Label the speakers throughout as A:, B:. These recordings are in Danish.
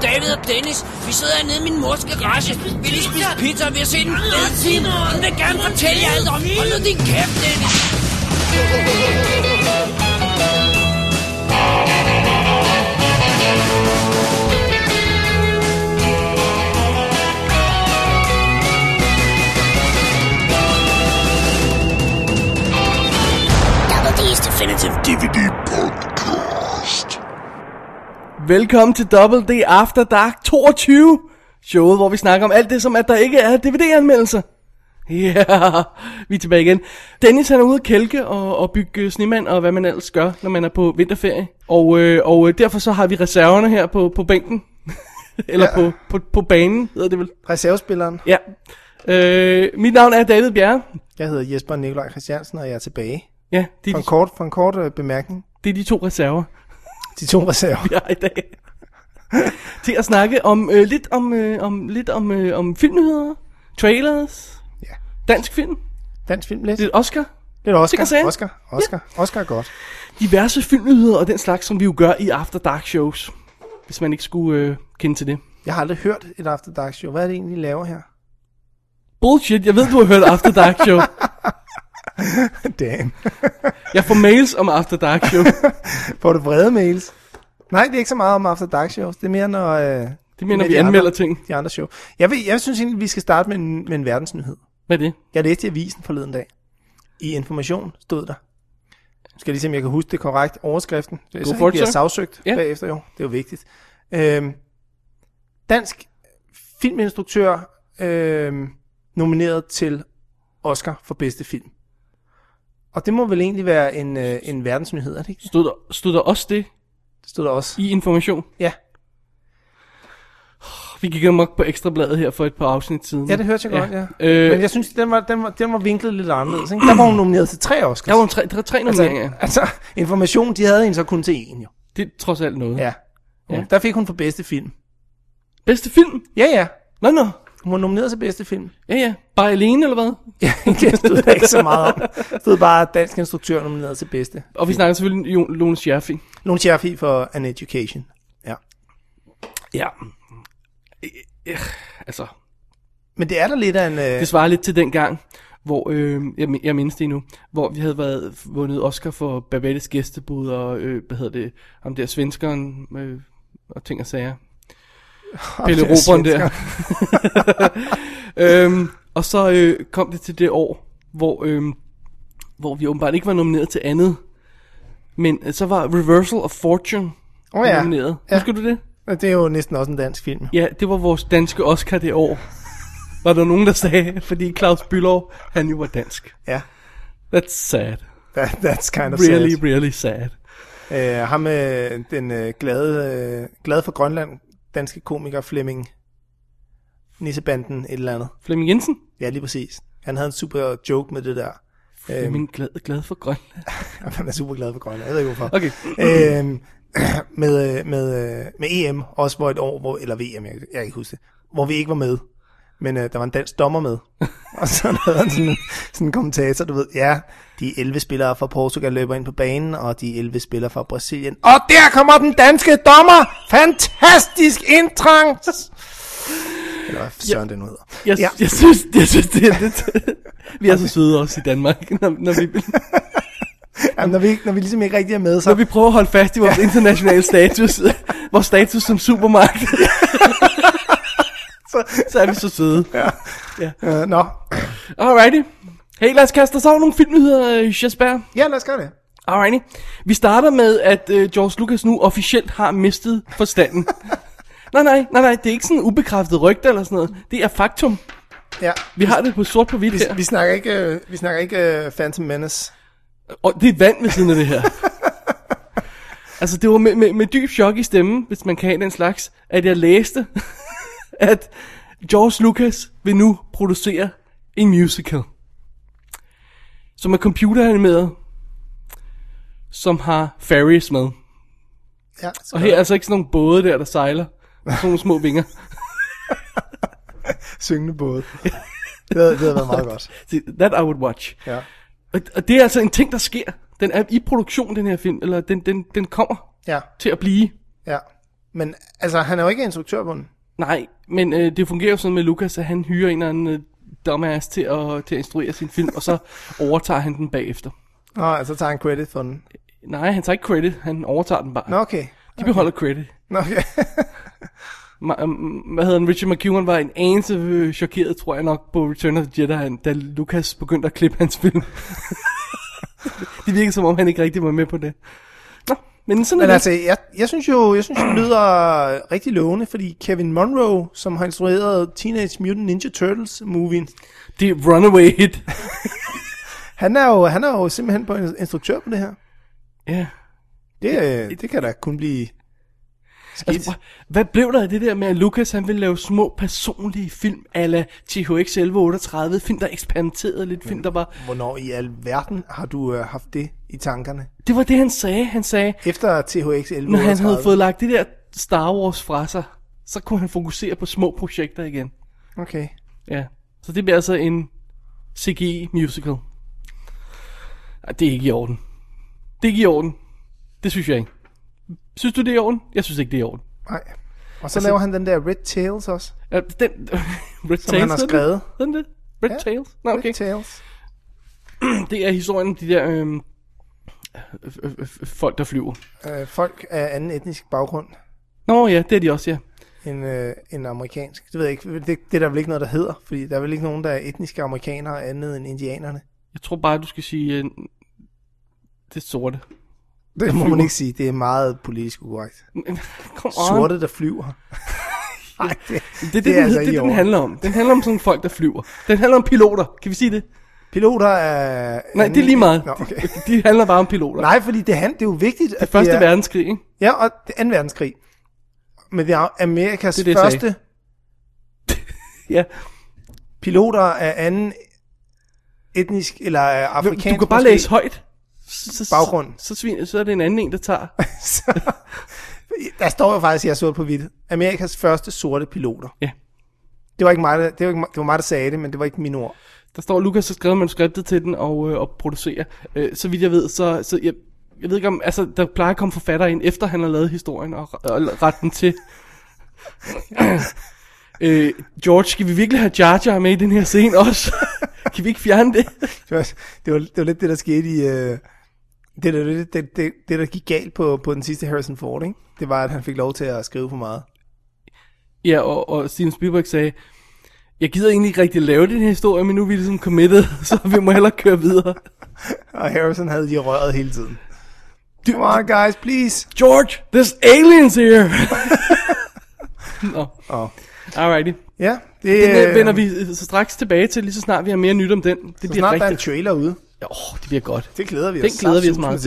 A: Dennis. Vi sidder hernede i min mors garage. Vi lige spise pizza, og vi har set en fed film. Hun vil gerne fortælle jer alt om. Hold nu din kæft, Dennis.
B: Double D's Definitive DVD Podcast.
C: Velkommen til Double D After Dark 22, showet, hvor vi snakker om alt det, som at der ikke er DVD-anmeldelser. Ja, yeah. vi er tilbage igen. Dennis han er ude at kælke og, og bygge øh, snemand og hvad man ellers gør, når man er på vinterferie. Og, øh, og øh, derfor så har vi reserverne her på, på bænken. Eller ja. på, på, på banen, hedder det vel.
D: Reservespilleren.
C: Ja. Øh, mit navn er David Bjerre.
D: Jeg hedder Jesper Nikolaj Christiansen, og jeg er tilbage.
C: Ja, det er,
D: For en
C: de,
D: kort, for en kort øh, bemærkning.
C: det er de to reserver.
D: De to reserver.
C: vi har i dag. til at snakke om øh, lidt om øh, om lidt om øh, om filmnyheder, trailers,
D: Ja.
C: dansk film,
D: Dansk film lidt.
C: lidt Oscar,
D: Lidt Oscar.
C: Ting og sager.
D: Oscar. Oscar. Oscar er godt.
C: diverse filmnyheder og den slags som vi jo gør i After Dark shows, hvis man ikke skulle øh, kende til det.
D: Jeg har aldrig hørt et After Dark show. Hvad er det egentlig, I laver her?
C: Bullshit, jeg ved du har hørt After Dark show.
D: Damn.
C: Jeg får mails om After Dark show.
D: Får du vrede mails? Nej, det er ikke så meget om After Dark shows. Det er mere, når... Øh,
C: Det mener
D: med
C: vi
D: de
C: anmelder
D: andre,
C: ting.
D: De andre show. Jeg, ved, jeg synes egentlig, vi skal starte med en, med en verdensnyhed.
C: Hvad er det?
D: Jeg læste i avisen forleden dag. I information stod der. Nu skal jeg lige se, om jeg kan huske det korrekt. Overskriften. Så jeg
C: for
D: ikke
C: it,
D: bliver
C: sir.
D: sagsøgt
C: Ja.
D: yeah. bagefter, jo. Det er jo vigtigt. Øhm, dansk filminstruktør øhm, nomineret til Oscar for bedste film. Og det må vel egentlig være en, øh, en verdensnyhed, er det ikke?
C: Stod der, stod der også det
D: Det stod der også.
C: i information?
D: Ja,
C: Vi gik amok på ekstrabladet her for et par afsnit siden.
D: ja det hørte jeg godt, ja.
C: Øh,
D: Men jeg synes, den var, den var, den var vinklet lidt anderledes. Ikke? Der var hun nomineret til tre Oscars.
C: der var tre, der var tre nomineringer.
D: altså,
C: Altså,
D: altså, information, de havde en så kun til en, jo.
C: det er trods alt noget.
D: Ja.
C: Ja.
D: ja. Der fik hun for bedste film.
C: Bedste film?
D: Ja, ja.
C: Nå, nå.
D: Hun var nomineret til bedste film.
C: Ja, ja. Bare alene, eller hvad?
D: Ja, det stod der ikke så meget om. Det stod bare dansk instruktør nomineret til bedste.
C: Og vi snakker selvfølgelig om Lone Scherfi.
D: Lone Scherfi for An Education. Ja.
C: Ja. Altså,
D: Men det er der lidt af en... Øh,
C: det svarer lidt til den gang, hvor, øh, jeg, min- jeg mindes det endnu, hvor vi havde været vundet Oscar for Babettes gæstebud, og øh, hvad hedder det, ham der svenskeren, øh, og ting og sager. Pelle Roberen der. øhm, og så øh, kom det til det år, hvor, øhm, hvor vi åbenbart ikke var nomineret til andet. Men øh, så var Reversal of Fortune
D: Åh ja.
C: nomineret.
D: Ja.
C: Husker du det?
D: Det er jo næsten også en dansk film.
C: Ja, det var vores danske Oscar det år. Var der nogen, der sagde, fordi Claus Bylov, han jo var dansk.
D: Ja.
C: That's sad.
D: That, that's kind of
C: Really,
D: sad.
C: really sad.
D: Øh, ham øh, den øh, glade, øh, glade for Grønland, danske komiker Flemming Nissebanden et eller andet.
C: Flemming Jensen?
D: Ja, lige præcis. Han havde en super joke med det der.
C: Øhm. Min glad, glad for Grønland.
D: Jamen, Han er super glad for Grønland, jeg ved ikke hvorfor.
C: Okay.
D: øhm, med, øh, med, øh, med EM, også hvor et år, hvor, eller VM, jeg, jeg kan ikke huske det, hvor vi ikke var med. Men øh, der var en dansk dommer med. Og så havde han sådan, en- sådan en kommentator, du ved, ja, de 11 spillere fra Portugal løber ind på banen, og de 11 spillere fra Brasilien. Og der kommer den danske dommer! Fantastisk indtrang! Eller hvad søren ja. det nu hedder.
C: Jeg, ja. jeg, synes, jeg synes, det er lidt... vi er så søde også i Danmark, når, når, vi,
D: Jamen, når, vi, ikke- når vi ligesom ikke rigtig er med, så
C: når vi prøver at holde fast i vores internationale status. vores status som supermarked. så, så er vi så søde.
D: Øh, nå.
C: Alrighty. Hey, lad os kaste os over nogle filmnyheder, øh, Jasper.
D: Ja, lad os gøre det.
C: Alrighty. Vi starter med, at øh, George Lucas nu officielt har mistet forstanden. nej, nej, nej, nej, det er ikke sådan en ubekræftet rygte eller sådan noget. Det er faktum.
D: Ja.
C: Vi har det på sort på hvidt her.
D: Vi snakker ikke, øh, vi snakker ikke uh, Phantom Menace.
C: Og det er vand ved siden af det her. altså, det var med, med, med dyb chok i stemmen, hvis man kan have den slags, at jeg læste, at George Lucas vil nu producere en musical. Som er computeranimeret, som har ferries med.
D: Ja,
C: Og her er altså ikke sådan nogle både der, der sejler. Sådan nogle små vinger.
D: Syngende både. det, havde, det havde været meget godt.
C: That I would watch.
D: Ja.
C: Og, og det er altså en ting, der sker. Den er i produktion, den her film. Eller den, den, den kommer
D: ja,
C: til at blive.
D: ja. Men altså, han er jo ikke instruktørbunden.
C: Nej, men øh, det fungerer jo sådan med Lukas, at han hyrer en eller anden øh, dumbass til at, til at instruere sin film, og så overtager han den bagefter.
D: Nå, og så tager han credit for den.
C: Nej, han tager ikke credit, han overtager den bare.
D: Nå, okay.
C: De beholder credit.
D: Nå, okay.
C: Ma- øhm, hvad hedder den? Richard McEwan var en anelse øh, chokeret, tror jeg nok, på Return of the Jedi, han- da Lucas begyndte at klippe hans film. det virkede som om, han ikke rigtig var med på det. Nå, men sådan
D: Men
C: er
D: altså, jeg, jeg synes jo, jeg synes, det lyder rigtig lovende, fordi Kevin Monroe, som har instrueret Teenage Mutant Ninja Turtles-movien,
C: det. Det er runaway hit.
D: han er jo, han er jo simpelthen på en instruktør på det her.
C: ja.
D: Det, øh, det kan da kun blive skidt.
C: Altså, prøv- hvad blev der af det der med, at Lucas han ville lave små personlige film, ala THX 1138, film der eksperimenterede lidt, film der var...
D: Hvornår i alverden har du øh, haft det i tankerne?
C: Det var det, han sagde. Han sagde,
D: Efter THX 11
C: når han havde fået lagt det der Star Wars fra sig, så kunne han fokusere på små projekter igen.
D: Okay.
C: Ja. Så det bliver altså en CGI-musical. Ej, det er ikke i orden. Det er ikke i orden. Det synes jeg ikke. Synes du, det er i orden? Jeg synes ikke, det er i orden.
D: Nej. Og så altså, laver han den der Red Tails også.
C: Ja, den, Red
D: Som han har
C: hedder den?
D: skrevet.
C: Hedder Den det? Red
D: Ja,
C: Tails? Nå, okay.
D: Red Tails.
C: Det er historien om de der øhm, øh, øh, øh, folk, der flyver.
D: Øh, folk af anden etnisk baggrund
C: Nå ja, det er de også, ja.
D: end, øh, end amerikansk. Det ved jeg ikke. Det, det er der vel ikke noget, der hedder. Fordi der er vel ikke nogen, der er etniske amerikanere andet end indianerne.
C: Jeg tror bare, du skal sige øh, det sorte.
D: Det må
C: flyver.
D: man ikke sige. Det er meget politisk ukorrekt.
C: Kom on.
D: Sorte, der flyver. Nej, det,
C: Det er det, det, er altså det,
D: i
C: det den
D: orden.
C: handler om. Den handler om sådan folk, der flyver. Den handler om piloter. Kan vi sige det?
D: Piloter er...
C: Nej, det er lige meget.
D: Nå, okay.
C: De, de handler bare om piloter.
D: Nej, fordi det, han, det er jo vigtigt, at
C: det første
D: det
C: ja.
D: er,
C: verdenskrig, ikke?
D: Ja, og det er 2. verdenskrig. Men det er Amerikas
C: Det
D: det
C: er det,
D: det,
C: jeg
D: første
C: Ja.
D: piloter af anden etnisk eller øh, afrikansk
C: Du kan bare
D: måske.
C: læse højt. Så, så,
D: Baggrunden.
C: Så, så, svin, så er det en anden en, der tager.
D: Så- der står jo faktisk, jeg er sort på hvidt. Amerikas første sorte piloter.
C: Ja.
D: Det var ikke mig, der, det var, ikke, mig- det var mig, der sagde det, men det var ikke mine ord.
C: Der står, Lukas har skrevet manuskriptet til den og, øh, og producerer. Øh, så vidt jeg ved, så... så jeg, jeg ved ikke om... Altså, der plejer at komme forfatter ind, efter han har lavet historien og, og ret den til. øh, George, skal vi virkelig have Jar Jar med i den her scene også? kan vi ikke fjerne det?
D: Det var, det var, det var lidt det, der skete i... Øh, det, der, det, det, det, det, der gik galt på, på den sidste Harrison Ford, ikke? det var, at han fik lov til at skrive for meget.
C: Ja, og, og Steven Spielberg sagde, jeg gider egentlig ikke rigtig lave den her historie, men nu er vi ligesom committed, så vi må hellere køre videre.
D: Og Harrison havde de i røret hele tiden. Come on, guys, please.
C: George, there's aliens here! Nå,
D: Oh.
C: alrighty.
D: Ja, det,
C: Den øh,
D: øh,
C: vender vi øh, så straks tilage til, lige så snart vi har mere nyt om den. Det
D: Så
C: bliver
D: snart der er en
C: rigtigt.
D: trailer ude.
C: Åh, oh, det bliver godt.
D: Det glæder vi
C: Den
D: os.
C: glæder vi os
D: saftsuseme
C: meget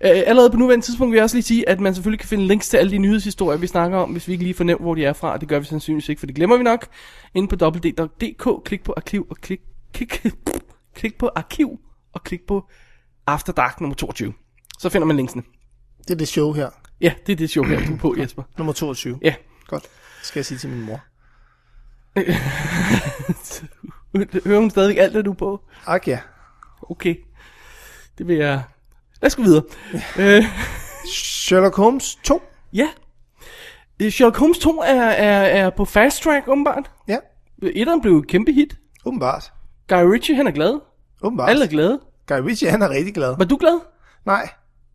C: til. Øh, allerede på nuværende tidspunkt vil jeg også lige sige, at man selvfølgelig kan finde links til alle de nyhedshistorier, vi snakker om, hvis vi ikke lige får nævnt, hvor de er fra. Og det gør vi sandsynligvis ikke, for det glemmer vi nok. Inde på www.dk, klik på arkiv og klik, klik, klik på arkiv og klik på After Dark nummer 22. Så finder man linksene.
D: Det er det show her.
C: Ja, det er det show her, du er på, Jesper.
D: Nummer 22.
C: Ja.
D: Godt. Det skal jeg sige til min mor.
C: Hører hun stadig alt, hvad du er på?
D: Ak ja.
C: Okay. Det vil jeg... Lad os gå videre. Øh,
D: Sherlock Holmes 2.
C: ja. Øh, Sherlock Holmes 2 er, er, er på fast track, åbenbart.
D: Ja,
C: Etteren blev et kæmpe hit.
D: åbenbart.
C: Guy Ritchie, han er glad.
D: Åbenbart.
C: Alle er glade.
D: Guy Ritchie, han er rigtig glad.
C: Var du glad?
D: Nej.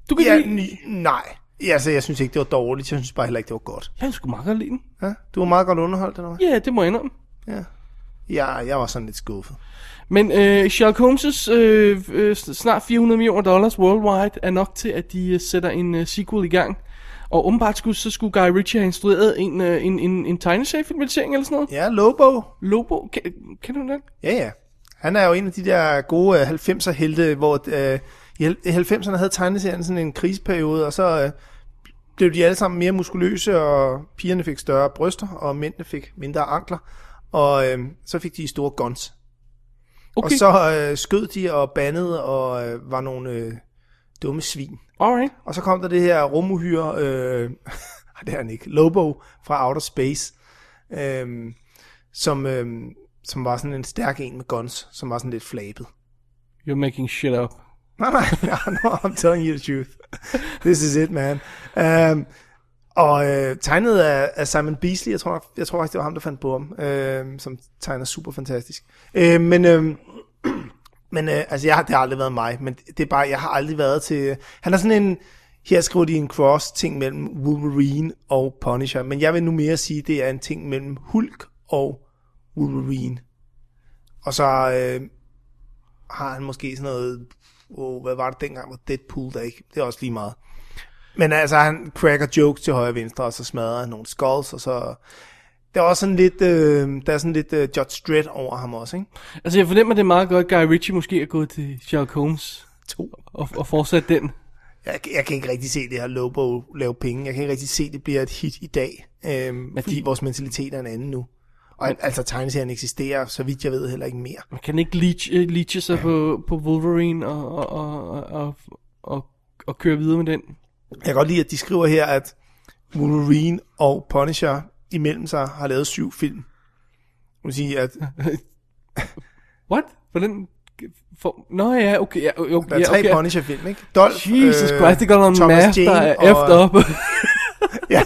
C: Du kan
D: Ja,
C: lide...
D: n- nej. Ja, altså, jeg synes ikke, det var dårligt. Jeg synes bare heller ikke, det var godt.
C: Jeg skulle meget godt lide den.
D: Ja? Du var meget godt underholdt, eller hvad?
C: Ja, det må jeg indrømme.
D: Ja. Ja, jeg var sådan lidt skuffet.
C: Men øh, Sherlock Holmes' øh, øh, snart 400 millioner dollars worldwide er nok til, at de øh, sætter en øh, sequel i gang. Og åbenbart skulle, så skulle Guy Ritchie have instrueret en, øh, en, en, en tegneseriefilmatisering eller sådan noget.
D: Ja, Lobo.
C: Lobo, kan, kan du den?
D: Ja, ja. Han er jo en af de der gode øh, 90'er helte, hvor øh, i hel- i 90'erne havde tegneserien sådan en kriseperiode, og så øh, blev de alle sammen mere muskuløse, og pigerne fik større bryster, og mændene fik mindre ankler, og øh, så fik de store guns. Okay. Og
C: Okay, så...
D: så øh, skød de og bandede og øh, var nogle øh, dumme svin.
C: alright.
D: Og så kom der det her rumuhyre, øh, ej, det er han ikke, Lobo fra Outer Space, øh, som, øh, som var sådan en stærk en med guns, som var sådan lidt flabet.
C: You're making shit up.
D: Nej, nej, no, I'm telling you the truth. This is it, man. Um, Og øh, tegnet af, af Simon Beasley, jeg tror, jeg tror faktisk, det var ham, der fandt på ham, øh, som tegner super fantastisk. Øh, men øh, men øh, altså, jeg, har- det har aldrig været mig, men det er bare, jeg har aldrig været til... han er sådan en... Her skriver de en cross-ting mellem Wolverine og Punisher, men jeg vil nu mere sige, det er en ting mellem Hulk og Wolverine. Og så øh, har han måske sådan noget... Oh, hvad var det dengang, hvor Deadpool der ikke... Det er også lige meget. Men altså, han cracker jokes til højre og venstre, og så smadrer han nogle skulls, og så... Der er også sådan lidt, øh, der er sådan lidt øh, Judge Dredd over ham også, ikke?
C: Altså, jeg fornemmer, det er meget godt, Guy Ritchie måske er gået til Sherlock Holmes
D: To.
C: og, og fortsat den.
D: Jeg, jeg kan ikke rigtig se det her Lobo lave penge. Jeg kan ikke rigtig se, det bliver et hit i dag, øhm, fordi
C: de-
D: vores mentalitet er en anden nu. Og men, altså, tegneserien eksisterer, så vidt jeg ved, heller ikke mere.
C: Man kan ikke leech, øh, leeche sig på, på Wolverine og, og, og, og, og, og, og køre videre med den.
D: Jeg kan godt lide, at de skriver her, at Wolverine og Punisher imellem sig har lavet syv film. Det vil sige, at
C: What? Hvordan? For... Nå ja, okay. Ja, okay,
D: der er
C: ja,
D: tre
C: okay.
D: Punisher-film, ikke? Dolph,
C: Jesus øh, Christ, det går nogle
D: Thomas
C: master
D: Jane
C: er
D: og-
C: efter op.
D: Ja,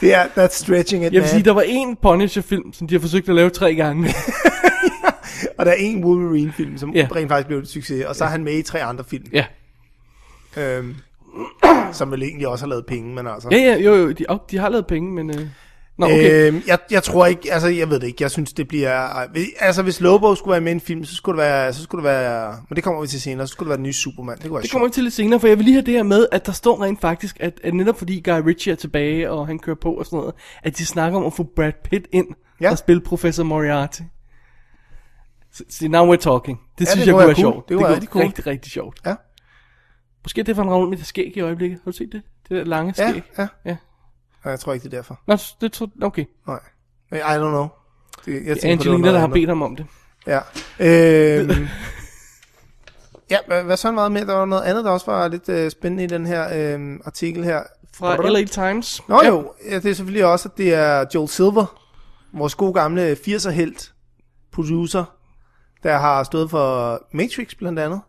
D: det er, that's stretching
C: Jeg
D: it,
C: vil
D: man.
C: sige, der var en Punisher-film, som de har forsøgt at lave tre gange.
D: Og der er en Wolverine-film, som
C: Ja.
D: rent faktisk blev et succes, og så er han med i tre andre film,
C: ja.
D: øhm, som vel egentlig også har lavet penge, men altså...
C: Ja, ja, jo, jo, de, oh, de har lavet penge, men... Øh... Nå, okay. Øh,
D: Okay. Øhm, jeg, jeg tror ikke, altså jeg ved det ikke, jeg synes det bliver, altså hvis Lobo skulle være med i en film, så skulle det være, så skulle det være, men det kommer vi til senere, så skulle det være den nye Superman, det kunne være
C: det kommer vi til lidt senere, for jeg vil lige have det her med, at der står rent faktisk, at, at netop fordi Guy Ritchie er tilbage, og han kører på og sådan noget, at de snakker om at få Brad Pitt ind ja.
D: Ja.
C: og spille Professor Moriarty. Så, så now we're talking. Det ja, synes
D: det
C: jeg
D: kunne
C: kunne være
D: være cool.
C: sjovt.
D: Det kunne være rigtig cool.
C: rigtig, rigtig sjovt.
D: Ja.
C: Måske er det for en ravn med det skæg i øjeblikket. Har du set det? Det der lange
D: sjovt.
C: skæg.
D: Ja, ja.
C: ja.
D: Nej, jeg tror ikke det er derfor.
C: Nå, det tror Okay.
D: Nej. Men I don't know. Det, jeg
C: Det er Angelina, der har bedt ham om det.
D: Ja. Øhm, ja, hvad, hvad sådan meget med, der var noget andet, der også var lidt øh, spændende i den her øh, artikel her.
C: Fra LA Times.
D: Nå jo, ja, det er selvfølgelig også, at det er Joel Silver, vores gode gamle 80'er helt producer, der har stået for Matrix blandt andet,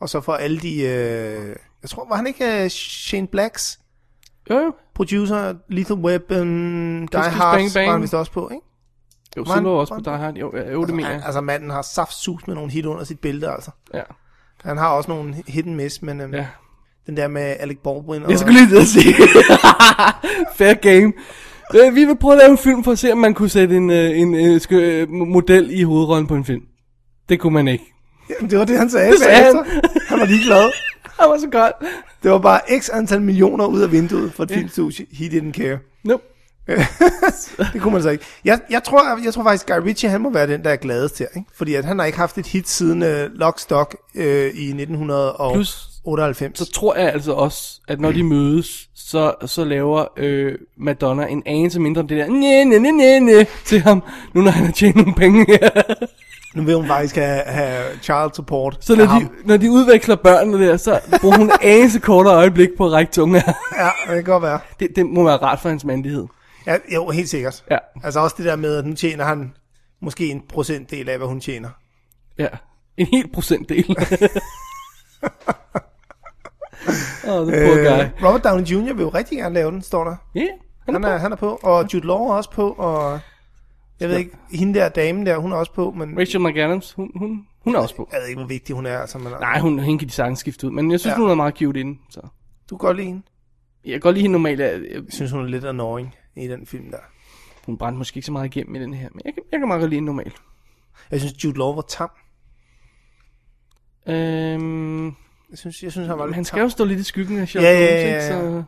D: og så for alle de, øh, jeg tror, var han ikke øh, Shane Blacks
C: Jo, jo.
D: producer, Lethal Weapon, Die
C: Kiss
D: Hard,
C: Bang Bang.
D: var han vist også på, ikke?
C: Jo,
D: Var han-
C: Silver var også på
D: var
C: Die Hard. Jo, ja, jo det mener
D: Han,
C: jeg.
D: altså manden har saft sus med nogle hit under sit bælte, altså.
C: Ja.
D: Han har også nogle hit and miss, men øh,
C: ja.
D: den der med Alec Baldwin og...
C: Jeg skulle lige til at sige. Fair game. Øh, Vi vil prøve at lave en film for at se, om man kunne sætte en, øh, en, en model i hovedrollen på en film. Det kunne man ikke.
D: Jamen, det var det, han sagde.
C: Det sagde
D: bagefter. han var ligeglad.
C: Det var så godt.
D: Det var bare x antal millioner ud af vinduet for et filmstudie. He didn't care.
C: Nope.
D: det kunne man så ikke. Jeg, jeg, tror, jeg, jeg tror faktisk, Guy Ritchie han må være den, der er gladest her. Ikke? Fordi at han har ikke haft et hit siden uh, Lock Stock uh, i 1998.
C: Så tror jeg altså også, at når de mødes, så, så laver øh, Madonna en anelse mindre om det der næ, næ, næ, næ, næ, til ham, nu når han har tjent nogle penge
D: nu vil hun faktisk have, have child support.
C: Så
D: af
C: når
D: ham.
C: de, når de udveksler børnene der, så bruger hun en anelse kortere øjeblik på at række tunge af.
D: Ja, det kan godt være.
C: det, det må være rart for hans mandighed.
D: Ja, jo, helt sikkert.
C: Ja.
D: Altså også det der med, at nu tjener han måske en procentdel af, hvad hun tjener.
C: Ja, en hel procentdel. Åh, oh, the poor guy.
D: Øh, Robert Downey Jr. vil jo rigtig gerne lave den, står der.
C: Ja, yeah, han,
D: Han er, han er på, og Jude Law er også på, og jeg ved ikke, hende der damen der, hun er også på, men
C: Rachel McAdams, hun, hun, hun er også på.
D: jeg ved ikke, hvor vigtig hun er. Altså, men,
C: Nej, hun, hende kan de sagtens skifte ud, men jeg synes,
D: Ja.
C: ja. hun er meget cute inde. Så.
D: Du kan godt lide hende.
C: Jeg kan godt lide hende normalt, jeg, jeg,
D: Jeg synes, hun er lidt annoying i den film der.
C: hun brændte måske ikke så meget igennem i den her, men jeg, kan- jeg kan meget godt lide hende normalt.
D: Jeg synes, Jude Law var tam.
C: Øhm,
D: Jeg synes, jeg synes han var
C: men
D: lidt
C: han skal
D: tam.
C: jo stå lidt i skyggen af Sherlock
D: Ja, ja,
C: Holmes,
D: ja,
C: ikke?
D: ja.
C: Så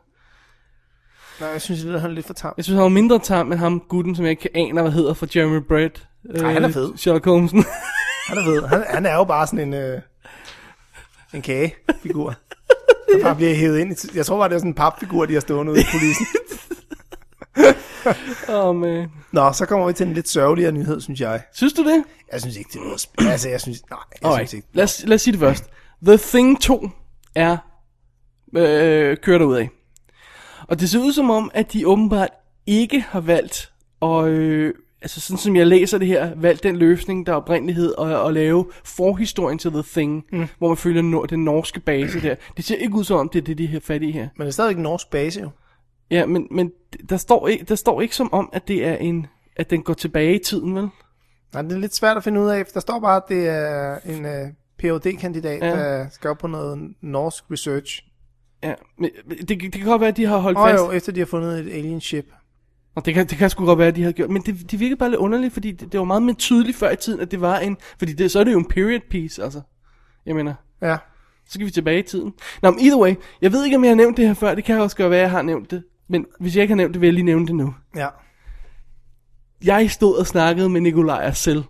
D: Nej, jeg synes, lidt, han er lidt for tam.
C: jeg synes, han var mindre tam med ham, gutten, som jeg ikke aner, hvad hedder, fra Jeremy Brett. Nej,
D: han er fed.
C: Sherlock Holmesen.
D: Han er, ved, han, han er jo bare sådan en, øh, en kagefigur. Der bare bliver hævet ind. i- Jeg tror bare, det er sådan en papfigur, de har stående ude i kulissen.
C: Og, øh,
D: Nå, så kommer vi til en lidt sørgeligere nyhed, synes jeg.
C: synes du det?
D: Jeg synes ikke, det er noget sp- Altså, jeg synes... Nej, jeg
C: Alright,
D: synes ikke.
C: lad os, lad os sige det først. The Thing 2 er øh, kører derud af. Og det ser ud som om, at de åbenbart ikke har valgt, og øh, altså sådan som jeg læser det her, valgt den løsning, der er oprindelighed at, at lave forhistorien til The Thing, mm. hvor man følger nor- den norske base der. Det ser ikke ud som om, det er det, de har fat i her.
D: Men det er stadigvæk en norsk base, jo.
C: Ja, men, men der, står ikke, der står ikke som om, at det er en at den går tilbage i tiden, vel?
D: Nej, det er lidt svært at finde ud af. for Der står bare, at det er en uh, phd kandidat
C: Ja.
D: ja. der skal op på noget norsk research.
C: Ja, men men det, det kan godt være, at de har holdt
D: Og
C: fast.
D: jo, efter de har fundet et alien ship.
C: Og det kan, det kan sgu godt være, at de havde gjort. Men det, det virkede bare lidt underligt, fordi det, det var meget mere tydeligt før i tiden, at det var en... Fordi det, så er det jo en period piece, altså. Jeg mener,
D: Ja.
C: så skal vi tilbage i tiden. Nå, men either way, jeg ved ikke, om jeg har nævnt det her før. Det kan også godt være, at jeg har nævnt det. Men hvis jeg ikke har nævnt det, vil jeg lige nævne det nu.
D: Ja.
C: Jeg stod og snakkede med Nikolaj Arcel,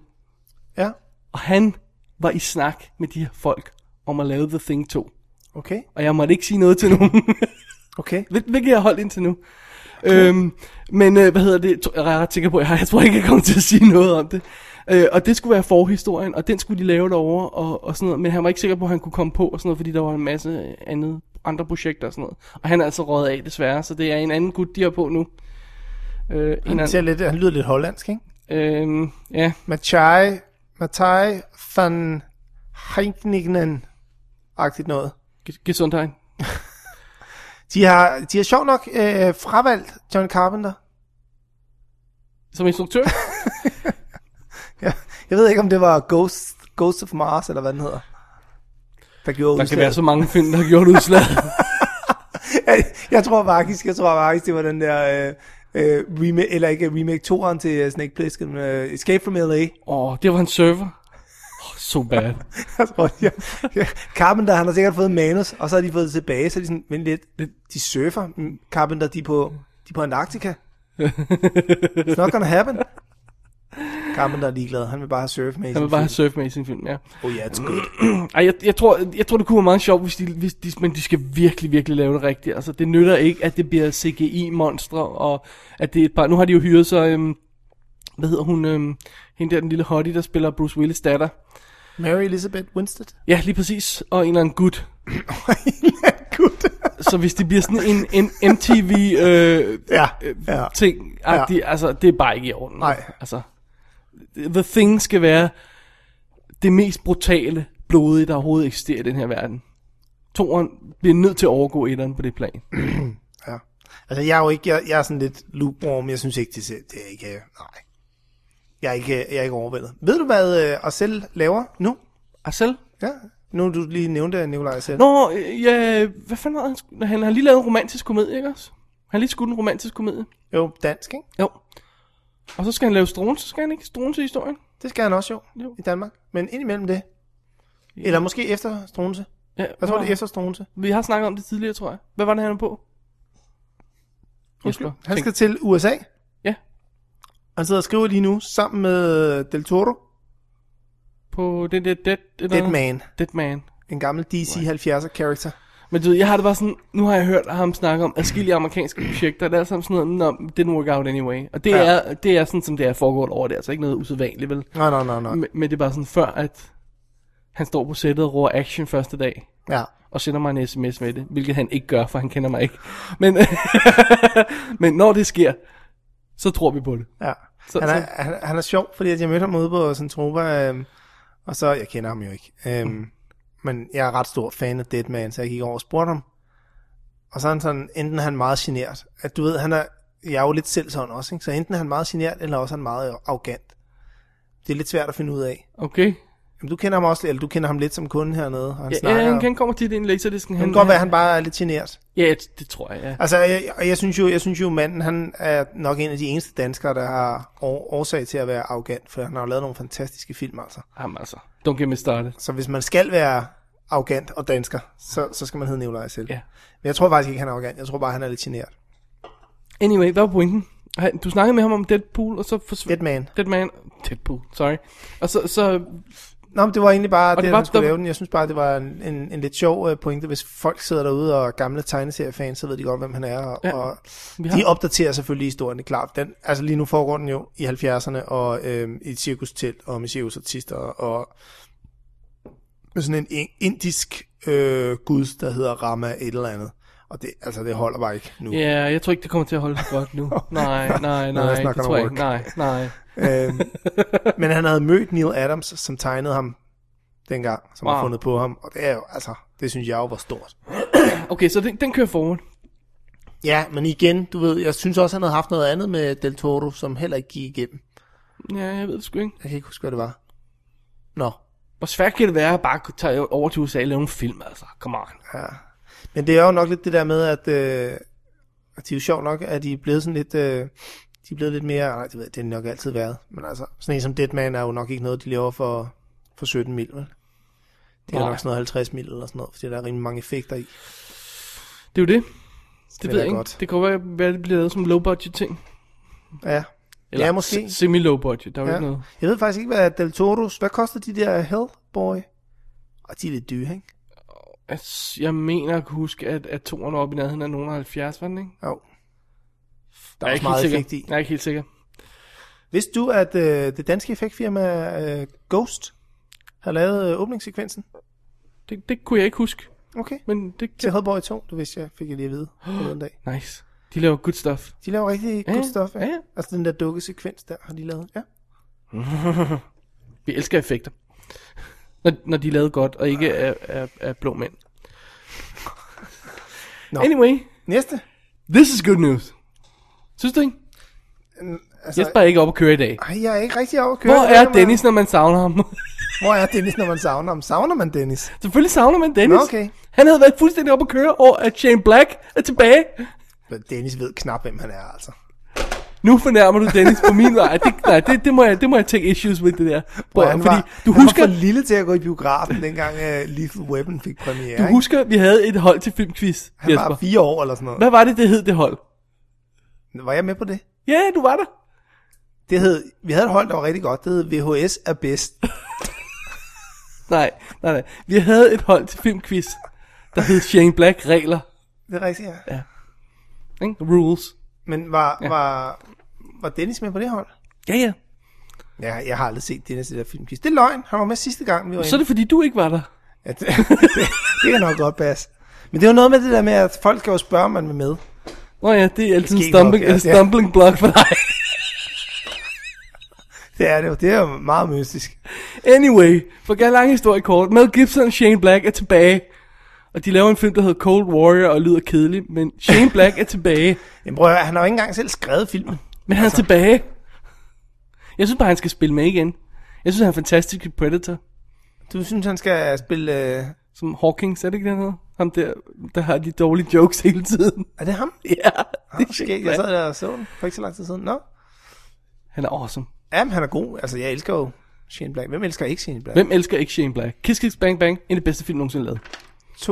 D: Ja.
C: og han var i snak med de her folk om at lave The Thing 2.
D: Okay.
C: Og jeg måtte ikke sige noget til nogen.
D: Okay.
C: Hvil- Hvilket jeg har holdt indtil nu. Okay. Øhm, men øh, hvad hedder det? Tro- Jeg er ret sikker på, at jeg, har. jeg tror ikke, jeg kommer til at sige noget om det. Øh, og det skulle være forhistorien, og den skulle de lave derovre, og, og sådan noget. Men han var ikke sikker på, at han kunne komme på, og sådan noget, fordi der var en masse øh, andet, andre projekter og sådan noget. Og han er altså røget af, desværre, så det er en anden gut, de har på nu. Øh, en
D: Han, ser
C: anden,
D: lidt, han lyder lidt hollandsk, ikke?
C: øh, ja,
D: Matai, Matai van Heinkningen. Agtigt noget.
C: G- Gesundheim.
D: De har, de har sjovt nok øh, fravalgt John Carpenter.
C: Som instruktør?
D: Ja. Jeg ved ikke, om det var Ghost, Ghost of Mars, eller hvad den hedder. Der gjorde
C: Der kan være
D: udslaget.
C: så mange film, der har gjort udslaget.
D: jeg, jeg tror faktisk, jeg tror faktisk, det var den der... Øh, øh, remake, eller ikke remake 2'eren til øh, Snake Plissken, øh, Escape from L.A.
C: Åh, oh, det var en server. Oh, so bad.
D: Jeg tror, ja, ja. Carpenter, han har sikkert fået manus, og så har de fået det tilbage, så er de sådan, vent lidt, de surfer. Mm, Carpenter, de er på, de er på Antarktika. It's not gonna happen. Carpenter er ligeglad, han vil bare have surf med i
C: Han
D: sin
C: vil bare have
D: film.
C: surf med i sin film, ja.
D: Oh yeah, it's good.
C: Ej, jeg, jeg, tror, jeg tror, det kunne være meget sjovt, hvis de, hvis de, men de skal virkelig, virkelig lave det rigtigt. Altså, det nytter ikke, at det bliver CGI-monstre, og at det er et par... Nu har de jo hyret så, øhm, hvad hedder hun, øhm, hende der, den lille hottie, der spiller Bruce Willis datter.
D: Mary Elizabeth Winstead.
C: Ja, lige præcis, og en eller anden gut.
D: Gud.
C: Så hvis det bliver sådan en, en MTV øh,
D: ja, ja.
C: ja. ting ja. altså, det er bare ikke i orden.
D: Nej.
C: Altså, The Thing skal være det mest brutale blodige, der overhovedet eksisterer i den her verden. Toren bliver nødt til at overgå etteren på det plan.
D: ja. Altså, jeg er jo ikke, jeg, jeg er sådan lidt lukewarm, jeg synes ikke, det, ser- det er ikke, øh, nej. Jeg er ikke, jeg er ikke overvældet. Ved du, hvad øh, Arcel laver nu?
C: Arcel?
D: Ja, nu du lige nævnte Nikolaj Arcel.
C: Nå, øh, ja, hvad fanden har han? sku- Han har lige lavet en romantisk komedie, ikke også? Han har lige skudt en romantisk komedie.
D: Jo, dansk, ikke?
C: Jo. Og så skal han lave Strunse, skal han ikke? Strunse historien?
D: Det skal han også jo,
C: Jo.
D: jo. i Danmark. Men indimellem det. Eller måske efter Strunse.
C: Ja,
D: Jeg tror, det er
C: nå.
D: efter Strunse.
C: Vi har snakket om det tidligere, tror jeg. Hvad var det, han var på? Husker.
D: Han skal til USA.
C: Ja,
D: Han sidder og skriver lige nu sammen med Del Toro.
C: på den der Dead... eller-
D: Dead Man.
C: Dead Man.
D: En gammel DC 70'er character.
C: Men du ved, jeg har det bare sådan, nu har jeg hørt ham snakke om adskillige amerikanske projekter, og det er alt sammen sådan noget, no, it didn't work out anyway. Og det, ja.
D: Ja.
C: er, det er sådan, som det er foregået over det, altså ikke noget usædvanligt, vel?
D: Nej, nej, nej, nej.
C: Men, men det er bare sådan, før at han står på sættet og råber action første dag,
D: Ja.
C: og sender mig en sms med det, hvilket han ikke gør, for han kender mig ikke. Men, men når det sker, så tror vi på det.
D: Ja.
C: Så-
D: Så, han, er,
C: så-
D: han, han er sjov, fordi at jeg mødte ham ude på Centropa, øhm, og så, jeg kender ham jo ikke, øhm, mm. men jeg er ret stor fan af Deadman, så jeg gik over og spurgte ham, og så er han sådan, enten er han meget genert, at du ved, han er, jeg er jo lidt selv sådan også, ikke? så enten er han meget genert, eller også er han meget arrogant. Det er lidt svært at finde ud af.
C: Okay?
D: Men du kender ham også, eller du kender ham lidt som kunde hernede, og han ja,
C: Ja,
D: snakker.
C: ja, han,
D: kan,
C: han kommer tit ind i laserdisken.
D: det kan godt være, at han bare er lidt genert.
C: Ja, det tror jeg, ja.
D: Altså, jeg, og jeg synes jo, jeg synes jo, manden, han er nok en af de eneste danskere, der har år, årsag til at være arrogant, for han har jo lavet nogle fantastiske film, altså.
C: Ham altså. Don't get me started.
D: Så hvis man skal være arrogant og dansker, så, så skal man hedde Nikolaj selv.
C: Ja.
D: Men jeg tror faktisk ikke, han er arrogant. Jeg tror bare, han er lidt genert.
C: Anyway, hvad var pointen? Han- Du snakkede med ham om Deadpool, og så forsvandt...
D: Deadman.
C: Deadman. Deadpool, sorry. Og så, så
D: Nå, men det var egentlig bare det,
C: det
D: det
C: var-
D: han skulle
C: der-
D: lave den. Jeg synes bare, det var en, en, en lidt sjov øh, pointe. Hvis folk sidder derude og er gamle tegneseriefans, så ved de godt, hvem han er. Og,
C: Ja.
D: ja. og
C: Vi
D: de
C: har-
D: opdaterer selvfølgelig historien, det er klart. Den, altså lige nu foregår den jo i 70'erne, og øh, i et cirkustelt, og med cirkusartister, og med sådan en in- indisk øh, gud, der hedder Rama et eller andet. Og det, altså, det holder bare ikke nu.
C: Ja, yeah, jeg tror ikke, det kommer til at holde så godt nu. nej, nej,
D: Nå, jeg
C: nej,
D: snakker
C: det tror jeg
D: om
C: ikke. Nej, nej.
D: øhm, men han havde mødt Neil Adams, som tegnede ham dengang, som wow.
C: Wow.
D: har fundet på ham. Og det er jo, altså, det synes jeg jo var stort.
C: Okay, så den, den kører forward.
D: Ja, men igen, du ved, jeg synes også, han havde haft noget andet med Del Toro, som heller ikke gik igennem.
C: Ja, jeg ved det sgu ikke.
D: Jeg kan ikke huske, hvad det var. Nå,
C: Hvor svært kan det være at bare tage over til USA og lave en film, altså? Come on.
D: ja. Men det er jo nok lidt det der med, at øh, at de er jo sjovt nok, at de er blevet sådan lidt... Øh, de er blevet lidt mere... Nej, det ved jeg, det har de nok altid været. Men altså, sådan en som Deadman er jo nok ikke noget, de laver for, for 17 mil, vel? Det er
C: Nej.
D: nok sådan noget 50 mil eller sådan noget, fordi der er rimelig mange effekter i.
C: Det er jo det. Det,
D: er
C: ved
D: da
C: jeg ikke.
D: godt.
C: Det kan jo være, være, det bliver lavet som low-budget ting.
D: Ja.
C: Eller
D: Ja, måske.
C: se- Semi-low-budget, der er jo
D: ja.
C: ikke noget.
D: Jeg ved faktisk ikke, hvad Del Toros... Hvad koster de der Hellboy? Og de er lidt dyre, ikke?
C: Altså, Jeg mener at kunne huske, at, at toren var oppe i nærheden af nogen af 70, var den ikke?
D: Jo.
C: Jeg
D: Der er
C: er
D: også
C: ikke
D: meget
C: helt
D: effekt
C: sikker.
D: i.
C: Jeg er ikke helt sikker.
D: Vidste du, at øh, det danske effektfirma øh, Ghost har lavet øh, åbningssekvensen?
C: Det, det kunne jeg ikke huske,
D: Okay.
C: men det
D: Til Hellboy 2, det vidste jeg, fik jeg lige at vide på den dag.
C: Nice. De laver good stuff.
D: De laver rigtig
C: Ja,
D: godt stof,
C: ja, ja.
D: Altså den der dukkesekvens der har de lavet, ja.
C: Vi elsker effekter. Når, når de er lavet godt, og ikke er, er, er blå mænd.
D: Nå.
C: Anyway,
D: Næste.
C: this is good news. Synes du ikke?
D: Altså,
C: Jesper er ikke oppe at køre i dag.
D: ej, jeg er ikke rigtig over at køre.
C: Hvor
D: Jeg
C: er
D: ved,
C: Dennis, når man savner ham?
D: Hvor er Dennis, når man savner ham? Savner man Dennis?
C: Selvfølgelig savner man Dennis.
D: Nå, okay.
C: Han havde været fuldstændig oppe at køre over, at Shane Black er tilbage.
D: Men Dennis ved knap, hvem han er, altså.
C: Nu fornærmer du Dennis på min vej. Det, nej, det, det, må jeg, det må jeg take issues with det der. Bro,
D: han
C: fordi
D: var,
C: du
D: han
C: husker,
D: var for lille til at gå i biografen, dengang uh, Lethal Weapon fik premiere,
C: du
D: ikke?
C: husker, vi havde et hold til filmquiz,
D: Han
C: Jesper.
D: var fire år eller sådan noget.
C: Hvad var det, det hed, det hold?
D: Var jeg med på det?
C: Ja, yeah, du var der.
D: Det hed, vi havde et hold, der var rigtig godt. Det hed VHS er bedst.
C: Nej, nej, nej. Vi havde et hold til filmquiz, der hed Shane Black Regler.
D: Det er rigtigt, ja.
C: Ikke? Rules.
D: Men var, ja. var, var Dennis med på det hold?
C: Ja, ja.
D: Ja, jeg har aldrig set Dennis i det der filmquiz. Det er løgn. Han var med sidste gang, vi var
C: Så er
D: inde.
C: det fordi, du ikke var der.
D: Ja, det, det, det kan nok godt passe. Men det var noget med det der med, at folk kan jo spørge, om man vil med.
C: Nå ja, det er altid en
D: Måske
C: stumbling,
D: nok, ja,
C: en
D: ja.
C: stumbling block for dig.
D: Det er det jo. Det er jo meget mystisk.
C: Anyway, for at gøre en lang historie kort. Mel Gibson og Shane Black er tilbage. Og de laver en film, der hedder Cold Warrior og lyder kedelig. Men Shane Black er tilbage.
D: Jamen prøv at høre, han har jo ikke engang selv skrevet filmen.
C: Men han er tilbage. Jeg synes bare, han skal spille med igen. Jeg synes, han er fantastisk i Predator.
D: Du synes, han skal spille... Øh...
C: Som Hawkins, er det ikke den hedder? Ham der, der har de dårlige jokes hele tiden. Ah,
D: Er det ham?
C: Ja, det er
D: Måske.
C: Shane
D: Jeg
C: Black.
D: sad der og så den for ikke så lang tid siden. Nå.
C: Han er awesome.
D: Jamen, han er god. Altså, jeg elsker jo Shane Black. Hvem elsker ikke Shane Black?
C: Hvem elsker ikke Shane Black? Kiss Kiss Bang Bang, en af de bedste film nogensinde lavet.
D: 2,24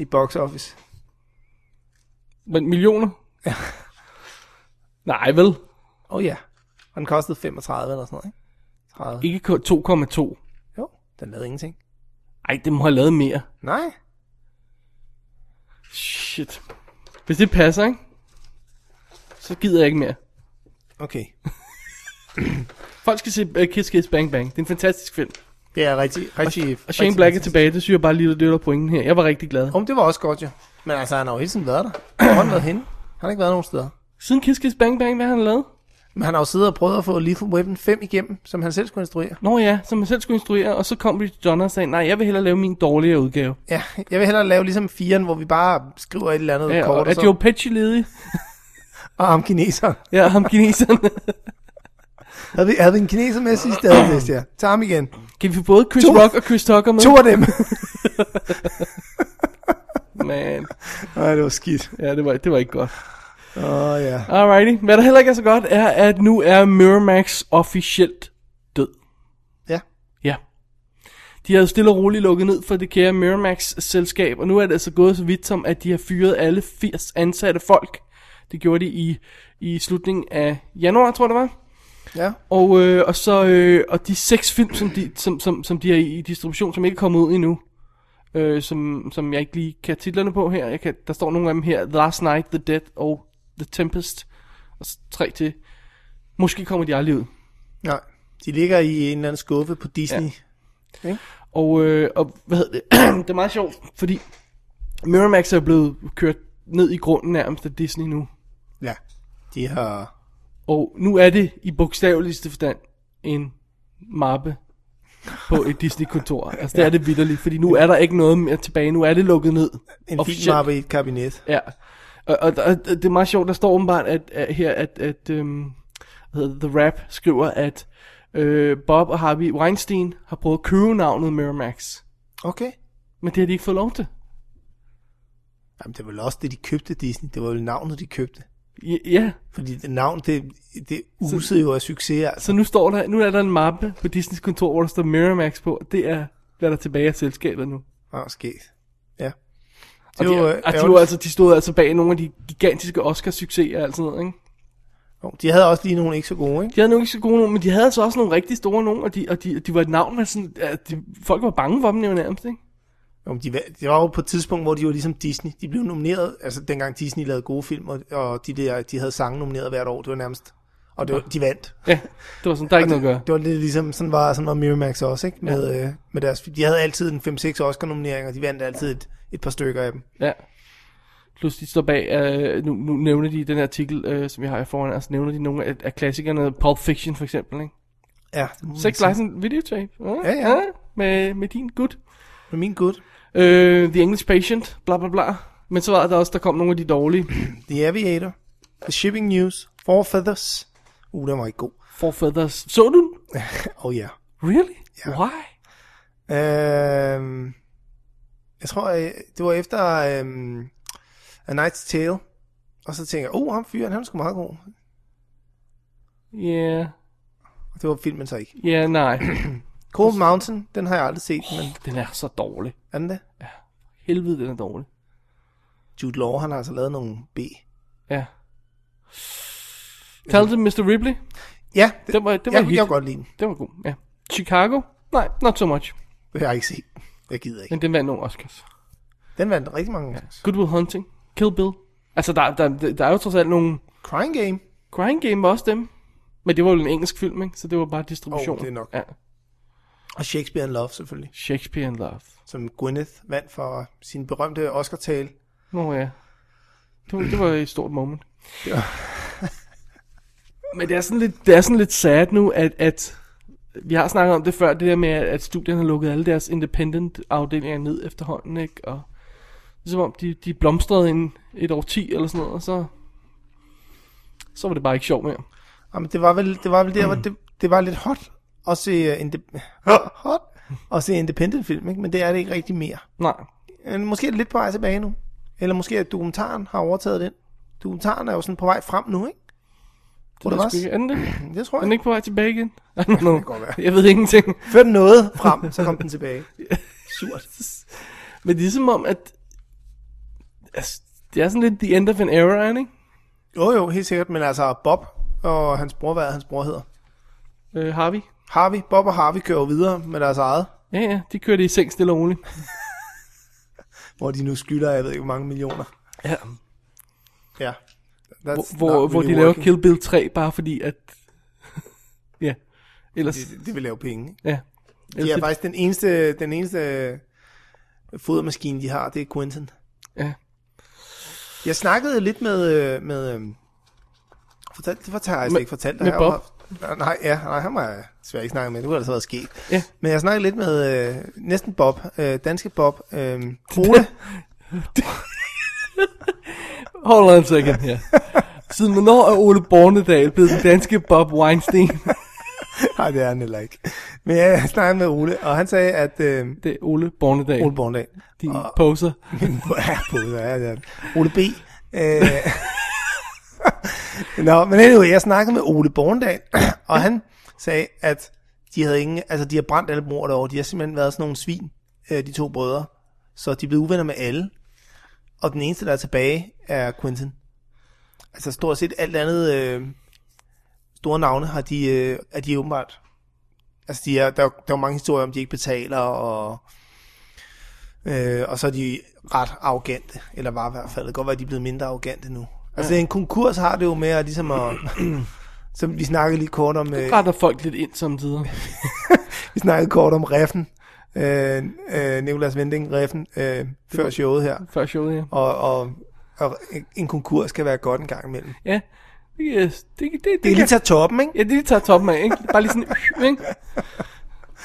D: i box office.
C: Men millioner? Nej vel,
D: Åh oh, ja. Og den kostede 35 eller sådan noget, ikke? 30.
C: ikke kun 2,2.
D: Jo, den lavede ingenting.
C: Ej, det må have lavet mere.
D: Nej.
C: Shit. Hvis det passer, ikke? Så gider jeg ikke mere.
D: Okay.
C: Folk skal se uh, Kiss Kiss Bang Bang. Det er en fantastisk film.
D: Det er rigtig, rigtig...
C: Og Shane
D: rigtig
C: Black er
D: fantastisk.
C: tilbage, det synes jeg bare lige, at det var pointen her. Jeg var rigtig glad.
D: Om det var også godt, jo. Men altså, han har jo hele tiden været der. Hvor har han været henne? Han har ikke været nogen steder.
C: Siden Kiss Kiss Bang Bang, hvad har han lavet?
D: Men han har jo siddet og prøvet at få Lethal Weapon 5 igennem, som han selv skulle instruere.
C: Nå ja, som han selv skulle instruere, og så kom Rich Donner og sagde, nej, jeg vil hellere lave min dårligere udgave.
D: Ja, jeg vil hellere lave ligesom 4'eren, hvor vi bare skriver et eller andet
C: Ja,
D: kort
C: og
D: og,
C: er
D: så,
C: Joe Pesci ledig?
D: og ham kineser.
C: Ja, ham kineseren.
D: Havde vi, havde vi en kineser med sidst, det havde vidste jeg. Tag ham igen.
C: Kan vi få både Chris
D: To.
C: Rock og Chris Tucker med?
D: To af dem.
C: Man.
D: Nej, det var skidt.
C: Ja, det var, det var ikke godt.
D: Åh, oh, ja.
C: Alrighty. Hvad der heller ikke er så godt, er, at nu er Miramax officielt død.
D: Ja.
C: Ja. De havde stille og roligt lukket ned for det kære Miramax-selskab, og nu er det altså gået så vidt som, at de har fyret alle 80 ansatte folk. Det gjorde de i, i slutningen af januar, tror jeg det var.
D: Ja.
C: Og, øh, og så øh, og de seks film, som de, som, som, som de er i distribution, som ikke er kommet ud endnu, øh, som, som jeg ikke lige kan titlerne på her. Jeg kan, der står nogle af dem her. The Last Night, The Dead og The Tempest. Og så tre til. Måske kommer de aldrig ud.
D: Nej. De ligger i en eller anden skuffe på Disney.
C: Og, øh, og hvad hedder det? det er meget sjovt, fordi Miramax er blevet kørt ned i grunden nærmest af Disney nu.
D: Ja. ja. De har...
C: Og nu er det i bogstaveligste forstand en mappe på et Disney-kontor. Altså det er det vidderligt, fordi nu er der ikke noget mere tilbage. Nu er det lukket ned.
D: En fin
C: Officielt.
D: mappe i et kabinet.
C: Ja. Og, og, og og det er meget sjovt, der står åbenbart at, at her, at, at øhm, hvad hedder det, The Rap skriver, at øh, Bob og Harvey Weinstein har prøvet at købe navnet Miramax.
D: Okay.
C: Men det har de ikke fået lov til.
D: Jamen, det var vel også det, de købte Disney. Det var vel navnet, de købte.
C: Ja, ja,
D: Fordi det navn, det, det usede jo af succes, altså.
C: så nu står der, nu er der en mappe på Disneys kontor, hvor der står Miramax på. Det er, hvad der er tilbage af selskabet nu.
D: Åh, skægt. Ja.
C: Og de, og
D: øh,
C: de, var
D: ærgerligt.
C: altså, de stod altså bag nogle af de gigantiske Oscar-succeser og alt sådan noget, ikke?
D: Jo, De havde også lige nogle ikke så gode, ikke?
C: De havde nogle ikke så gode nogen, men de havde altså også nogle rigtig store nogen, og de, og de, de var et navn, der sådan, at de, folk var bange for dem jo nærmest, ikke?
D: Jo, men de, var- det var jo på et tidspunkt, hvor de var ligesom Disney. De blev nomineret, altså dengang Disney lavede gode film, og, og de, der, de havde sange nomineret hvert år, det var nærmest. Og det var, de vandt.
C: Ja, det var sådan, der er ikke noget at gøre.
D: Det var lidt ligesom, sådan var, sådan var Miramax også, ikke? Med, øh, med deres, de havde altid en 5-6 Oscar-nomineringer, og de vandt altid et, et par stykker af dem.
C: Ja. Plus de står bag, øh, nu, nu nævner de i den her artikel, øh, som jeg har her foran, altså nævner de nogle af, af klassikerne, Pulp Fiction for eksempel, ikke?
D: Ja,
C: Sex, License, Videotape, Mm, ja,
D: Ja, ja.
C: med, med din gut.
D: med min gut.
C: Øh, The English Patient, bla bla bla. Men så var der også, der kom nogle af de dårlige.
D: The Aviator, The Shipping News, Four Feathers. Uh, den var ikke god.
C: Four Feathers. Så du den?
D: Oh ja.
C: Really?
D: Ja.
C: Why?
D: Øhm, jeg tror, øh, det var efter øhm, A Night's Tale. Og så tænker jeg, oh, ham fyren, han er sgu meget god.
C: Yeah.
D: Og det var filmen så ikke.
C: Ja, yeah, nej.
D: Cold Mountain, den har jeg aldrig set, men
C: Den er så dårlig.
D: er den det?
C: Helvede, den er dårlig.
D: Jude Law, han har altså lavet nogle B.
C: Ja. Carlton, Mr. Ripley.
D: Ja, det,
C: Den var- den var
D: jeg,
C: hit.
D: jeg kunne godt lide den.
C: Det var god, ja. Chicago? Nej, not so much.
D: Det har jeg ikke set. Jeg gider ikke.
C: Men den vandt nogle Oscars.
D: Den vandt rigtig mange. Ja.
C: Good Will Hunting. Kill Bill. Altså, der, der, der, der er jo trods alt nogle...
D: Crying Game.
C: Crying Game var også dem. Men det var jo en engelsk film, ikke? Så det var bare distribution.
D: Åh, det er nok.
C: Ja.
D: Og Shakespeare in Love, selvfølgelig.
C: Shakespeare in Love.
D: Som Gwyneth vandt for sin berømte Oscar-tale.
C: Nå ja. Det var, det var et stort moment. Men det er, sådan lidt, det er sådan lidt sad nu, at, at vi har snakket om det før, det der med, at at studierne har lukket alle deres independent afdelinger ned efterhånden, ikke? Og det er som om, de, de blomstrede inden et år 10 eller sådan noget, og så, så var det bare ikke sjovt mere.
D: Jamen, det var vel, det var vel der, hvor det, det var lidt hot at se, uh, inde- hot at se independent film, ikke? men det er det ikke rigtig mere.
C: Nej,
D: Men måske er det lidt på vej tilbage nu. Eller måske at dokumentaren har overtaget den. Dokumentaren er jo sådan på vej frem nu, ikke? Tror
C: det
D: du
C: er
D: også?
C: ikke andet.
D: Det tror
C: Er
D: jeg.
C: den ikke på vej tilbage igen? I don't know.
D: godt være.
C: Jeg ved ingenting.
D: Før den nåede frem, så kom den tilbage.
C: surt. Men det er som om, at... Altså, det er sådan lidt the end of an era, ikke?
D: Jo jo, helt sikkert, men altså Bob og hans bror, hvad er hans bror hedder?
C: Øh, har vi?
D: Harvey, Bob og Harvey kører jo videre med deres eget,
C: Ja, ja, de kører det i seng stille og roligt.
D: hvor de nu skylder, jeg ved ikke, hvor mange millioner.
C: Ja.
D: Ja.
C: Hvor, hvor, hvor de laver Kill Bill 3, bare fordi at... ja, ellers...
D: Det, det vil lave penge, ikke?
C: Ja. Ellers,
D: Det er
C: det-
D: faktisk den eneste, den eneste fodermaskine, de har, det er Quentin.
C: ja.
D: Jeg snakkede lidt med... øh, med øh, fortalt, det fortalte jeg slet
C: Med-
D: ikke fortalt
C: med
D: dig.
C: Bob?
D: Bob? Nej, ja, nej, han var jeg desværre ikke snakket med. Det kunne altså have været sket.
C: Ja.
D: Men jeg snakkede lidt med øh, næsten Bob, øh, danske Bob, øh, Ole.
C: Hold on a second her. Siden hvornår er Ole Bornedal blevet den danske Bob Weinstein?
D: nej, det er han heller ikke. Men jeg snakkede med Ole, og han sagde, at... Øh,
C: det er Ole Bornedal,
D: Ole Ah.
C: Ole.
D: Borndal.
C: din poser.
D: ja, på, ja, ja. Ole B. Øh. Nå, men anyway, jeg snakkede med Ole Borndal, og han sagde, at de havde ingen, altså de har brændt alle mor derovre. De har simpelthen været sådan nogle svin, øh, de to brødre. Så de er blevet uvenner med alle. Og den eneste, der er tilbage, er Quentin. Altså stort set alt andet øh, store navne har de, øh, er de åbenbart. Altså de er, der, der er mange historier om, de ikke betaler, og Øh, og så er de ret arrogante, eller var i hvert fald. Det kan godt være, at de er blevet mindre arrogante nu. Altså en konkurs har det jo med at ligesom at... som vi snakkede lige kort om... Øh,
C: Retter folk lidt ind samtidig.
D: vi snakkede kort om Reffen. Øh, øh, Nicolas Vending, Reffen, øh, før showet her.
C: Før showet, ja.
D: Og, og, og en konkurs kan være godt en gang imellem.
C: Ja, det, det, det, det, det
D: Det er
C: kan-
D: lige til at toppen, ikke?
C: Ja, det lige tager toppen af, ikke? Bare lige sådan, ikke?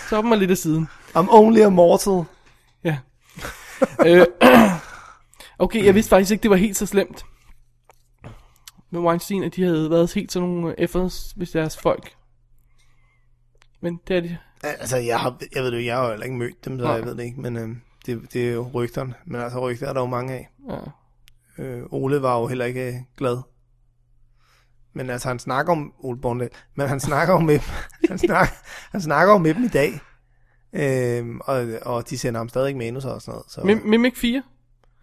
C: Toppen og lidt af siden.
D: I'm only a mortal.
C: Ja. Øh, okay, jeg vidste faktisk ikke, det var helt så slemt. med Weinstein, at de havde været helt sådan nogle F'ers, hvis deres folk. Men det er de.
D: Altså, jeg, har, jeg ved det jo, jeg har jo heller ikke mødt dem, så
C: Nej.
D: jeg ved det ikke, men øh, det, det er jo rygterne. Men altså, rygter er der jo mange af.
C: Ja.
D: Øh, Ole var jo heller ikke øh, glad. Men altså, han snakker om Ole Bornedal, men han snakker om dem, han, snakker, han snakker om dem i dag. Øhm, og, og de sender ham stadig manus og sådan noget. Så
C: Mim- Mimic 4?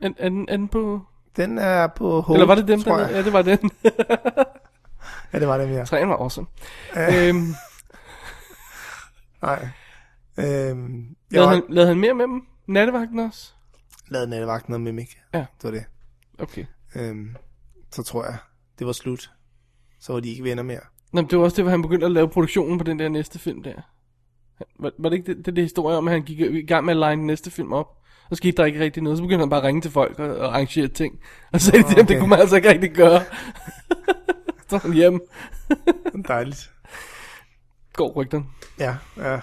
C: Er, er, den, er den på...
D: den er på hold,
C: Eller var det dem,
D: tror
C: der...
D: jeg.
C: Ja, det var den.
D: Ja, det var dem, ja.
C: Træen var awesome. øhm,
D: Nej. Øhm, jeg
C: lavede,
D: var,
C: han, lavede han mere med dem? Nattevagten også?
D: lavede nattevagten noget mimik.
C: Ja.
D: Det var det.
C: Okay.
D: Øhm, så tror jeg, det var slut. Så var de ikke venner mere.
C: Nå, men det var også det, hvor han begyndte at lave produktionen på den der næste film der. Han- Var, var det ikke det, det, det historie om, at han gik i gang med at line den næste film op? Og skete der ikke rigtig noget, så begyndte han bare at ringe til folk og, og arrangere ting. Og så sagde de til ham, det
D: okay.
C: kunne man altså ikke rigtig gøre. så var han hjemme.
D: Dejligt.
C: God rygterne.
D: Ja, ja.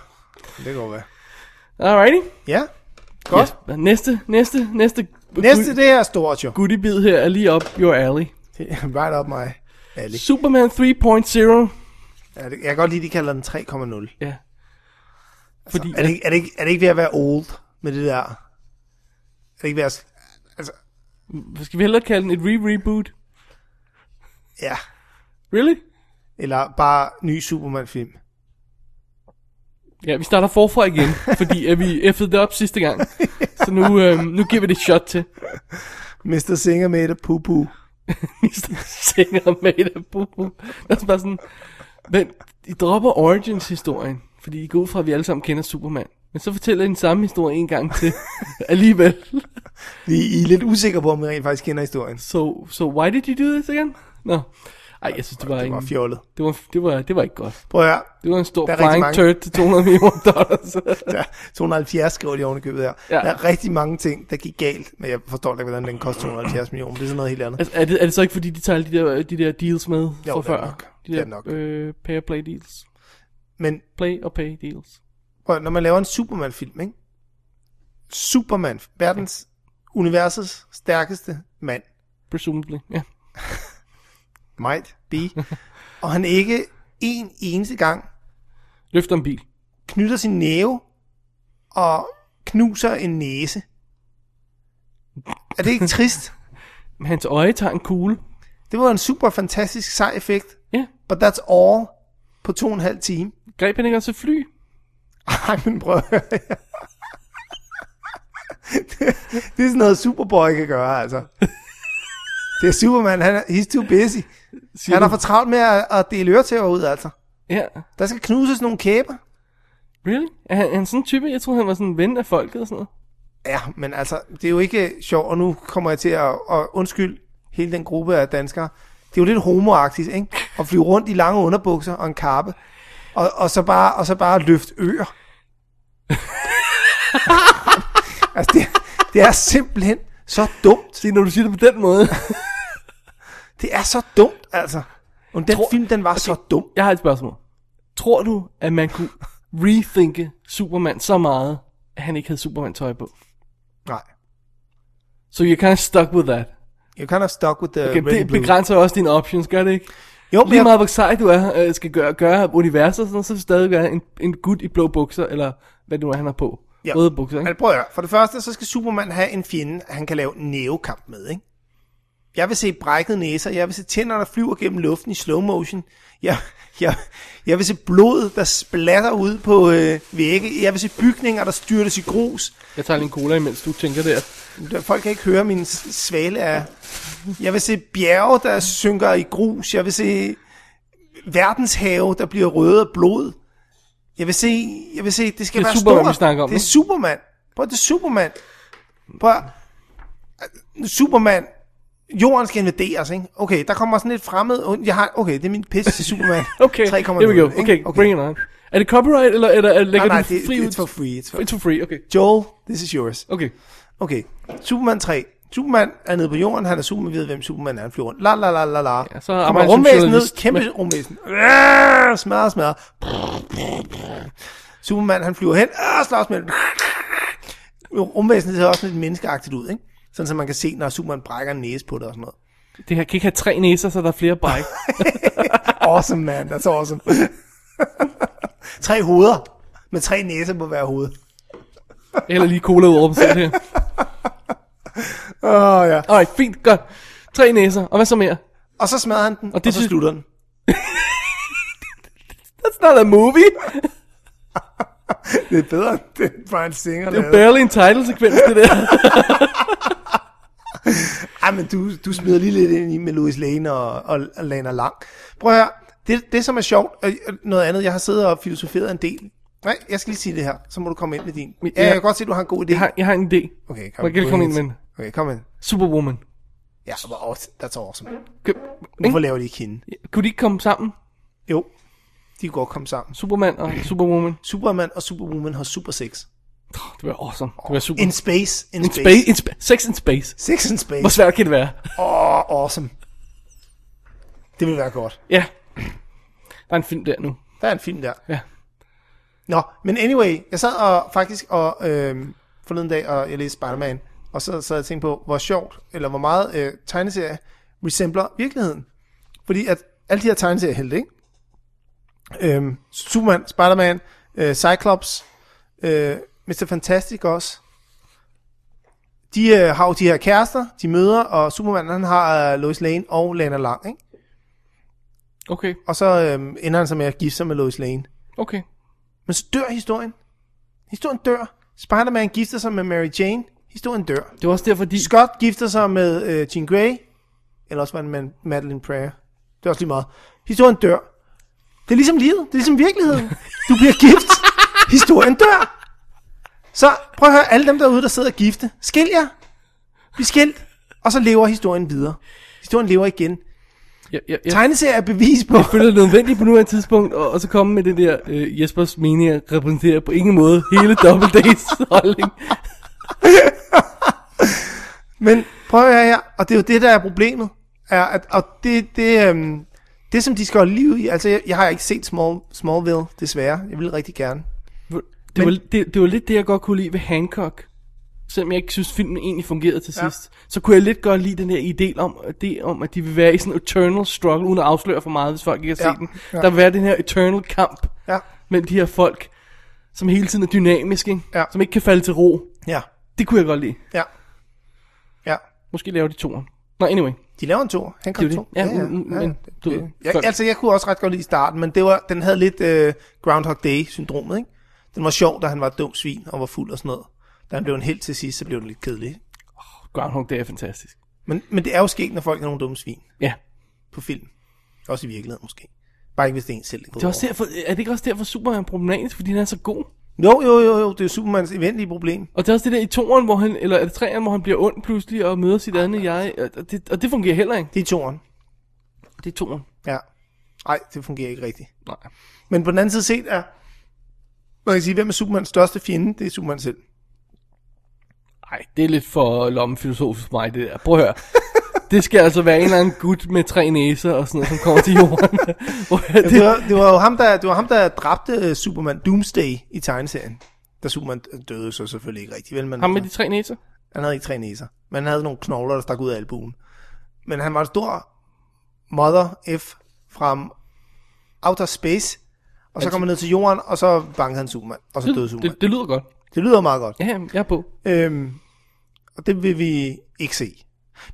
D: Det kan godt være.
C: Alrighty.
D: Ja, godt.
C: Yes. Næste, næste, næste.
D: Næste, det her er stort jo.
C: Goodiebid her er lige op your alley.
D: Det er right up my alley.
C: Superman 3.0.
D: Er det, jeg kan godt lide, de kalder den 3,0.
C: Ja.
D: Fordi...
C: Fordi-
D: Altså, Er, det, ikke- er, det ikke, er det ikke ved at være old med det der? Er det ikke ved at... Altså,
C: Skal vi hellere kalde den et re-reboot?
D: ja.
C: Really?
D: Eller bare ny Superman-film.
C: Ja, vi starter forfra igen, fordi at vi effede det op sidste gang. Så nu, øhm, nu giver vi det et shot til.
D: Mr. Singer made a poo-poo.
C: Mr. Singer made a boo. Det er bare sådan, men de dropper origins-historien, fordi de går ud fra, at vi alle sammen kender Superman. Men så fortæller de den samme historie en gang til alligevel.
D: Vi I er lidt usikre på, om I rent faktisk kender historien.
C: So, so why did you do this again? Nå, no. ej, jeg synes, det var,
D: Det var
C: en,
D: fjollet.
C: det, var, det, var, det var ikke godt.
D: Prøv at høre.
C: Det var en stor
D: Der er rigtig
C: flying
D: mange.
C: turd til 200 millioner dollars.
D: Der, 270 skriver de ovenikøbet her. Ja.
C: Ja.
D: Der er rigtig mange ting, der gik galt, men jeg forstår ikke, hvordan den koster 270 millioner. Det er sådan noget helt andet.
C: altså, er, det, er det så ikke, fordi de tager alle de der, de der deals med
D: det
C: fra
D: er
C: før?
D: nok.
C: De
D: Det
C: der
D: er nok.
C: Øh, pay og play deals.
D: Men
C: Play og pay deals.
D: Prøv, at- når man laver en Superman-film, ikke? Superman, verdens, universets stærkeste mand,
C: Presumably, ja.
D: might be, og han ikke en eneste gang
C: Løfter en bil.
D: knytter sin næve og knuser en næse. Er det ikke trist?
C: Men hans øje tager en kugle.
D: Det var en super fantastisk sej effekt,
C: Ja.
D: but that's all på to og en halv time.
C: Greb han ikke også et fly?
D: Ej, men prøv at høre her. det, det er sådan noget Superboy kan gøre, altså. Det er Superman, han er, he's too busy.
C: Siger
D: Han
C: du?
D: er for travlt med at, at dele øretæver ud, altså.
C: Ja.
D: Der skal knuses nogle kæber.
C: Really? Er han, er han sådan en type? Jeg troede, han var sådan en ven af folket og sådan noget.
D: Ja, men altså, det er jo ikke sjovt, og nu kommer jeg til at, at undskylde hele den gruppe af danskere. Det er jo lidt homoagtigt, ikke? At flyve rundt i lange underbukser og en kappe, og, og, så, bare, og så bare løfte øer. altså, det, det er simpelthen så dumt.
C: Det er, når du siger det på den måde.
D: Det er så dumt, altså. Og den Tror, film, den var okay. så dum.
C: Jeg har et spørgsmål. Tror du, at man kunne rethinke Superman så meget, at han ikke havde Superman-tøj på?
D: Nej.
C: So you're kind of stuck with that.
D: Jeg kan have stuck with the
C: Okay,
D: red and
C: det
D: blue.
C: begrænser jo også dine options, gør det ikke?
D: Jo, men
C: Lige
D: jeg,
C: meget hvor sej du er, øh, skal gøre, gøre universet, og sådan, noget, så vil du stadig være en, en gut i blå bukser, eller hvad det nu er, han har på.
D: Ja.
C: Røde bukser, ikke?
D: men prøv at høre. For det første, så skal Superman have en fjende, han kan lave nævekamp med, ikke? Jeg vil se brækket næser, jeg vil se tænder, der flyver gennem luften i slow motion. Jeg, jeg, jeg vil se blod, der splatter ud på øh, vægge. Jeg vil se bygninger, der styrtes i grus.
C: Jeg tager lige en cola, imens du tænker der.
D: Der- Folk kan ikke høre min s- svale af. Jeg vil se bjerge, der synker i grus. Jeg vil se verdenshave, der bliver røde af blod. Jeg vil se, jeg vil se det skal
C: Det er
D: være
C: Superman,
D: stort.
C: vi snakker om,
D: Det er
C: ikke?
D: Superman. Prøv, det er Superman. Prøv, at- Superman. Jorden skal invaderes, ikke? Okay, der kommer sådan lidt fremmed. Jeg har, okay, det er min pisse til Superman.
C: Okay,
D: 3,0,
C: here we go.
D: ikke?
C: Okay, bring it on. Er det copyright, eller, eller, eller
D: Nej,
C: lægger
D: nej,
C: du
D: det,
C: fri ud?
D: it's for free. It's for...
C: It's for free, okay.
D: Joel, this is yours.
C: Okay.
D: Okay, Superman 3. Superman er nede på jorden, han er Superman, vi ved, hvem Superman er, han flyver rundt. La la la la la. Ja,
C: så
D: Kommer
C: arbejder han som
D: rumvæsen ned,
C: journalist.
D: kæmpe
C: Men-
D: rumvæsen. Rrrr, Smadrer, smadrer. Superman, han flyver hen, og slås med den. Rumvæsenet ser også lidt menneskeagtigt ud, ikke? Sådan, så man kan se, når Superman brækker en næse på det og sådan noget.
C: Det her kan ikke have tre næser, så der er flere bræk.
D: Awesome, man. That's awesome. tre hoveder. Med tre næser på hver hoved.
C: Eller lige cola ud over på siden her.
D: Åh, oh, ja.
C: Alright, fint, godt. Tre næser, og hvad så mere?
D: Og så smadrer han den,
C: det
D: og, det og så
C: synes-
D: slutter den.
C: That's not a movie.
D: Det er bedre, end det Brian Singer
C: Det er jo
D: lavede.
C: barely en title-sekvens, det der.
D: Ej, men du, du smider lige lidt ind i med Louis Lane og, og, og Lana Lang. Prøv at høre, det, det som er sjovt, og noget andet, jeg har siddet og filosoferet en del. Nej, jeg skal lige sige det her, så må du komme ind med din. Ja,
C: ja.
D: jeg kan godt se, du har en god idé.
C: Jeg har, jeg har en idé.
D: Okay, kom,
C: Man kan
D: gå
C: komme ind med en
D: Okay, kom ind.
C: Superwoman.
D: Ja, wow, that's awesome.
C: Kan,
D: Hvorfor laver de ikke hende?
C: ikke? Kunne de ikke komme sammen?
D: Jo, de kan godt komme sammen.
C: Superman og Superwoman.
D: Superman og Superwoman har super sex.
C: Oh, det var awesome. Det var super.
D: In space, in,
C: In
D: space.
C: space. In spa- sex in space.
D: Sex in
C: Hvor
D: space.
C: svært kan det være?
D: Åh, oh, awesome. Det vil være godt.
C: Ja. Der er en film der nu.
D: Der er en film der.
C: Ja.
D: Nå, men anyway, jeg sad og faktisk og øh, forleden dag, og jeg læste Spider-Man, og så sad jeg og tænkte på, hvor sjovt, eller hvor meget øh, tegneserie resembler virkeligheden. Fordi at alle de her tegneserier helte, ikke? Øh, Superman, Spider-Man, øh, Cyclops, øh, Mr. Fantastic også. De øh, har jo de her kærester, de møder, og Superman han har øh, Lois Lane og Lana Lang, ikke?
C: Okay.
D: Og så øh, ender han så med at gifte sig med Lois Lane.
C: Okay.
D: Men så dør historien. Historien dør. Spider-Man gifter sig med Mary Jane. Historien dør.
C: Det var også derfor, de...
D: Scott gifter sig med øh, Jean Grey. Eller også var det med Madeline Pryor. Det er også lige meget. Historien dør. Det er ligesom livet. Det er ligesom virkeligheden. Du bliver gift. Historien dør. Så prøv at høre alle dem derude, der sidder og gifte. Skil jer. Bliv skilt. Og så lever historien videre. Historien lever igen.
C: Jeg, jeg, jeg
D: Tegneserier er bevis på...
C: føler det nødvendigt på nuværende tidspunkt, og, og så komme med det der øh, Jespers meninger repræsenterer på ingen måde hele Double Days holdning.
D: Men prøv at høre her, og det er jo det, der er problemet. Er, at, og det, det, øhm, det, som de skal holde liv i, altså jeg, jeg har ikke set Small, Smallville, desværre. Jeg ville rigtig gerne.
C: Det, var, det, det var lidt det, jeg godt kunne lide ved Hancock. Selvom jeg ikke synes, filmen egentlig fungerede til
D: Ja.
C: sidst. Så kunne jeg lidt godt lide den her idé om, det om at de vil være i sådan en eternal struggle, uden at afsløre for meget, hvis folk ikke har set
D: Ja,
C: ja. den.
D: ja.
C: Der vil være den her eternal kamp
D: Ja,
C: mellem de her folk, som hele tiden er dynamiske, ikke?
D: Ja.
C: som ikke kan falde til ro.
D: ja,
C: Det kunne jeg godt lide.
D: ja. Ja,
C: Måske lave de to. Nå, anyway.
D: de laver en to. Han kom
C: Det er jo
D: to.
C: det. Ja, mm, men, du ved,
D: jeg,
C: folk-
D: altså, jeg kunne også ret godt lide starten, men det var, den havde lidt øh, Groundhog Day-syndromet, ikke? Den var sjov, da han var et dumt svin og var fuld og sådan noget. Da han blev en helt til sidst, så blev den lidt kedelig. ikke?
C: Groundhog Day er fantastisk.
D: Men, men det er jo sket, når folk er nogle dumme svin
C: Ja.
D: på film. Også i virkeligheden måske. Bare ikke, hvis det er en selv.
C: Det er, også derfor, er det ikke også derfor Superman er problematisk, fordi han er så god?
D: Jo, jo, jo, jo, det er Supermans eventlige problem.
C: Og det er også det der i toeren, hvor han, eller er det treeren, hvor han bliver ond pludselig og møder sit andet jeg, og det, og det fungerer heller ikke.
D: Det er toren.
C: altså. Det er toeren.
D: Ja. Nej, det fungerer ikke rigtigt.
C: Nej.
D: Men på den anden side set er, man kan sige, hvem er Supermans største fjende? Det er Superman selv.
C: Nej, det er lidt for lommefilosofisk for mig, det der. Prøv at høre. Det skal altså være en eller anden gut med tre næser og sådan noget, som kommer til jorden. Hvor er
D: Det, det,
C: det?
D: var, det var jo ham, der, det var ham, der dræbte øh, Superman Doomsday i tegneserien. Da Superman døde, så selvfølgelig ikke rigtigt. Vel, men
C: Ham med de tre næser?
D: Han havde ikke tre næser, men han havde nogle knogler, der stak ud af albuen. Men han var en stor mother F fra outer space, og så kom han ned til jorden, og så bankede han Superman, og så døde
C: Det,
D: Superman.
C: det, det lyder godt.
D: Det lyder meget godt.
C: Ja, ja, jeg er på.
D: Øhm, og det vil vi ikke se.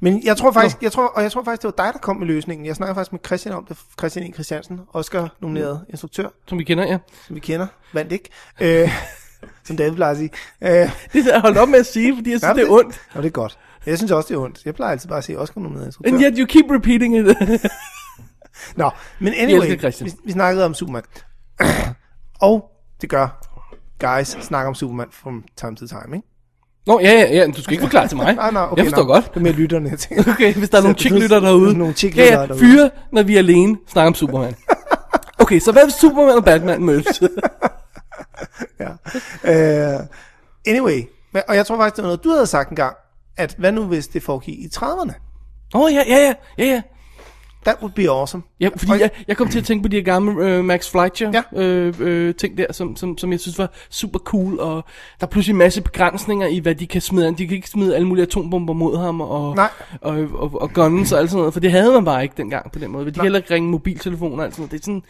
D: Men jeg tror faktisk, jeg tror, og jeg tror faktisk, det var dig, der kom med løsningen. Jeg snakker faktisk med Christian om det. Christian E. Christiansen, Oscar-nomineret
C: Mm.
D: instruktør,
C: Som vi kender, ja.
D: som vi kender. Vandt ikke. Øh, som David plejer at sige. Øh,
C: Det der holdt op med at sige, fordi jeg synes, det er ondt.
D: Nå, det er godt. Jeg synes også, det er ondt. Jeg plejer altid bare at sige Oscar-nomineret instruktør.
C: And yet you keep repeating it.
D: Nå, men
C: Jeg
D: anyway,
C: elsker Christian.
D: vi, vi snakkede om Superman. og det gør guys snakker om Superman from time to time, ikke?
C: Nå, ja, ja, ja, du skal ikke forklare til mig.
D: Nej, nej, okay,
C: jeg forstår
D: nå.
C: godt.
D: Det er mere lytterne, jeg tænker.
C: Okay, hvis der er nogle
D: Så-
C: chicklytter derude.
D: Nogle chicklytter
C: ja, ja,
D: derude.
C: fyre, når vi er alene, snakker om Superman. Okay, så hvad hvis Superman og Batman mødes?
D: Øh, anyway, men- og jeg tror faktisk, det var noget, du havde sagt engang, at hvad nu hvis det foregik i 30'erne?
C: Åh, oh, ja, ja, ja, ja, ja.
D: That would be awesome.
C: Ja, fordi
D: Og-
C: jeg, jeg kom til at tænke på de her gamle øh, Max Fleischer
D: Ja.
C: øh, øh, ting der, som, som, som jeg synes var super cool, og der er pludselig en masse begrænsninger i, hvad de kan smide. De kan ikke smide alle mulige atombomber mod ham, og,
D: Nej.
C: og, og, og guns og alt sådan noget, for det havde man bare ikke dengang på den måde. De kan heller ikke ringe mobiltelefoner og alt sådan noget. Det er sådan,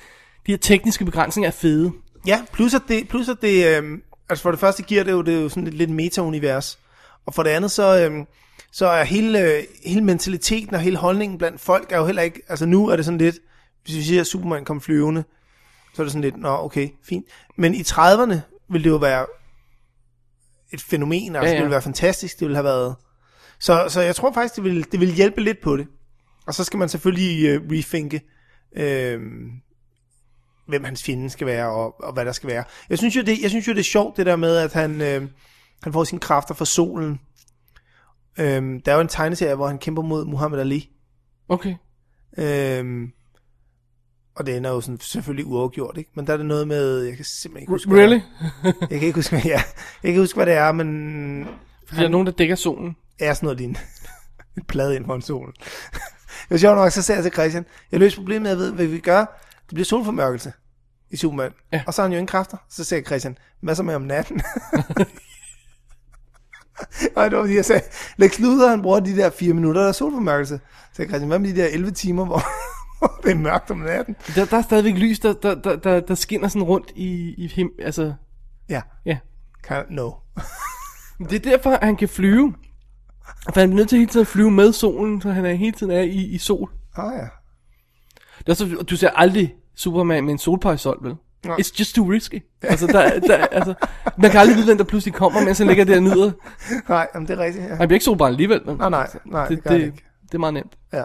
C: de her tekniske begrænsninger er fede.
D: Ja, plus at det, plus at det øhm, altså for det første giver det jo, det er jo sådan et lidt meta-univers, og for det andet så, øhm, så er hele, øh, hele mentaliteten og hele holdningen blandt folk er jo heller ikke, altså nu er det sådan lidt, hvis vi siger, at Superman kom flyvende, så er det sådan lidt, nå okay, fint. Men i 30'erne ville det jo være et fænomen, altså ja,
C: Ja,
D: ja.
C: ja.
D: det ville være fantastisk, det ville have været. Så, så jeg tror faktisk, det ville, det ville hjælpe lidt på det. Og så skal man selvfølgelig øh, rethinke, øh, hvem hans fjende skal være, og, og hvad der skal være. Jeg synes, jo, det, jeg synes jo, det er sjovt, det der med, at han, øh, han får sine kræfter fra solen. Øh, der er jo en tegneserie, hvor han kæmper mod Muhammad Ali.
C: Okay.
D: Øh, og det ender jo sådan, selvfølgelig uafgjort, ikke? Men der er det noget med, jeg kan simpelthen ikke huske,
C: Really?
D: hvad, jeg kan ikke huske, hvad, ja, jeg kan huske, hvad det er, men
C: Fordi der er nogen, der dækker solen.
D: er sådan noget din plade ind for en sol. det var sjovt nok, så sagde jeg til Christian, jeg løser problemet, jeg ved, hvad vi gør. Det bliver solformørkelse i Superman. Ja.
C: Ja.
D: Og så har han jo ingen kræfter. Så sagde Christian, hvad så med om natten? og det var fordi, jeg sagde, Lex Luthor, han bruger de der fire minutter, der er solformørkelse. Så sagde Christian, hvad med de der 11 timer, hvor hvor det er mørkt om natten?
C: Der, der er stadigvæk lys, der, der, der, der, der skinner sådan rundt i, i him, altså,
D: Ja,
C: ja.
D: kan, no.
C: Men Det er derfor, han kan flyve. For han bliver nødt til hele tiden at flyve med solen, så han er hele tiden er i, i sol.
D: Ah ja.
C: Det er også, du ser aldrig Superman med en solparasol, vel?
D: Nej.
C: It's just too risky. Altså, der, der, altså, man kan aldrig vide, hvem der pludselig kommer, mens han ligger der og nyder.
D: Nej, jamen, det er rigtigt. Ja.
C: Han bliver ikke solbrændt alligevel, men
D: Nej, nej, nej, det,
C: det,
D: gør det,
C: det,
D: ikke.
C: det er meget nemt.
D: Ja.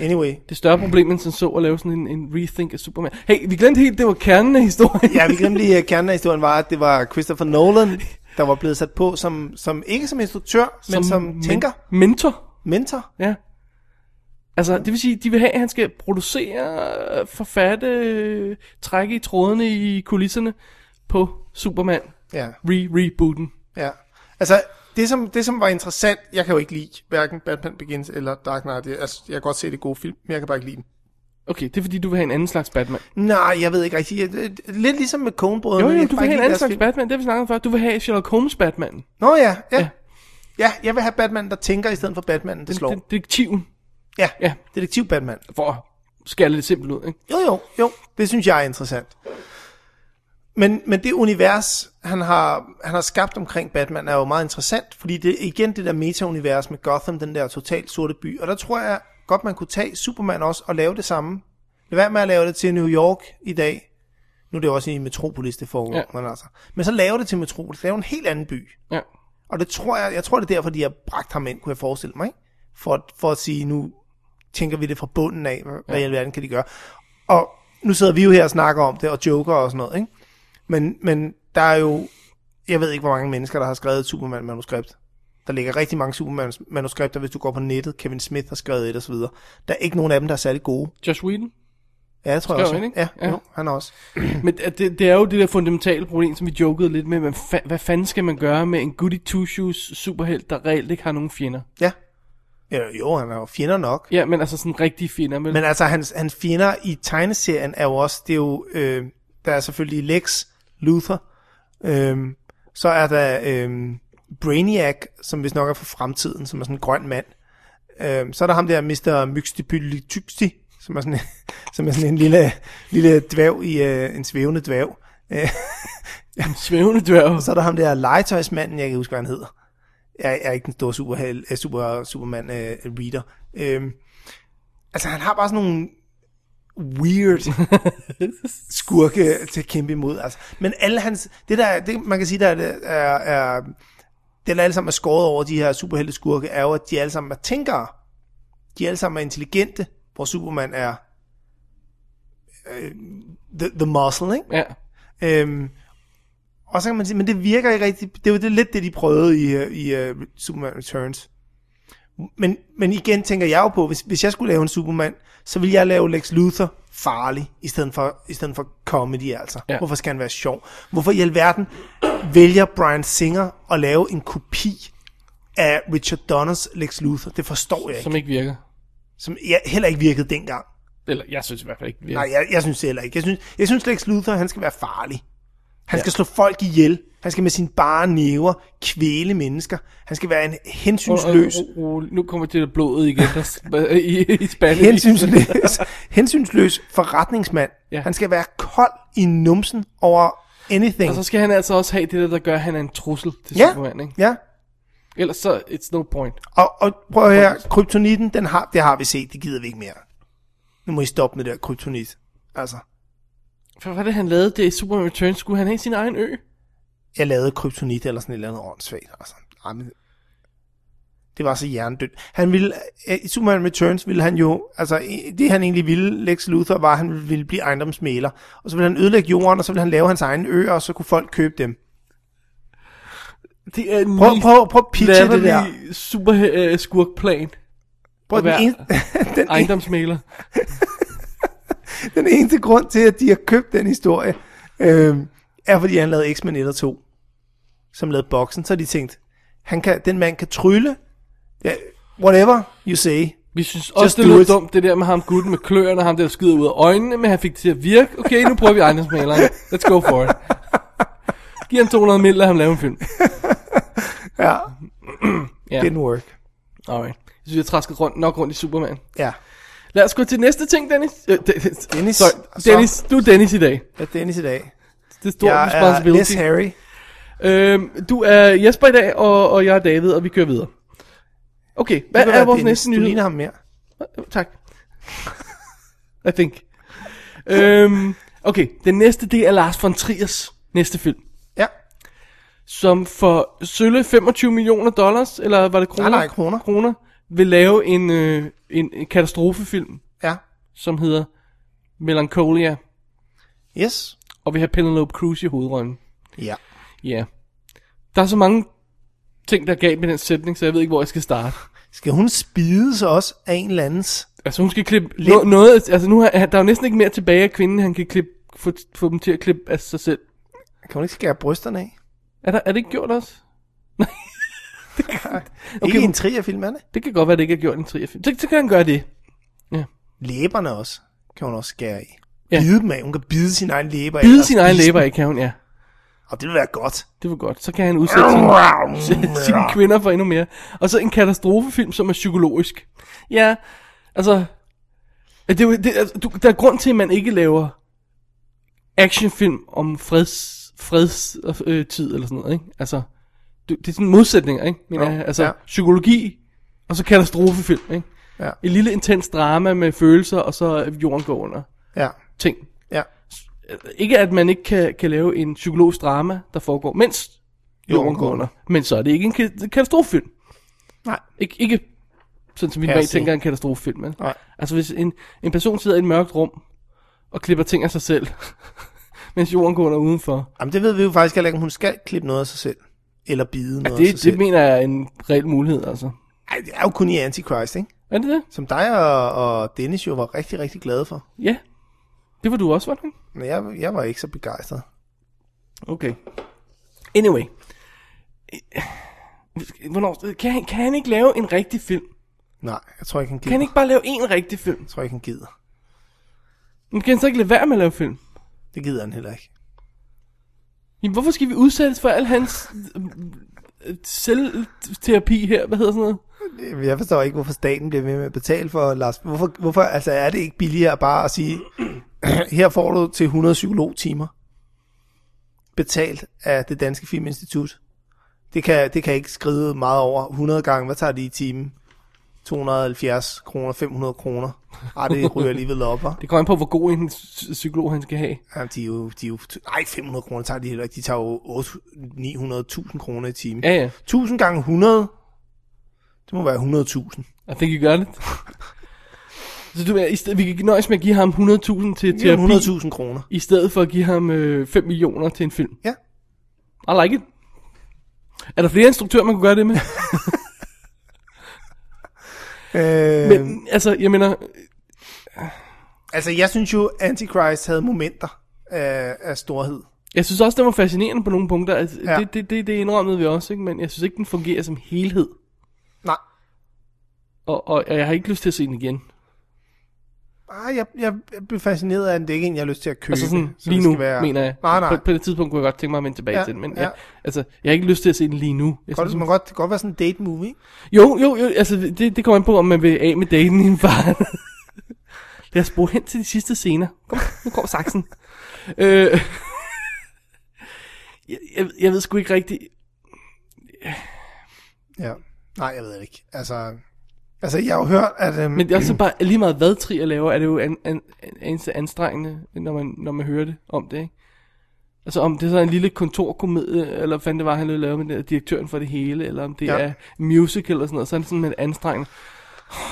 D: Anyway.
C: Det er større problem, end som så at lave sådan en, en rethink af Superman. Hey, vi glemte helt, det var kernen af historien.
D: Ja, vi glemte lige, at kernen af historien var, at det var Christopher Nolan, der var blevet sat på som, som ikke som instruktør, som men som
C: men-
D: tænker,
C: Mentor.
D: mentor.
C: Ja. Altså, det vil sige, de vil have, at han skal producere, forfatte, øh, trække i trådene i kulisserne på Superman.
D: Ja,
C: Re-rebooten.
D: ja. Altså, det som, det som var interessant, jeg kan jo ikke lide hverken Batman Begins eller Dark Knight. Jeg, altså, jeg kan godt se det gode film, men jeg kan bare ikke lide dem.
C: Okay, det er fordi, du vil have en anden slags Batman.
D: Nej, jeg ved ikke rigtigt. Jeg- det- Lidt ligesom med Coen-brødrene.
C: Jo, jo,
D: jeg kan
C: du vil
D: bare
C: have
D: ikke
C: en
D: lide
C: anden
D: deres
C: slags
D: film.
C: Batman, det har vi snakket om før. Du vil have Sherlock Holmes Batman.
D: Nå ja, ja. ja.
C: Ja.
D: Ja, jeg vil have Batman, der tænker i stedet for Batman, det slår.
C: Det, detektiven.
D: Ja,
C: ja.
D: detektiv Batman.
C: For at skære det lidt simpelt ud, ikke?
D: Jo, jo, jo. Det synes jeg er interessant. Men, men det univers, han har, han har skabt omkring Batman, er jo meget interessant, fordi det er igen det der meta-univers med Gotham, den der totalt sorte by. Og der tror jeg godt, man kunne tage Superman også og lave det samme. Lad være med at lave det til New York i dag. Nu er det jo også i Metropolis, det foregår. Ja.
C: Ja.
D: Men, altså. men så lave det til Metropolis. Lave en helt anden by.
C: Ja.
D: Og det tror jeg, jeg tror det er derfor, de har bragt ham ind, kunne jeg forestille mig. Ikke? For, at- for at sige, nu tænker vi det fra bunden af, hvad ja. i alverden kan de gøre. Og nu sidder vi jo her og snakker om det, og joker og sådan noget. Ikke? Men, men der er jo, jeg ved ikke, hvor mange mennesker, der har skrevet et Superman-manuskript. Der ligger rigtig mange Superman-manuskripter, hvis du går på nettet. Kevin Smith har skrevet et og så videre. Der er ikke nogen af dem, der er særlig gode.
C: Josh Whedon.
D: Ja, jeg tror
C: Skrev
D: jeg også.
C: han, ikke?
D: Ja, ja.
C: Ja.
D: Jo, han er også.
C: Men at det, det er jo det der fundamentale problem, som vi jokede lidt med. Men fa- hvad fanden skal man gøre med en goody two-shoes superhelt, der reelt ikke har nogen fjender?
D: Ja. ja jo, han er jo fjender nok.
C: Ja, men altså sådan rigtige fjender. Men,
D: Men altså, hans, hans fjender i tegneserien er jo også, det er jo, øh, der er selvfølgelig Lex Luthor, øh, så er der øh, Brainiac, som vist nok er fra fremtiden, som er sådan en grøn mand. Øh, så er der ham der, Mr. Mykstipylytyksti, som er sådan, som er sådan en lille, lille dværg i øh, en svævende dværg. Øh,
C: Svævende dværg.
D: så er der ham der legetøjsmanden, jeg kan ikke huske, hvad han hedder. Jeg, jeg er ikke den store super, super, superman øh, reader. Øhm, altså, han har bare sådan nogle weird skurke til at kæmpe imod. Altså. Men alle hans... Det der, det, man kan sige, der er, er, er det, der alle sammen er skåret over de her superhelte skurke, er jo, at de alle sammen er tænkere. De alle sammen er intelligente, hvor Superman er øh, the, the muscle, ikke?
C: Ja.
D: Øhm, og så kan man sige, men det virker ikke rigtigt. Det var det, lidt det, de prøvede i, øh, i uh, Superman Returns. Men, men igen tænker jeg jo på, hvis, hvis jeg skulle lave en Superman, så ville jeg lave Lex Luthor farlig, i stedet for, i stedet for comedy altså. Ja.
C: Ja.
D: Hvorfor skal han være sjov? Hvorfor i alverden vælger Brian Singer at lave en kopi af Richard Donners Lex Luthor? Det forstår jeg ikke.
C: Som ikke virker.
D: som jeg heller ikke virkede dengang.
C: Eller, jeg synes i hvert fald ikke. det virker.
D: Nej, jeg, jeg synes det heller ikke. Jeg synes, jeg synes Lex Luthor, han skal være farlig. Han skal slå folk ihjel. Han skal med sine bare næver kvæle mennesker. Han skal være en hensynsløs,
C: Og- og- og- Nu kommer til det blodet igen, der sp- i, i spanden.
D: hensynsløs, hensynsløs forretningsmand.
C: Ja.
D: Han skal være kold i numsen over anything.
C: Og så skal han altså også have det der, der gør, at han er en trussel til
D: ja,
C: Superman, ikke?
D: ja.
C: Ellers så, it's no point.
D: Og, og prøv at høre, kryptonitten, den har, det har vi set, det gider vi ikke mere. Nu må I stoppe med det der kryptonit. Altså,
C: For hvad var det, han lavede det i Superman Returns? Skulle han have sin egen ø?
D: jeg lavede kryptonit eller sådan et eller andet åndssvagt. Altså, ej, men det var så hjernedødt. Han ville, øh, i Superman Returns ville han jo, altså i- det han egentlig ville, Lex Luthor, var, at han ville blive ejendomsmæler. Og så ville han ødelægge jorden, og så ville han lave hans egen øer, og så kunne folk købe dem.
C: Det er en
D: Prøv, prøv, prøv at pitche det der.
C: latterlig super uh, skurkplan.
D: Prøv
C: at
D: den,
C: være-
D: eneste, den, en,
C: Ejendomsmægler.
D: den eneste grund til, at de har købt den historie, øh, er fordi han lavede X-Men 1 og 2, som lavede boksen. Så har de tænkt, han kan, den mand kan trylle, ja, whatever you say,
C: Vi synes også,
D: Just
C: det
D: do
C: lød
D: it.
C: dumt, det der med ham gutten med kløerne, ham der der skyder ud af øjnene, men han fik det til at virke. Okay, nu prøver vi ejendomsmæleren. Let's go for it. Giv ham 200 mil, lad ham lave en film.
D: Ja.
C: Ja.
D: Didn't work.
C: Alright. Jeg synes, jeg traskede rundt, nok rundt i Superman.
D: Ja.
C: Lad os gå til næste ting, Dennis. Øh, Dennis.
D: Dennis.
C: Sorry,
D: Så-
C: Dennis. Du er Dennis i dag.
D: Jeg er Dennis i dag.
C: Det er stor
D: Jeg er Les
C: responsibility.
D: Harry.
C: øhm, du er Jesper i dag, og, og jeg er David, og vi kører videre. Okay, hvad
D: Du kan
C: er
D: være
C: vores
D: Dennis.
C: næste
D: Du
C: nyhed?
D: ligner ham mere.
C: Tak. I think. øhm, okay, den næste, det er Lars von Triers næste film.
D: Ja.
C: Som for sølle 25 millioner dollars, eller var det kroner?
D: Nej, nej, kroner.
C: kroner vil lave en, øh, en, en katastrofefilm,
D: Ja.
C: som hedder Melancholia.
D: Yes.
C: og vi har Penelope Cruz i hovedrollen.
D: Ja.
C: Ja. Yeah. Der er så mange ting, der gav med den sætning, så jeg ved ikke, hvor jeg skal starte.
D: Skal hun spides også af en eller andens?
C: Altså, hun skal klippe no- noget... Altså, nu har, der er jo næsten ikke mere tilbage af kvinden, han kan klippe, få, få dem til at klippe af sig selv.
D: Kan hun ikke skære brysterne af?
C: Er, der, er det ikke gjort også?
D: Okay, ikke i
C: hun-
D: en trierfilm, er det?
C: Det kan godt være, det ikke er gjort i en triafilm. Så, så kan han gøre det.
D: Læberne også kan hun også skære af.
C: Ja.
D: Ja. Bide dem af. Hun kan bide sin egen læber af. eller
C: Bide sin egen
D: spise
C: læber
D: dem.
C: af, kan hun, ja.
D: Og det vil være godt.
C: Det var godt. Så kan han udsætte sine, sine kvinder for endnu mere. Og så en katastrofefilm, som er psykologisk. Ja, altså... Det, er jo- det, altså, du, der er grund til, at man ikke laver actionfilm om freds, freds øh, tid eller sådan noget, ikke? Altså, du, det er sådan modsætninger, ikke? Men,
D: Jo,
C: ja, altså,
D: ja.
C: ja. psykologi og så katastrofefilm, ikke?
D: Ja.
C: Et lille intens drama med følelser, og så øh, jorden går under
D: Ja.
C: ting.
D: Ja.
C: Ikke at man ikke kan, kan lave en psykologisk drama, der foregår, mens jorden
D: går
C: går under. Men så er det ikke en ka- katastrofefilm.
D: Nej.
C: Ik- ikke sådan som vi normalt
D: Hersey.
C: tænker en katastrofefilm. Men.
D: Nej.
C: Altså hvis en, en person sidder i et mørkt rum og klipper ting af sig selv, mens jorden går under udenfor.
D: Jamen, det ved vi jo faktisk heller ikke, om hun skal klippe noget af sig selv. Eller bide noget af sig
C: Altså, Det,
D: selv.
C: det mener jeg er en reel mulighed, altså.
D: Ej, det er jo kun i Antichrist, ikke?
C: Er det det?
D: Som dig og, og Dennis jo var rigtig, rigtig glade for.
C: Ja. Det var du også, var det ikke?
D: Men jeg, jeg var ikke så begejstret.
C: Okay. Anyway. Øh, Hvornår, kan, han, kan han ikke lave en rigtig film?
D: Nej, jeg tror ikke, han gider.
C: Kan han ikke bare lave en rigtig film?
D: Jeg tror ikke, han gider.
C: Men kan han så ikke lade være med at lave film?
D: Det gider han heller ikke.
C: Jamen, hvorfor skal vi udsættes for al hans øh, øh, selvterapi her? Hvad hedder sådan noget?
D: Jeg forstår ikke, hvorfor staten bliver ved med at betale for Lars. Hvorfor, hvorfor altså, er det ikke billigere bare at sige, her får du til 100 psykologtimer, betalt af det danske filminstitut. Det kan, det kan ikke skride meget over 100 gange. Hvad tager de i timen? 270 kroner, 500 kroner. Ej, det ryger alligevel op, hva'?
C: Det kommer an på, hvor god en psy- psykolog han skal have.
D: Jamen, de er jo, de er jo, ej, 500 kroner tager de heller ikke. De tager jo 800, 900.000 kroner i timen.
C: Ja, ja.
D: 1000 gange 100, det må være 100.000.
C: I think you got it. Så du, mener, i stedet, vi kan nøjes med at give ham 100.000 til
D: Det er
C: terapi,
D: 100.000 kroner.
C: i stedet for at give ham øh, 5 millioner til en film.
D: Ja.
C: I like it. Er der flere instruktører, man kunne gøre det med?
D: Øh, Men...
C: Men, altså, jeg mener,
D: Altså, jeg synes jo, Antichrist havde momenter af, af storhed.
C: jeg synes også, den var fascinerende på nogle punkter. Altså, ja.
D: Ja.
C: det, det, det, det indrømmede vi også, ikke? men jeg synes ikke, den fungerer som helhed.
D: Nej,
C: og, og, og jeg har ikke lyst til at se den igen. Altså,
D: Ah, jeg, jeg, jeg blev fascineret af den. Det er ikke en, jeg har lyst til at købe.
C: Altså sådan,
D: så
C: lige
D: det skal
C: nu, være... mener jeg.
D: Nej, nej.
C: På, på det tidspunkt kunne jeg godt tænke mig at vende tilbage
D: Ja,
C: til den, men
D: ja.
C: ja. jeg, altså, jeg har ikke lyst til at se den lige nu. Jeg
D: Godt, det
C: synes,
D: må godt, det kan godt være sådan en date movie.
C: jo, jo, jo, altså, det, det kommer an på, om man vil af med daten i en far. Lad os bruge hen til de sidste scener. Kom, nu kommer saksen. øh, jeg, jeg, jeg ved sgu ikke rigtigt.
D: Ja. Nej, jeg ved det ikke. Altså, altså jeg har jo hørt, at... Øhm,
C: Men det er også bare lige meget hvad trier laver, er det jo an, an, an, anelse anstrengende, når man, når man hører det om det, ikke? Altså om det er så en lille kontorkomedie, eller hvad fanden det var, han lige lavede med den der direktøren for det hele, eller om det
D: Ja.
C: ja. er musical eller sådan noget, så er det sådan lidt anstrengende.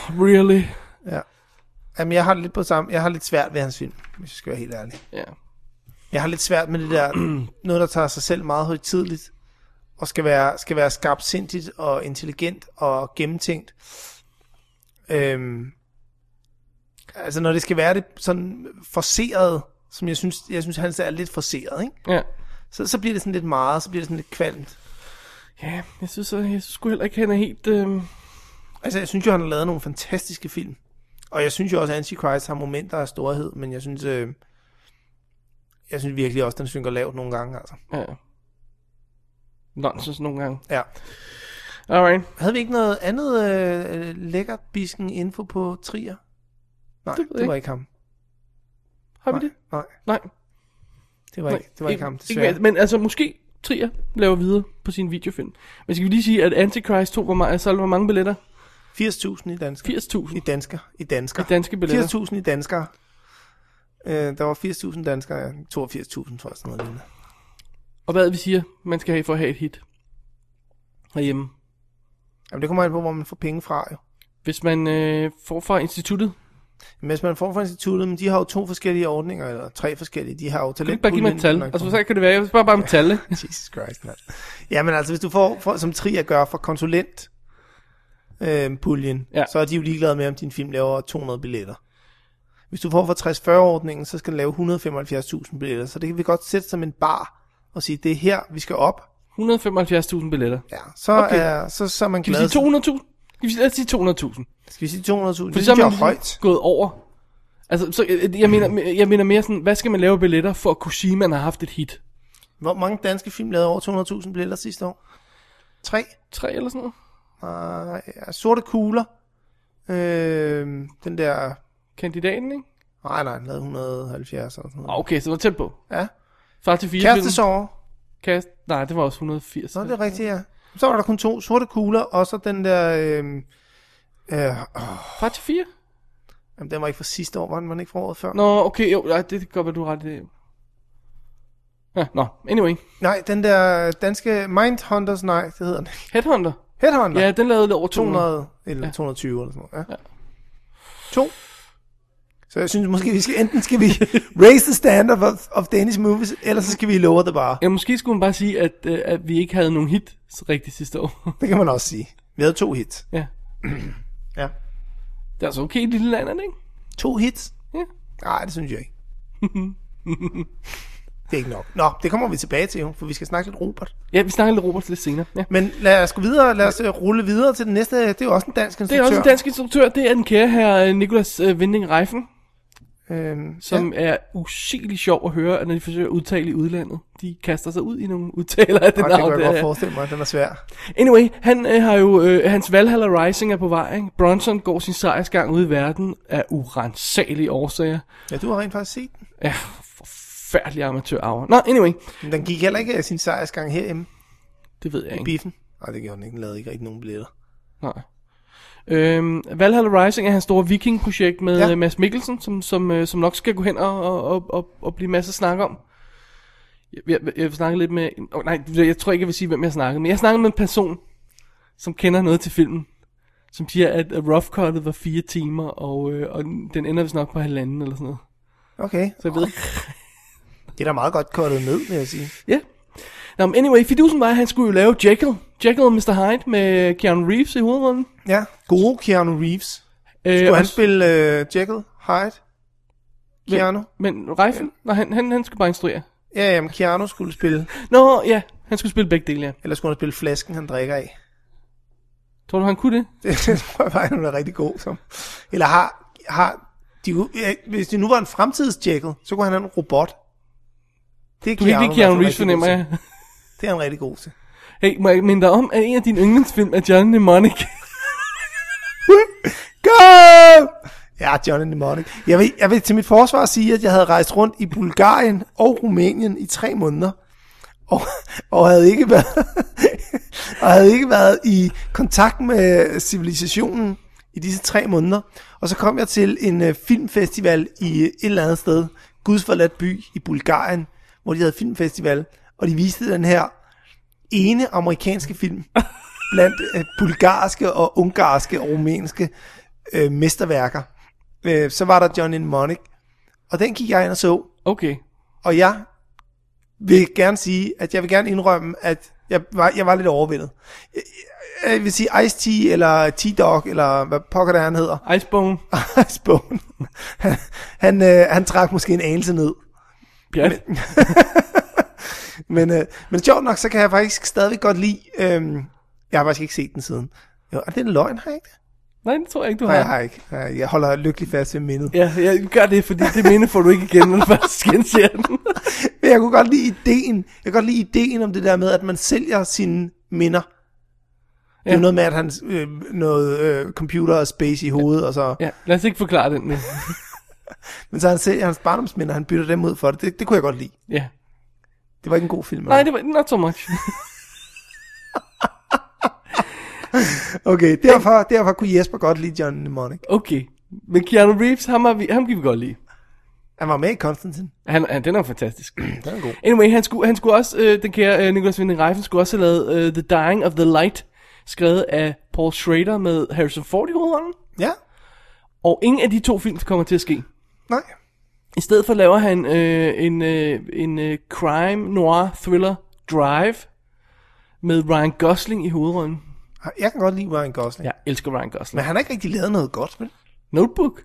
C: Really?
D: ja. Jamen, jeg har det lidt på samme... Jeg har lidt svært ved hans film, hvis jeg skal være helt ærlig.
C: Ja.
D: Jeg har lidt svært med det der, noget der tager sig selv meget højtidligt, og skal være, skal være skarpsindigt og intelligent og gennemtænkt. Øhm, altså når det skal være det sådan forceret, som jeg synes, jeg synes han er lidt forceret, ikke?
C: Ja.
D: Så, så bliver det sådan lidt meget, så bliver det sådan lidt kvalmt.
C: Ja, jeg synes, så, jeg synes sgu heller ikke, han er helt... Øh...
D: Altså jeg synes jo, han har lavet nogle fantastiske film. Og jeg synes jo også, at Antichrist har momenter af storhed, men jeg synes, øh, jeg synes virkelig også, den synker lavt nogle gange. Altså.
C: Ja. Nonsens nogle gange.
D: Ja.
C: Alright.
D: Havde vi ikke noget andet øh, øh, lækkert bisken info på Trier? Nej,
C: Det
D: det,
C: ved jeg
D: det var ikke ham.
C: Har vi
D: Nej,
C: det?
D: nej,
C: Nej.
D: det var ikke, det var ikke ham. Desværre.
C: mere. men altså, måske Trier laver videre på sin videofilm. Men skal vi lige sige, at Antichrist 2 var meget, solgte hvor mange billetter?
D: 80.000 i dansker.
C: 80.000
D: I dansker. I dansker.
C: i danske billetter.
D: 80.000 i danskere. Øh, der var 80.000 danskere. ja. 82.000, tror jeg, sådan noget lignende.
C: Og hvad er det, vi siger, man skal have for at have et hit herhjemme?
D: Jamen, det kommer an på, hvor man får penge fra, jo.
C: Hvis man øh, får fra instituttet,
D: Men hvis man får fra instituttet, men de har jo to forskellige ordninger, eller tre forskellige, de har jo
C: kan du
D: talent.
C: ikke bare give mig et tal? Altså, så kan det være, jeg spørger bare om tal, ikke?
D: Jesus Christ, mand. Jamen altså, hvis du får, får som Trier gør fra konsulent øh, puljen, ja.
C: Ja.
D: så er de jo ligeglade med, om din film laver 200 billetter. Hvis du får fra 60-40-ordningen, så skal den lave 175.000 billetter, så det kan vi godt sætte som en bar og sige, det er her, vi skal op.
C: 175.000 billetter.
D: Ja, så, okay.
C: Okay.
D: er, så, så er man
C: Kan vi
D: glad.
C: sige 200.000? Kan vi sige, lad os sige 200.000?
D: Skal vi sige 200.000? Det
C: Fordi
D: synes
C: så
D: jeg
C: er
D: er
C: man
D: højt.
C: ligesom gået over. Altså, så, øh, jeg, mener, jeg mener mere sådan, hvad skal man lave af billetter, for at kunne sige, at man har haft et hit?
D: Hvor mange danske film lavede over 200.000 billetter sidste år? Tre?
C: Tre eller sådan noget?
D: Uh, ja, sorte kugler. Øh, den der...
C: Kandidaten, ikke?
D: Nej, nej, den lavede 170 eller sådan noget.
C: Ah, Okay, så det var tæt på.
D: Ja.
C: Far til fire.
D: Kærestesorger.
C: Kast... Nej, det var også 180.
D: Nå, det er rigtigt, ja. Så var der kun to sorte kugler, og så den der... Øh, øh,
C: Far til fire?
D: jamen, den var ikke fra sidste år, var den, var den ikke fra året før?
C: Nå, okay, jo, nej, det kan godt være, du har ret i det. Ja, nå, anyway.
D: Nej, den der danske Mindhunters, nej, det hedder den ikke.
C: Headhunter.
D: Headhunter.
C: Ja, den lavede lidt over 200.
D: 200 eller 220 eller sådan noget. Ja. ja. To. Så jeg synes måske, vi skal enten skal vi raise the standard of, of Danish movies, eller så skal vi lower det bare.
C: Ja, måske skulle man bare sige, at, øh, at vi ikke havde nogen hit så rigtigt sidste år.
D: Det kan man også sige. Vi havde to hits.
C: ja.
D: Ja.
C: Det er altså okay i lille landet, ikke?
D: To hits?
C: Ja.
D: Nej, det synes jeg ikke. det er ikke nok. Nå, det kommer vi tilbage til jo, for vi skal snakke lidt Robert.
C: Ja, vi snakker lidt Robert lidt senere. Ja.
D: Men lad os gå videre, lad os øh, rulle videre til den næste. Det er jo også en dansk
C: Det
D: instruktør.
C: er også en dansk instruktør, det er den kære her Nikolas øh, Vinding Reifen,
D: Øhm,
C: som ja. er usigelig sjov at høre, at når de forsøger at udtale i udlandet. De kaster sig ud i nogle udtaler af det
D: ja, det
C: navn.
D: kan jeg
C: der,
D: godt
C: ja.
D: forestille mig, den er svær.
C: Anyway, han øh, har jo, øh, hans Valhalla Rising er på vej, ikke? Bronson går sin sejrsgang ud i verden af urensagelige årsager.
D: Ja, du har rent faktisk set den.
C: Ja, forfærdelig amatørarver. Nå, anyway,
D: Men den gik heller ikke af sin sejrsgang herhjemme
C: det ved jeg
D: i
C: ikke.
D: biffen. Nej, det gjorde den ikke. Den lavede ikke rigtig nogen billetter.
C: Nej. Øhm, Valhalla Rising er hans store vikingprojekt med
D: Ja.
C: ja. Mads Mikkelsen, som, som, øh, som nok skal gå hen og, og, og, og, og blive masser snak om. Jeg, jeg, jeg snakkede lidt med... Oh, nej, jeg tror ikke, jeg vil sige, hvem jeg snakkede med. Jeg snakkede med en person, som kender noget til filmen. Som siger, at rough cuttet var fire timer, og, øh, og den ender vist nok på halvanden eller sådan noget.
D: Okay,
C: Så jeg ved ikke.
D: det er da meget godt kortet ned, vil jeg sige.
C: Ja. Nå, men anyway, fidusen var, at han skulle jo lave Jekyll. Jekyll og Mr. Hyde med Keanu Reeves i hovedrollen.
D: Ja, gode Keanu Reeves.
C: Øh,
D: Skulle
C: og
D: han spille øh, Jekyll, Hyde? Keanu?
C: Men Reifen, ja. nej, han, han, han skulle bare instruere.
D: Ja, jamen Keanu skulle spille.
C: Nå, ja, han skulle spille begge dele, ja.
D: Eller skulle han spille flasken, han drikker af?
C: Tror du, han kunne det?
D: Det, det tror jeg faktisk, han er rigtig god som. Eller har... har de, kunne- ja, hvis det nu var en fremtidsjekket, så kunne han have en robot. Det er
C: Du kan ikke Keanu Reeves,
D: rigtig god
C: fornemmer
D: til.
C: jeg.
D: Det er han rigtig god til.
C: Hey, må jeg minde dig om, at en af dine yndlingsfilm er John Mnemonic?
D: Go! Ja, Johnny Mnemonic. Jeg vil, jeg vil til mit forsvar sige, at jeg havde rejst rundt i Bulgarien og Rumænien i tre måneder. Og, og havde ikke været, og havde ikke været i kontakt med civilisationen i disse tre måneder. Og så kom jeg til en øh, filmfestival i øh, et eller andet sted, Gudsforladt by i Bulgarien, hvor de havde filmfestival, og de viste den her ene amerikanske film blandt øh, bulgarske og ungarske og rumænske øh, mesterværker. Øh, så var der Johnny Mnemonic, og den gik jeg ind og så,
C: Okay.
D: og jeg vil gerne sige, at jeg vil gerne indrømme, at jeg var, jeg var lidt overvældet. Jeg, jeg- jeg vil sige Ice-T, eller T-Dog, eller hvad pokker det er, han hedder.
C: Icebone.
D: Icebone. Han, han, øh, han trak måske en anelse ned.
C: Pjat.
D: Men, øh, men sjovt nok, så kan jeg faktisk stadigvæk godt lide... Øh, jeg har faktisk ikke set den siden. Jo, er det en løgn, har jeg ikke det?
C: Nej, det tror jeg ikke, du
D: Nej,
C: har.
D: jeg har ikke. Nej, Jeg holder lykkelig fast ved mindet.
C: Ja, jeg gør det, fordi det minde får du ikke igen, når du først genser den.
D: Men jeg kunne godt lide ideen. Jeg kan godt lide ideen om det der med, at man sælger sine minder. Det er
C: Ja.
D: jo noget med, at han øh, noget øh, computer og space i hovedet, og så,
C: Ja, lad os ikke forklare den nu.
D: men så han sælger hans barndomsminder, og han bytter dem ud for det. det. Det kunne jeg godt lide.
C: Ja.
D: Det var ikke en god film.
C: Nej, det var not so much.
D: Okay, derfor, derfor kunne Jesper godt lide John Mnemonic.
C: Okay. Men Keanu Reeves, ham, har vi, ham kan vi godt lide.
D: Han var med i Konstantin.
C: Han, han, den er jo fantastisk.
D: Den er god.
C: Anyway, han skulle, han skulle også, øh, den kære øh, Nicolas Winding Refn skulle også have lavet øh, The Dying of the Light, skrevet af Paul Schrader med Harrison Ford i hovedrollen.
D: Ja,
C: Og ingen af de to film kommer til at ske.
D: nej.
C: I stedet for laver han øh, en, øh, en øh, crime noir thriller Drive med Ryan Gosling i hovedrollen.
D: Jeg kan godt lide Ryan Gosling. Ja.
C: Jeg elsker Ryan Gosling.
D: Men han har ikke rigtig lavet noget godt, vel?
C: Notebook.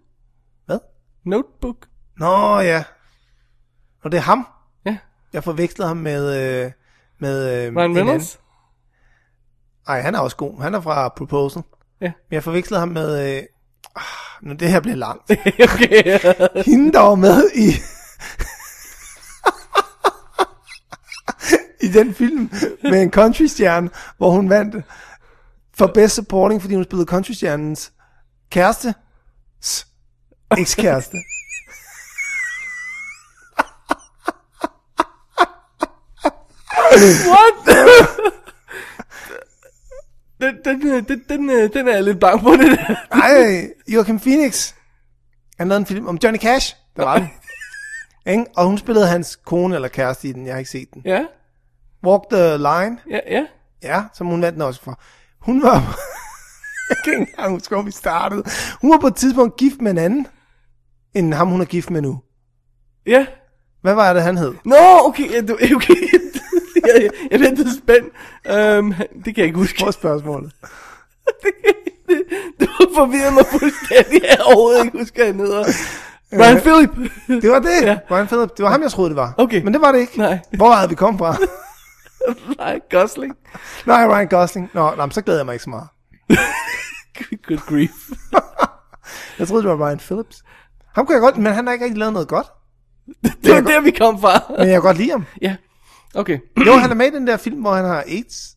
D: Hvad?
C: Notebook.
D: Nå ja. Og det er ham.
C: Ja.
D: Jeg forvekslede ham med... Øh, med øh,
C: Ryan Reynolds.
D: Nej, han er også god. Han er fra Proposal.
C: Ja.
D: Men jeg forvekslede ham med... Øh, ah, nu det her bliver langt.
C: okay.
D: Hende, der var med i... I den film med en countrystjerne, hvor hun vandt for Best Supporting, fordi hun spillede countrystjernens kæreste. s- Ekskæreste.
C: What? den, den, øh, den, den, øh, den er jeg lidt bange på, det der.
D: Ej, Joachim Phoenix. Han lavede en film om Johnny Cash. Der var den. Ikke? Og hun spillede hans kone eller kæreste i den. Jeg har ikke set den.
C: Ja,
D: Walk the Line.
C: ja, ja.
D: Ja, som hun vandt den også for. Hun var... jeg kan ikke engang huske, hvor vi startede. Hun var på et tidspunkt gift med en anden, end ham, hun er gift med nu.
C: Ja.
D: Hvad var det, han hed?
C: Nå, okay. Ja, du, okay. jeg, jeg, jeg ventede spændt. Um, det kan jeg ikke huske.
D: Prøv spørgsmålet.
C: det, det forvirrer mig fuldstændig. Jeg kan overhovedet ikke husker, hvad han hedder. Brian Philip.
D: Det var det,
C: Ja.
D: ja. Brian Philip. Det var ham, jeg troede, det var.
C: Okay.
D: Men det var det ikke.
C: Nej.
D: Hvor havde vi kommet fra?
C: Nej, Gosling.
D: Nej, Ryan Gosling. Nå, nej, men så glæder jeg mig ikke så meget.
C: Good grief.
D: Jeg troede, det var Ryan Phillips. Ham kunne jeg godt, men han har ikke rigtig lavet noget godt.
C: Det var der, vi kom fra.
D: Men jeg kan godt lide ham.
C: ja. Okay.
D: Jo, han er med i den der film, hvor han har AIDS.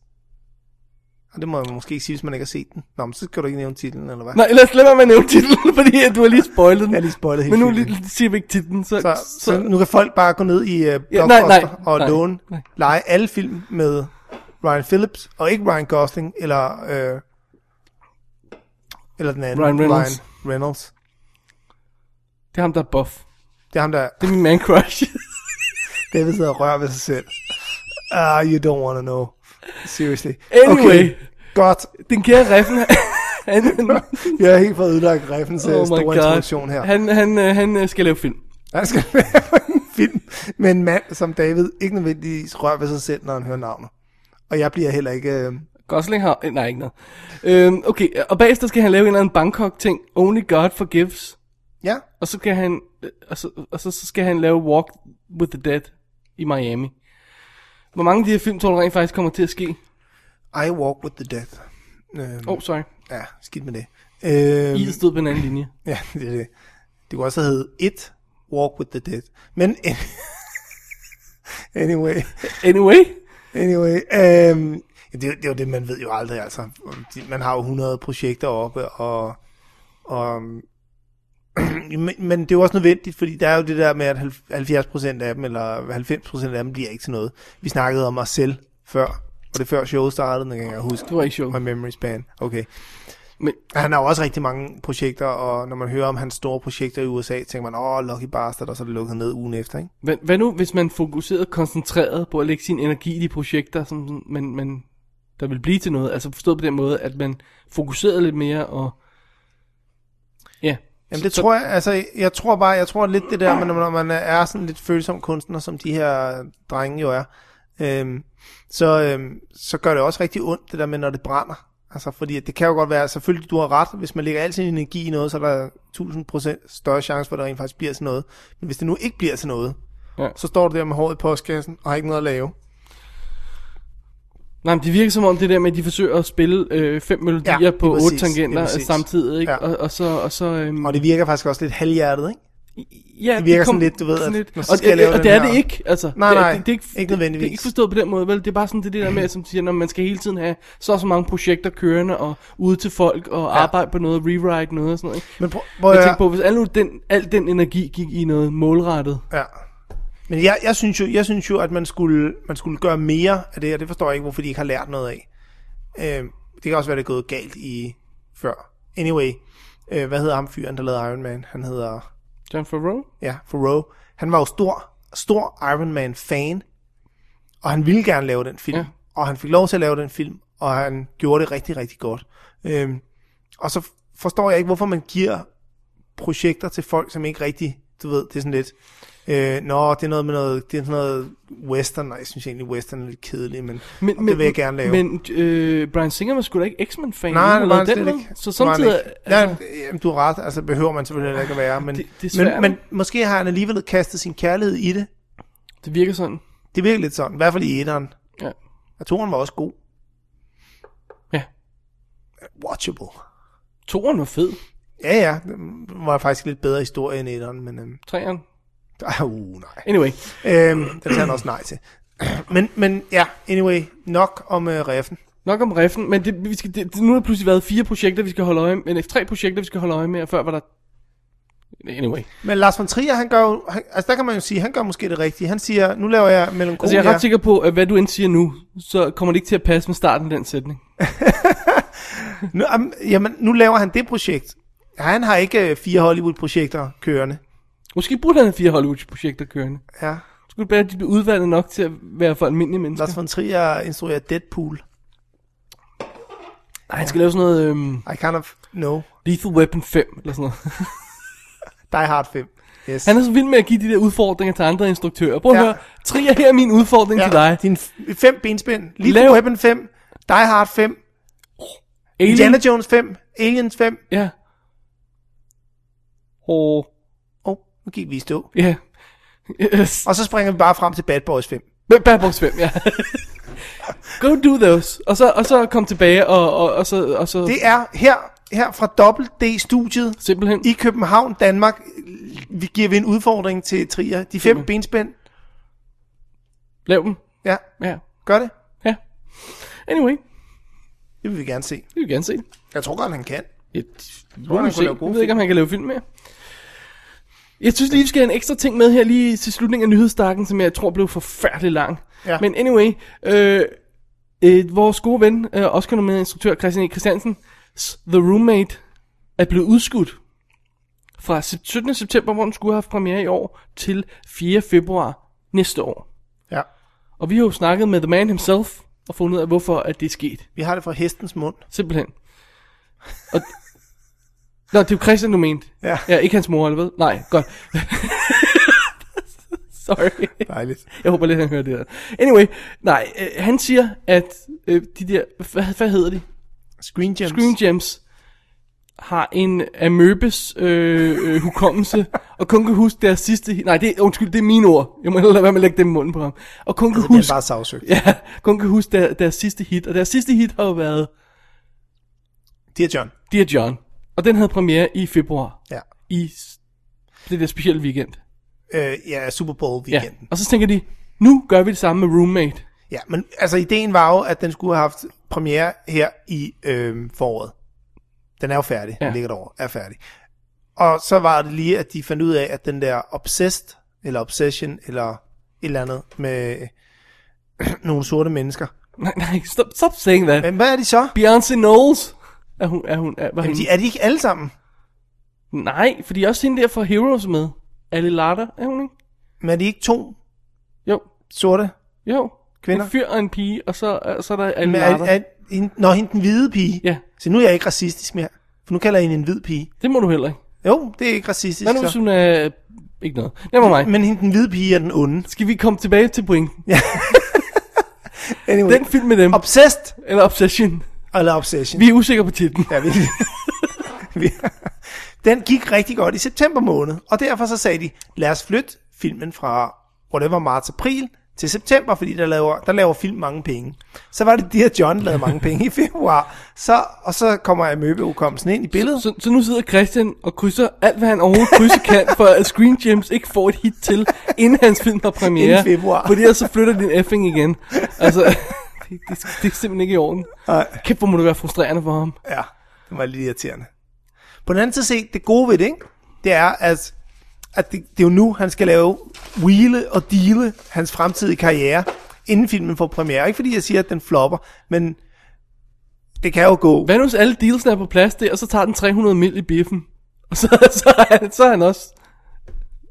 D: Og det må jeg måske ikke sige, hvis man ikke har set den. Nå, men så skal du ikke nævne titlen, eller hvad?
C: Nej, lad os lade være med at nævne titlen, fordi at du har lige spoilet den.
D: Jeg har lige spoilet hele
C: Men nu
D: filmen.
C: lige, siger vi ikke titlen, så...
D: Så, så, så nu kan folk bare gå ned i uh, Blockbuster
C: Ja, nej, nej,
D: og
C: nej,
D: låne,
C: nej.
D: lege alle film med Ryan Phillips, og ikke Ryan Gosling, eller, øh, eller den anden.
C: Ryan Reynolds.
D: Ryan Reynolds.
C: Det er ham, der er buff.
D: Det er ham, der
C: Det er min man crush.
D: David sidder og rører ved sig selv. Ah, you don't wanna know. Seriously.
C: Anyway.
D: Okay, godt.
C: Den kære Reffen, han, han,
D: Jeg har helt fået ødelagt Reffens oh
C: oh my
D: store introduktion
C: god,
D: her.
C: han, han, øh, han øh, skal lave film.
D: Han skal være på en film med en mand, som David ikke nødvendigvis rører ved sig selv, når han hører navnet. Og jeg bliver heller ikke... Øh,
C: Gosling har... øh, Nej, ikke noget. Øhm, okay, og bagefter skal han lave en eller anden Bangkok-ting. Only God Forgives.
D: ja,
C: Og så skal han... øh, Og så, og så, så skal han lave Walk with the Dead i Miami. Hvor mange af de her film, tror du rent faktisk kommer til at ske?
D: I Walk with the Dead. Øhm,
C: Åh, oh, sorry.
D: Ja, skidt med det. Øhm,
C: I stod på en anden linje.
D: Ja, det er det. Det kunne også have heddet It, Walk with the Dead. Men anyway,
C: Anyway.
D: anyway øhm, ja, det, er jo- det er jo det, man ved jo aldrig. Altså. De- Man har jo 100 projekter oppe, og, og øhm, men, men det er jo også nødvendigt, fordi der er jo det der med, at halv- 70% af dem, eller 90% af dem, bliver ikke til noget. Vi snakkede om os selv før, og det er før showet startede, den kan jeg huske.
C: Det var ikke sjovt.
D: My memory span, okay.
C: Men
D: Han har jo også rigtig mange projekter, og når man hører om hans store projekter i USA, tænker man, åh, Lucky Bastard, og så er det lukket ned ugen efter, ikke?
C: hvad, hvad nu, hvis man fokuserede koncentreret på at lægge sin energi i de projekter, som sådan- man, man, der vil blive til noget? Altså forstået på den måde, at man fokuserede lidt mere og... Ja.
D: Jamen det tror jeg, altså jeg tror bare, jeg tror lidt det der, men når man er sådan lidt følsom kunstner, som de her drenge jo er, øhm, så, øhm, så gør det også rigtig ondt, det der med, når det brænder. Altså fordi at det kan jo godt være, selvfølgelig du har ret, hvis man lægger al sin energi i noget, så er der 1000% større chance for, at det rent faktisk bliver til noget. Men hvis det nu ikke bliver til noget,
C: Ja.
D: ja. så står du der med håret i postkassen og har ikke noget at lave.
C: Nej, men det virker som om det der med, at de forsøger at spille øh, fem melodier
D: Ja,
C: ja,
D: lige
C: på otte
D: præcis,
C: tangenter
D: lige
C: øh,
D: præcis.
C: samtidig, ikke?
D: Ja.
C: Ja. Og, og så... Og så øhm,
D: Og det virker faktisk også lidt halvhjertet, ikke?
C: ja,
D: det virker sådan lidt, du ved, at nu
C: Og,
D: skal jeg
C: og,
D: lave
C: og
D: den
C: det er
D: her.
C: det ikke, altså.
D: Nej,
C: det, er-
D: nej,
C: det, det, er ikke,
D: ikke
C: det- Det,
D: nødvendigvis.
C: er ikke forstået på den måde, vel? Det er bare sådan det, det der med, som siger, når man skal hele tiden have så og så mange projekter kørende, og ude til folk, og arbejde på noget, rewrite noget og sådan noget, ikke?
D: Men prøv, prøv
C: Jeg
D: at høre.
C: tænker på, hvis al, nu den, al den energi gik i noget målrettet.
D: Ja. Men jeg, jeg, synes jo, jeg synes jo, at man skulle, man skulle gøre mere af det her. Det forstår jeg ikke, hvorfor de ikke har lært noget af. Øh, det kan også være, det er gået galt i før. Anyway, øh, hvad hedder ham fyren, der lavede Iron Man? Han hedder,
C: John Favreau?
D: ja, Farrow. Han var jo stor, stor Iron Man-fan, og han ville gerne lave den film.
C: Ja.
D: Ja. Og han fik lov til at lave den film, og han gjorde det rigtig, rigtig godt. Øhm, og så forstår jeg ikke, hvorfor man giver projekter til folk, som ikke rigtig, du ved, det er sådan lidt, øh, nå, det er noget med noget, det er sådan noget western, nej, jeg synes egentlig, western er lidt kedelig, men, men, men det vil jeg gerne lave.
C: Men øh, Brian Singer var sgu da ikke X-Men-fan.
D: nej,
C: Han
D: det
C: lavede
D: var han
C: den,
D: slet
C: vel?
D: ikke.
C: Så
D: Det var han
C: samtidig...
D: ikke. Ja, jamen, du har ret, altså behøver man selvfølgelig heller ikke at være, men,
C: Det- det er
D: men,
C: svært.
D: men måske har han alligevel kastet sin kærlighed i det,
C: Det virker sådan.
D: det virker lidt sådan, i hvert fald i etteren.
C: Ja.
D: Og toeren var også god.
C: Ja.
D: Watchable.
C: Toren var fed.
D: Ja, ja. Den var faktisk lidt bedre historie end etteren, men... Øhm,
C: Træeren.
D: ah, uh, nej.
C: Anyway.
D: Øhm, den tager han også nej til. Men, men ja, anyway, nok om øh, reffen.
C: Nok om reffen, men det, vi skal, det, nu har der pludselig været fire projekter, vi skal holde øje med, eller tre projekter, vi skal holde øje med, og før var der... Anyway.
D: Men Lars von Trier, han gør jo, han, altså der kan man jo sige, han gør måske det rigtige. Han siger, nu laver jeg melankolia.
C: Altså, jeg er ret sikker på, at hvad du end siger nu, så kommer det ikke til at passe med starten af den sætning.
D: nu, am- jamen, nu laver han det projekt. Han har ikke øh, fire Hollywood-projekter kørende.
C: Måske burde han have fire Hollywood-projekter kørende.
D: Ja.
C: Så skulle det bare, at de blev udvalgt nok til at være for almindelige mennesker.
D: Lars von Trier instruerer Deadpool.
C: Nej, han skal lave sådan noget øhm,
D: I kind of know.
C: Lethal Weapon 5, eller sådan noget.
D: Die Hard 5. Yes.
C: Han er så vild med at give de der udfordringer til andre instruktører. Prøv at
D: Ja.
C: høre, Trier, her er min udfordring til dig.
D: Din f- fem benspænd. Lige
C: Lav-
D: Lav. Weapon 5, Die Hard 5,
C: Alien.
D: Indiana Jones 5, Aliens 5.
C: Ja. Og...
D: Åh, oh, nu gik vi i stå.
C: Ja. Yes.
D: Og så springer vi bare frem til Bad Boys 5.
C: Men Bad Boys 5, ja. Go do those. Og så, og så kom tilbage, og, og, og så, og så
D: Det er her, her fra Double D-studiet
C: simpelthen...
D: i København, Danmark. Vi giver vi en udfordring til Trier. De fem benspænd.
C: Lav dem.
D: Ja,
C: Ja.
D: gør det.
C: Ja. Anyway,
D: Det vil vi gerne se.
C: det vil vi gerne se.
D: Jeg tror godt, han kan.
C: Ja, det må
D: han
C: vi
D: kunne
C: se.
D: lave gode
C: Jeg ved ikke, om han kan lave film mere. Jeg synes lige, vi skal have en ekstra ting med her lige til slutningen af nyhedsdagen, som jeg tror blev forfærdelig lang.
D: Ja.
C: Men anyway, øh, øh, vores gode ven, øh, Oscar med instruktør Christian E. Christiansen, The Roommate, er blevet udskudt fra se- 17. september, hvor den skulle have haft premiere i år, til 4. februar næste år.
D: Ja.
C: Og vi har jo snakket med The Man himself, og fundet ud af, hvorfor at det er sket.
D: Vi har det fra hestens mund.
C: Simpelthen. Og... Nå, det er jo Christian, du mente.
D: Ja.
C: ja ikke hans mor, eller hvad? Nej, godt. Sorry.
D: Dejligt.
C: Jeg håber lidt, han hører det her. Anyway, nej, øh, han siger, at øh, de der, hvad, hvad hedder de?
D: Screen Gems.
C: Screen Gems har en amøbes øh, øh, hukommelse, og kun kan huske deres sidste... hi- Nej, det, undskyld, det er mine ord. Jeg må hellere lade være med at lægge dem i munden på ham. Og kun kan
D: Altså, Det er
C: huske...
D: bare savsøgt.
C: Ja, kun kan huske der, deres sidste hit. Og deres sidste hit har jo været
D: Dear John.
C: Dear John. Og den havde premiere i februar.
D: Ja.
C: I s- det der specielle weekend.
D: Øh, ja, Super Bowl
C: Ja.
D: weekenden.
C: Og så tænker de, nu gør vi det samme med Roommate.
D: Ja, men altså ideen var jo, at den skulle have haft premiere her i øh, foråret. Den er jo færdig,
C: Ja.
D: ja. den ligger derovre, er færdig. Og så var det lige, at de fandt ud af, at den der Obsessed, eller Obsession, eller et eller andet med nogle sorte mennesker.
C: Nej, nej, stop, stop saying that.
D: Men hvad er de så?
C: Beyoncé Knowles. Er hun, er hun, er, var hun?
D: Jamen, de, er de ikke alle sammen?
C: Nej, fordi også hende der fra Heroes med. Ali Larter, er hun ikke?
D: Men er de ikke to
C: Jo,
D: sorte?
C: jo.
D: Kvinder?
C: En fyr og en pige, og så, og så er der Ali
D: Men er,
C: Larter.
D: er, hende, nå, hende den hvide pige.
C: Ja.
D: Så nu er jeg ikke racistisk mere. For nu kalder jeg hende en hvid pige.
C: Det må du heller ikke.
D: Jo, det er ikke racistisk.
C: Hvad nu, hvis
D: så.
C: hun er... Ikke noget. Det var mig. Men...
D: Men hende den hvide pige er den onde.
C: Skal vi komme tilbage til pointen?
D: Anyway.
C: Den film med dem,
D: Obsessed
C: eller Obsession.
D: eller Obsession.
C: Vi er usikre på titlen.
D: Ja, vi, vi, den gik rigtig godt i september måned, og derfor så sagde de, lad os flytte filmen fra whatever marts-april til september, fordi der laver, der laver film mange penge. Så var det de her John lavede mange penge i februar, så, og så kommer amøbeukommelsen ind i billedet.
C: Så, så nu sidder Christian og krydser alt, hvad han overhovedet krydse kan, for at Screen Gems ikke får et hit til, inden hans film har premiere.
D: Inden februar.
C: Fordi ellers så flytter din effing igen. Altså, det, det, det er simpelthen ikke i orden.
D: Ej.
C: Kæft, hvor må det være frustrerende for ham.
D: Ja, det var lidt irriterende. På den anden side set, det gode ved det, ikke? det er, at, at det, det er jo nu, han skal lave wheele og deale hans fremtidige karriere, inden filmen får premiere. Ikke fordi jeg siger, at den flopper, men det kan jo gå.
C: Hvad nu, hvis alle dealsene er på plads der, og så tager den 300 mil i biffen? Og så, så, er, han, så er han også...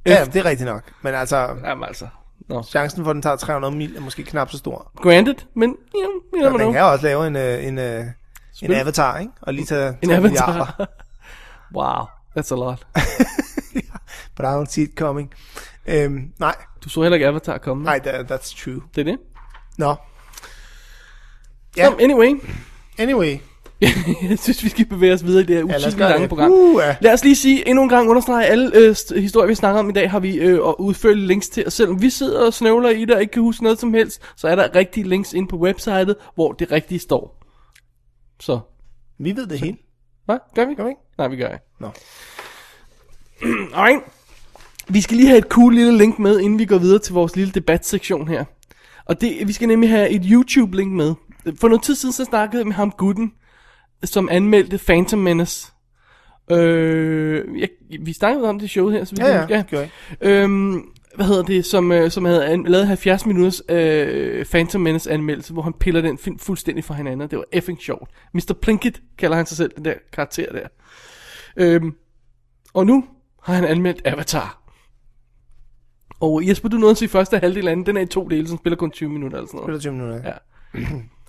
D: Ja, det er rigtigt nok. Men altså,
C: Jamen altså... Nå.
D: chancen for, at den tager 300 mil, er måske knap så stor.
C: Granted, men... Ja, ja,
D: Og den kan også lave en, øh, en, øh, en
C: Spil.
D: avatar, ikke? Og lige tage
C: En
D: 3 milliarder.
C: avatar. wow, that's a lot.
D: But I don't see it coming. Øhm, nej,
C: Du så heller ikke Avatar komme.
D: nej, that, that's true.
C: Det er det.
D: Nå, Ja.
C: Ja. Som, anyway,
D: anyway.
C: jeg synes, vi skal bevæge os videre i det her
D: lad os
C: utidigt
D: gøre
C: lange
D: det.
C: program.
D: Uh, ja.
C: Lad os lige sige, endnu en gang understrege alle øh, st- historier, vi snakker om i dag, har vi øh, og udførlige links til. Og selvom vi sidder og snøvler i det og ikke kan huske noget som helst, så er der rigtige links inde på websitet, hvor det rigtige står. Så,
D: Vi ved det hele.
C: hvad? Gør vi?
D: Gør vi ikke?
C: Nej, vi gør ikke.
D: Nå.
C: Alright. Vi skal lige have et cool lille link med, inden vi går videre til vores lille debatsektion her. Og det, vi skal nemlig have et YouTube-link med. For noget tid siden, så snakkede jeg med ham gutten, som anmeldte Phantom Menace. Øh, jeg, vi snakkede om det i showet her, så vi
D: Ja, ja,
C: kan-
D: det gjorde
C: Øhm, hvad hedder det, som, øh, som havde an, lavet 70 minutters øh, Phantom Menace anmeldelse, hvor han piller den film fuldstændig fra hinanden. Det var effing sjovt. Mr. Plinkett kalder han sig selv, den der karakter der. Øhm, og nu har han anmeldt Avatar. Og Jesper, du nåede at se første halvdel af den. Den er i to dele, så den spiller kun 20 minutter eller sådan noget.
D: Spiller 20 minutter.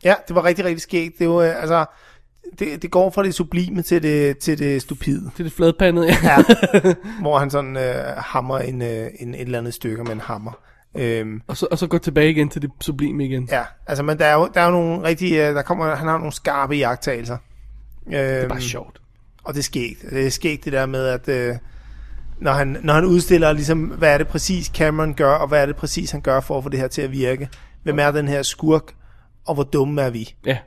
C: Ja.
D: ja, det var rigtig, rigtig skægt. Det, var, øh, altså, det, det går fra det sublime til det, til det stupide.
C: Det er det fladpandede, ja.
D: Ja. hvor han sådan øh, hammer en, øh, en, et eller andet stykke med en hammer. Øhm,
C: Og så, og så går tilbage igen til det sublime igen.
D: ja, altså, men der er jo, der er jo nogle rigtig, øh, der kommer, han har nogle skarpe jagttagelser. Øhm, det er
C: Bare sjovt.
D: Og det er skægt. Det er skægt det der med, at øh, når, han, når han udstiller, ligesom, hvad er det præcis Cameron gør, og hvad er det præcis han gør for at få det her til at virke. Hvem er den her skurk, og hvor dumme er vi?
C: Ja.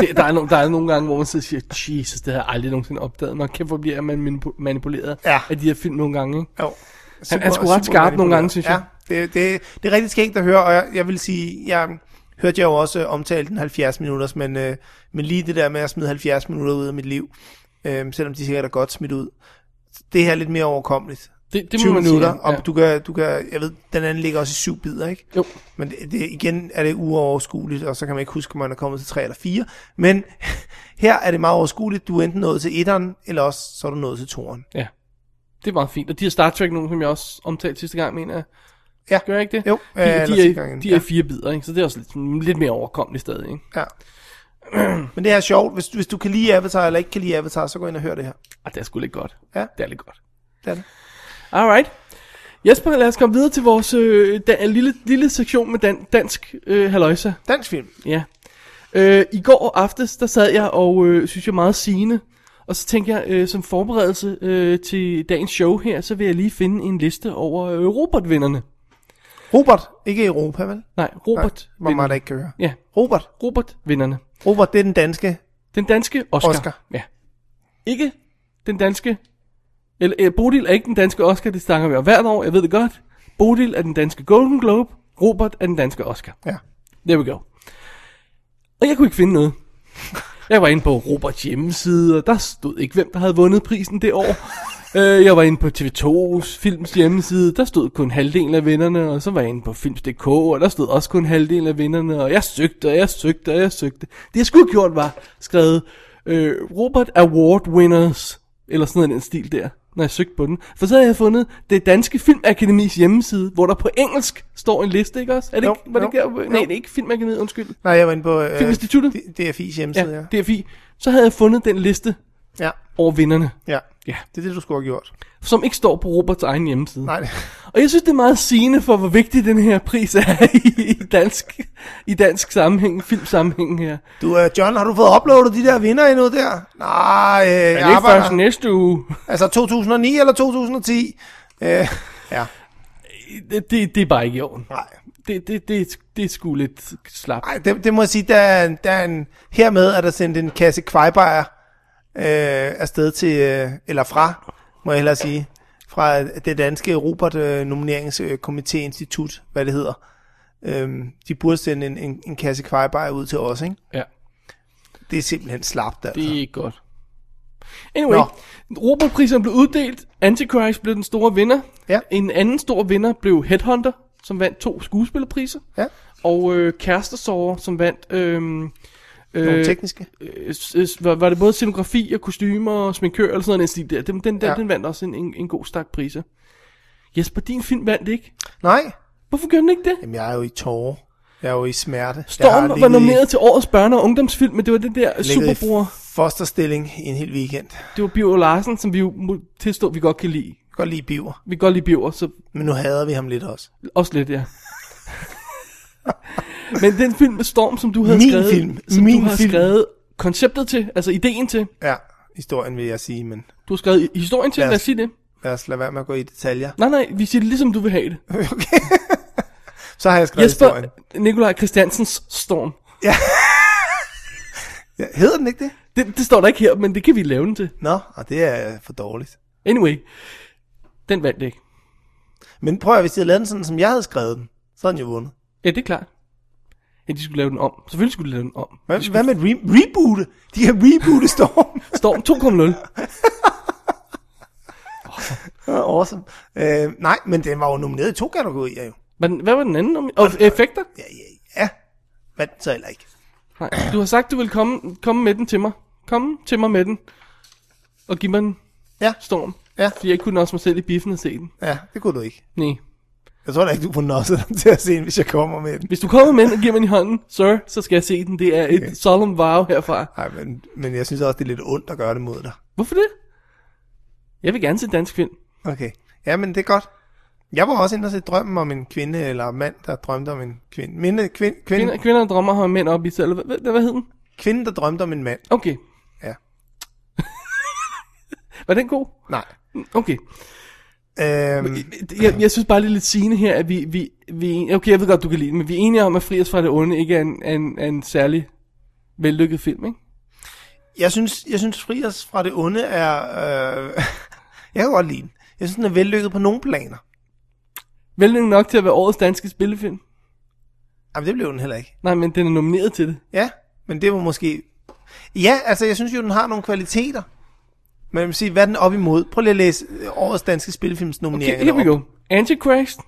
C: Det, der, er no, der er nogle gange, hvor man sidder og siger, Jesus, det har jeg aldrig nogensinde opdaget. Nå, kæft, hvor bliver man manipu- manipuleret
D: Ja.
C: af de her film nogle gange, ikke?
D: Jo.
C: Han- han skulle ret
D: super
C: skarp nogle gange, synes
D: manipuleret. Ja, det, det, det er rigtig skægt at høre, og jeg, jeg vil sige, jeg hørte jeg jo også øh, omtale den 70 minutters, men, øh, men lige det der med at smide 70 minutter ud af mit liv, øh, selvom de sikkert er godt smidt ud, det her er lidt mere overkommeligt.
C: Det, det
D: 20
C: må man
D: minutter,
C: sige,
D: og
C: ja.
D: du kan, du kan, jeg ved, den anden ligger også i syv bidder, ikke?
C: Jo.
D: Men det, det, igen er det uoverskueligt, og så kan man ikke huske, om man er kommet til tre eller fire. Men her er det meget overskueligt. Du er enten nået til etteren, eller også så er du nået til toeren.
C: Ja. Det er meget fint. Og de her Star Trek, nogle som jeg også omtalte sidste gang, mener jeg.
D: Ja.
C: Gør jeg ikke det?
D: Jo,
C: De,
D: øh,
C: de,
D: eller sidste
C: de,
D: gang igen,
C: er, de er
D: ja.
C: fire bidder, ikke? Så det er også lidt, lidt mere overkommeligt stadig, ikke?
D: Ja. Men det er sjovt. Hvis, hvis du kan lide Avatar, eller ikke kan lide Avatar, så gå ind og hør det her.
C: Ah, det er sgu lidt godt.
D: Ja.
C: Det er lidt godt.
D: Det er det.
C: Alright. Jesper, lad os komme videre til vores øh, da, lille, lille sektion med dan, dansk øh, haløjsa.
D: Dansk film.
C: Ja. Øh, I går aftes, der sad jeg og øh, synes jeg meget sigende. Og så tænkte jeg, øh, som forberedelse øh, til dagens show her, så vil jeg lige finde en liste over øh, Robert-vinderne.
D: Robert. Ikke Europa, vel?
C: Nej, Robert.
D: Hvor meget der ikke kan høre.
C: Ja,
D: Robert.
C: Robert-vinderne.
D: Robert, det er den danske
C: Den danske Oscar.
D: Oscar.
C: Ja. Ikke den danske... Eller, øh, Bodil er ikke den danske Oscar, det snakker vi om hvert år, jeg ved det godt. Bodil er den danske Golden Globe, Robert er den danske Oscar.
D: Ja.
C: There we go. Og jeg kunne ikke finde noget. Jeg var inde på Roberts hjemmeside, og der stod ikke, hvem der havde vundet prisen det år. Øh, Jeg var inde på TV2's films hjemmeside, der stod kun halvdelen af vinderne, og så var jeg inde på Films.dk, og der stod også kun halvdelen af vinderne, og jeg søgte, og jeg søgte, og jeg søgte. Det jeg skulle have gjort var skrevet øh, Robert Award Winners, eller sådan noget i den stil der, når jeg søgte på den. For så havde jeg fundet det danske Filmakademis hjemmeside, hvor der på engelsk står en liste, ikke også? Er det
D: Jo,
C: ikke, var det ikke
D: jo,
C: der?
D: jo.
C: Nej, det er ikke Filmakademiet, undskyld.
D: Nej, jeg var inde på øh,
C: Filminstituttet?
D: D- DFI's hjemmeside.
C: Ja, DFI. Så havde jeg fundet den liste
D: ja.
C: over vinderne,
D: ja.
C: Ja.
D: Det er det, du skulle have gjort.
C: som ikke står på Roberts egen hjemmeside.
D: Nej,
C: Og jeg synes, det er meget sigende for, hvor vigtig den her pris er i, i dansk, i dansk sammenhæng, filmsammenhæng her.
D: du, øh, John, har du fået uploadet de der vinder endnu der? Nej, øh,
C: Er
D: jeg
C: det ikke
D: arbejder.
C: først næste uge?
D: Altså 2009 eller 2010? Øh, ja,
C: Det, det, det er bare ikke i orden.
D: nej.
C: Det, det, det, det er sgu lidt slapt.
D: Ej, det, det må jeg sige, der er, en- der er en, hermed er der sendt en kasse kvejbejer øh, afsted til, øh, eller fra, må jeg hellere sige, fra det danske Robert øh, Nomineringskomité Institut, hvad det hedder. Øhm, de burde sende en, en, en kasse kvejbejer ud til os, ikke?
C: Ja,
D: Det er simpelthen slapt, altså.
C: det er ikke godt. Anyway,
D: Nå.
C: Robertprisen blev uddelt. Antichrist blev den store vinder.
D: Ja.
C: En anden stor vinder blev Headhunter, som vandt to skuespillerpriser.
D: Ja,
C: og øh, kærestesorger, som vandt... Øh,
D: nogle
C: øh,
D: tekniske.
C: øh, s- var, var det både scenografi og kostymer og sminkør eller sådan noget i den stil der. Den, den, den, ja.
D: Ja.
C: den vandt også en, en, en god stak priser. Jesper, din film vandt ikke.
D: Nej,
C: Hvorfor gjorde den ikke det?
D: jamen jeg er jo i tårer. Jeg er jo i smerte. jeg har
C: Storm var
D: ligget i-
C: nomineret til årets børne- og ungdomsfilm, men det var den der
D: ligget i
C: superbror.
D: fosterstilling i en hel weekend. Jeg
C: Det var Biver Larsen, som vi jo må tilstå, vi godt kan lide.
D: kan godt lide Biver,
C: Vi kan godt lide Biver, så
D: men nu hader vi ham lidt også.
C: også lidt, ja. men den film med Storm, som du havde
D: Min
C: skrevet,
D: film.
C: som
D: Min
C: du har
D: film.
C: skrevet konceptet til, altså ideen til,
D: Ja, historien vil jeg sige, men
C: Du har skrevet i- historien til,
D: Lad os-
C: lad os sige det.
D: lad os lade være med at gå i detaljer.
C: Nej, nej, vi siger det ligesom du vil have det.
D: Så har jeg skrevet Jesper...
C: Jesper
D: historien.
C: Nikolaj Christiansens Storm.
D: Ja, hedder den ikke det?
C: Det, det står der ikke her, men det kan vi lave den til.
D: Nå, og det er øh, for dårligt.
C: Anyway, den vandt ikke.
D: Men prøv at hvis de havde lavet den sådan, som jeg havde skrevet den, så havde den jo vundet.
C: Ja, det er klart. Ja, de skulle lave den om. Selvfølgelig skulle de lave den om.
D: Hvad, hvad med et re- reboote? De kan reboote Storm.
C: Storm 2.0.
D: awesome. Øh, nej, men den var jo nomineret i to kategorier jo.
C: Var den- Hvad var den anden om? Og effekter?
D: Ja, ja, ja. Hvad den så heller ikke.
C: Nej, du har sagt, du vil komme, komme med den til mig. Kom til mig med den. Og giv mig den.
D: Ja.
C: Storm.
D: Ja.
C: Fordi jeg ikke kunne også mig selv i biffen og se den.
D: Ja, det kunne du ikke.
C: Nej.
D: Jeg tror da ikke, du får nosset dem til at se den, hvis jeg kommer med den.
C: Hvis du kommer med den og giver mig den i hånden, sir, så skal jeg se den. Det er et okay. solemn vow herfra.
D: Nej, men, men jeg synes også, det er lidt ondt at gøre det mod dig.
C: Hvorfor det? Jeg vil gerne se dansk film.
D: Okay. Ja, men det er godt. Jeg var også inde og se drømmen om en kvinde, eller en mand, der drømte om en kvinde. Minde, kvinde,
C: Kvinder,
D: kvinde,
C: kvinder drømmer har mænd op i sig, eller hvad, hvad, hvad hed den?
D: kvinde, der drømte om en mand.
C: Okay.
D: Ja.
C: Var den god?
D: Nej.
C: Okay.
D: Øhm,
C: Jeg, jeg synes bare, det er lidt sigende her, at vi, vi, vi... er en- Okay, jeg ved godt, du kan lide den, men vi er enige om, at Fri os fra det onde ikke er en, er en, er en særlig vellykket film, ikke?
D: jeg, synes, jeg synes, Fri os fra det onde er... Øh, jeg kan godt lide den. Jeg synes, den er vellykket på nogle planer.
C: Vellykket nok til at være årets danske spillefilm.
D: Jamen, det blev den heller ikke.
C: Nej, men den er nomineret til det.
D: Ja, men det var måske... Ja, altså, jeg synes jo, den har nogle kvaliteter. Men jeg vil sige, hvad er den op imod? Prøv lige at læse øh, årets danske spillefilms
C: Okay,
D: nomineringer.
C: here we
D: op.
C: go. Antichrist.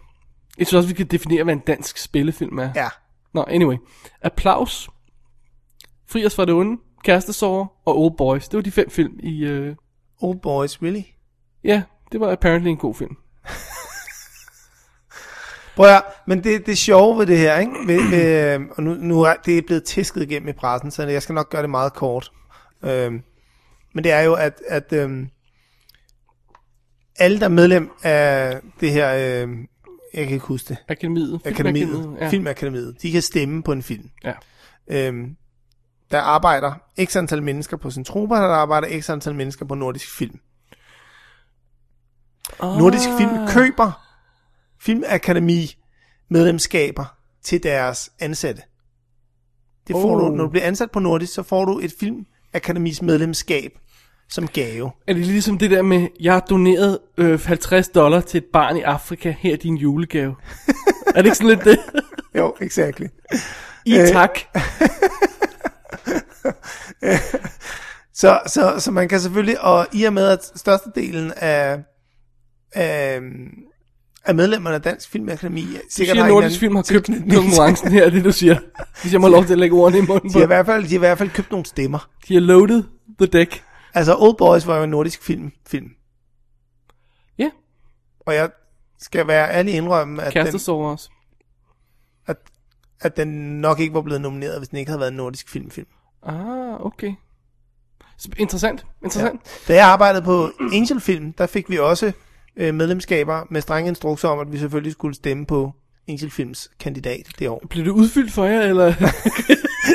C: Jeg synes også, vi kan definere, hvad en dansk spillefilm er.
D: Ja,
C: Nå, anyway. Applaus. Fri os fra det onde. Kærestesorger og Old Boys. Det var de fem film i... Øh...
D: Old Oh, Boys, really?
C: Ja, det var apparently en god film.
D: Prøv at, høre, men det, det sjove ved det her, ikke? Ved, ved, øh, og nu, nu er det er blevet tisket igennem i pressen, så jeg skal nok gøre det meget kort. Øhm, men det er jo, at, at øhm, alle, der er medlem af det her, øh, jeg kan ikke huske det,
C: Akademiet.
D: akademiet,
C: Ja.
D: filmakademiet, de kan stemme på en film.
C: ja.
D: Øhm, der arbejder x antal mennesker på Centropa, der arbejder x antal mennesker på Nordisk Film.
C: Ah,
D: Nordisk Film køber Filmakademi medlemskaber til deres ansatte. Det får
C: Oh.
D: oh. du, når du bliver ansat på Nordisk, så får du et film Akademis medlemskab som gave.
C: Er det ligesom det der med, jeg har doneret øh, 50 dollar til et barn i Afrika, her er din julegave. er det ikke sådan lidt det?
D: Jo, exactly.
C: I
D: Øh.
C: tak.
D: Så, så, så man kan selvfølgelig, og i og med, at størstedelen af, af, af medlemmerne af Dansk Filmakademi sikkert
C: siger,
D: en
C: Nordisk
D: anden
C: Film har købt
D: tilknytning
C: konkurrencen her, er det du siger. Hvis jeg må have lov til at lægge ordene i munden på.
D: til- De har, i hvert fald, de har i hvert fald købt nogle stemmer.
C: De har loaded the deck.
D: Altså, Old Boys var jo en nordisk film, film.
C: Ja,
D: Og jeg skal være ærlig indrømme, at den,
C: kæreste sover også.
D: at, at den nok ikke var blevet nomineret, hvis den ikke havde været en nordisk filmfilm.
C: Ah, okay. Så Interessant, interessant. Ja.
D: Da jeg arbejdede på Angel Film, der fik vi også øh, medlemskaber med strenge instrukser om, at vi selvfølgelig skulle stemme på Angel Films kandidat det år.
C: Blev det udfyldt for jer, eller?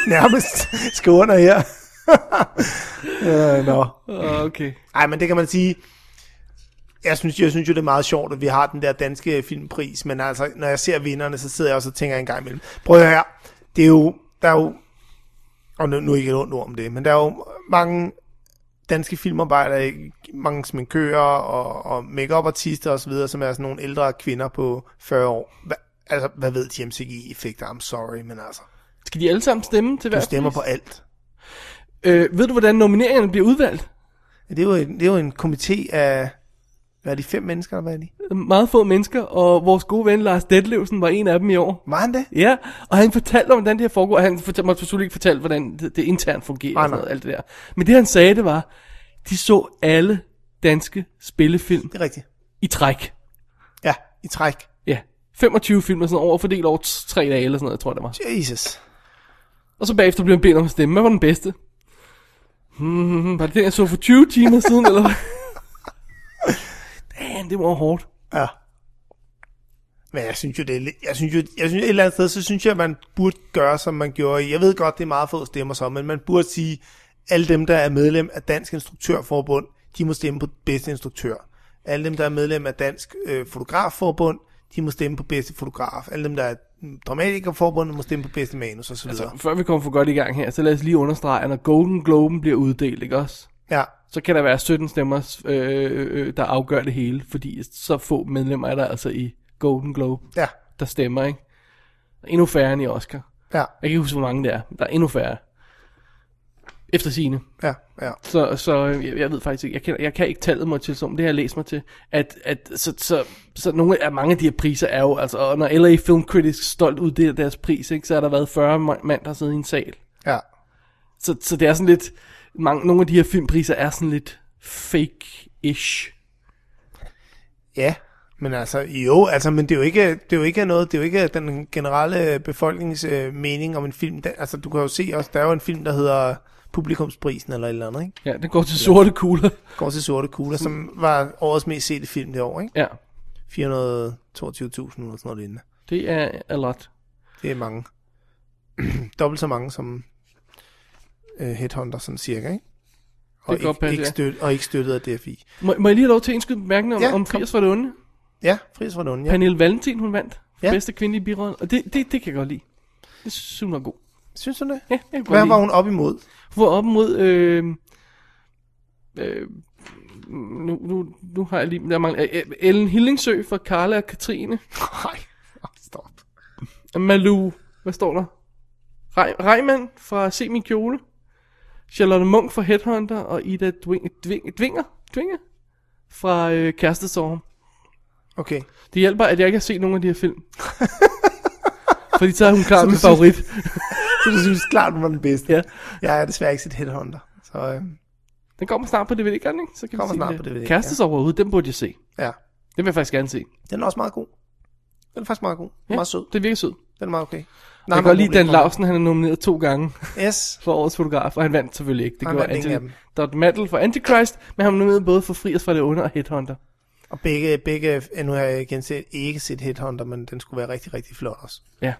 D: Nærmest skåner her. øh, nå.
C: Ah, okay.
D: Ej, men det kan man sige. Jeg synes, jeg synes jo, det er meget sjovt, at vi har den der danske filmpris, men altså, når jeg ser vinderne, så sidder jeg også og tænker en gang imellem. Prøv at høre, det er jo, der er jo, og nu, nu er ikke et ondt ord om det, men der er jo mange danske filmarbejdere, mange sminkører og, og make-up artister osv., som er sådan nogle ældre kvinder på 40 år. Hva, altså, hvad ved de om CGI-effekter? I'm sorry, men altså,
C: Skal de alle sammen stemme til hver
D: du stemmer
C: pris?
D: på alt.
C: Øh, ved du, hvordan nomineringerne bliver udvalgt?
D: Det er jo en, det er jo en komité af, hvad er de, fem mennesker, eller hvad er de?
C: Meget få mennesker, og vores gode ven Lars Detlevsen var en af dem i år.
D: Var han det?
C: Ja, og han fortalte om, hvordan det her foregår. Han fortalte, måtte selvfølgelig ikke fortælle, hvordan det, det internt fungerer
D: Nej,
C: og sådan
D: nej.
C: noget, alt det der. Men det han sagde, det var, de så alle danske spillefilm
D: Det er rigtigt.
C: i træk.
D: Ja, i træk.
C: Ja, 25 film og sådan noget, over fordelt over t- tre dage eller sådan noget, jeg tror det var.
D: Jesus.
C: Og så bagefter blev han bedt om at stemme. Hvad var den bedste? Hmm, var det den, jeg så for 20 timer siden, eller hvad? Damn, det var hårdt.
D: Ja. Men jeg synes jo, det er lidt, jeg synes jo, jeg synes et eller andet sted, så synes jeg, at man burde gøre, som man gjorde. i- Jeg ved godt, det er meget få stemmer så, men man burde sige, alle dem, der er medlem af Dansk Instruktørforbund, de må stemme på bedste instruktør. Alle dem, der er medlem af Dansk øh, Fotografforbund, de må stemme på bedste fotograf. Alle dem, der er mm, dramatikerforbundet, må stemme på bedste manus osv.
C: Så
D: Altså,
C: før vi kommer for godt i gang her, så lad os lige understrege, at når Golden Globen bliver uddelt, ikke også?
D: ja.
C: så kan der være 17 stemmer, øh, øh, der afgør det hele, fordi så få medlemmer er der altså i Golden Globe,
D: Ja.
C: der stemmer, ikke? Der er endnu færre end i Oscar.
D: Ja.
C: Jeg kan ikke huske, hvor mange det er, men der er endnu færre. Efter sine.
D: Ja. Ja.
C: Så, så øh, jeg, jeg ved faktisk ikke, jeg kan, jeg kan ikke tallet mig til, som det har jeg læst mig til, at, at så, så, så nogle af mange af de her priser er jo, altså, og når LA Film Critics stolt uddeler deres pris, ikke, så har der været 40 mand, der sidder i en sal.
D: ja.
C: Så, så det er sådan lidt, mange, nogle af de her filmpriser er sådan lidt fake-ish.
D: Ja, men altså, jo, altså, men det er jo ikke, det er jo ikke noget, det er jo ikke den generelle befolknings øh, mening om en film. Den, altså, du kan jo se også, der er jo en film, der hedder Publikumsprisen eller et eller andet, ikke?
C: Ja, den går til sorte kugler.
D: Går til sorte kugler, som var årets mest sete film det år, ikke?
C: Ja,
D: 422.000 eller sådan noget lignende.
C: det er a lot.
D: Det er mange. Dobbelt så mange som øh, Headhunter, sådan cirka, ikke? Og,
C: Det kan godt
D: ikke,
C: passe,
D: ikke
C: ja.
D: støt, og ikke støttet af DFI.
C: Må, må jeg lige have lov til at indskyde bemærkningen om,
D: Ja,
C: ja, om
D: kom.
C: Friers var det onde?
D: Ja, Fries fra Lund,
C: Ja.
D: ja.
C: Pernille Valentin, hun vandt.
D: Ja.
C: Ja. Bedste kvindelige birolle. Og det, det, det kan jeg godt lide. Det synes hun er god.
D: Synes du det?
C: Ja, jeg kan godt
D: Hvad
C: lide.
D: var hun op imod?
C: Hun var op mod... Øh, øh, nu, nu, nu har jeg lige... Der mangler, øh, Ellen Hillingsø fra Karla og Katrine.
D: Nej, stop.
C: Malou, hvad står der? Rej, Reimann fra Se min kjole. Charlotte Munk fra Headhunter og Ida Dwing, Dwing, Dvinger, Dvinger fra øh, Kærestesorgen.
D: Okay.
C: Det hjælper, at jeg ikke har set nogen af de her film. Fordi så er hun klar
D: du
C: min
D: synes-
C: favorit.
D: Så du synes klart, hun var den bedste.
C: Ja.
D: Jeg er desværre ikke set Headhunter. Så øh,
C: Den kommer snart på DVD, gør den ikke? Så kan
D: Kommer
C: vi se
D: snart
C: det.
D: på DVD, ja.
C: Kærestesorgen overhovedet, den burde jeg se.
D: ja,
C: Den vil jeg faktisk gerne se.
D: den er også meget god. Den er faktisk meget god. Ja. Meget sød.
C: Det virker sød.
D: Den er meget okay.
C: Nej, jeg kan godt lide Dan Lausen, han er nomineret to gange
D: Yes.
C: for årets fotograf, og han vandt selvfølgelig ikke. Det
D: Han
C: gjorde
D: vandt ingen af
C: Anthony Dot Mattel for Antichrist, men han var nomineret både for Friers fra det under og Headhunter.
D: Og begge, begge ja, nu har jeg igen set, ikke set Headhunter, men den skulle være rigtig, rigtig flot også.
C: Ja.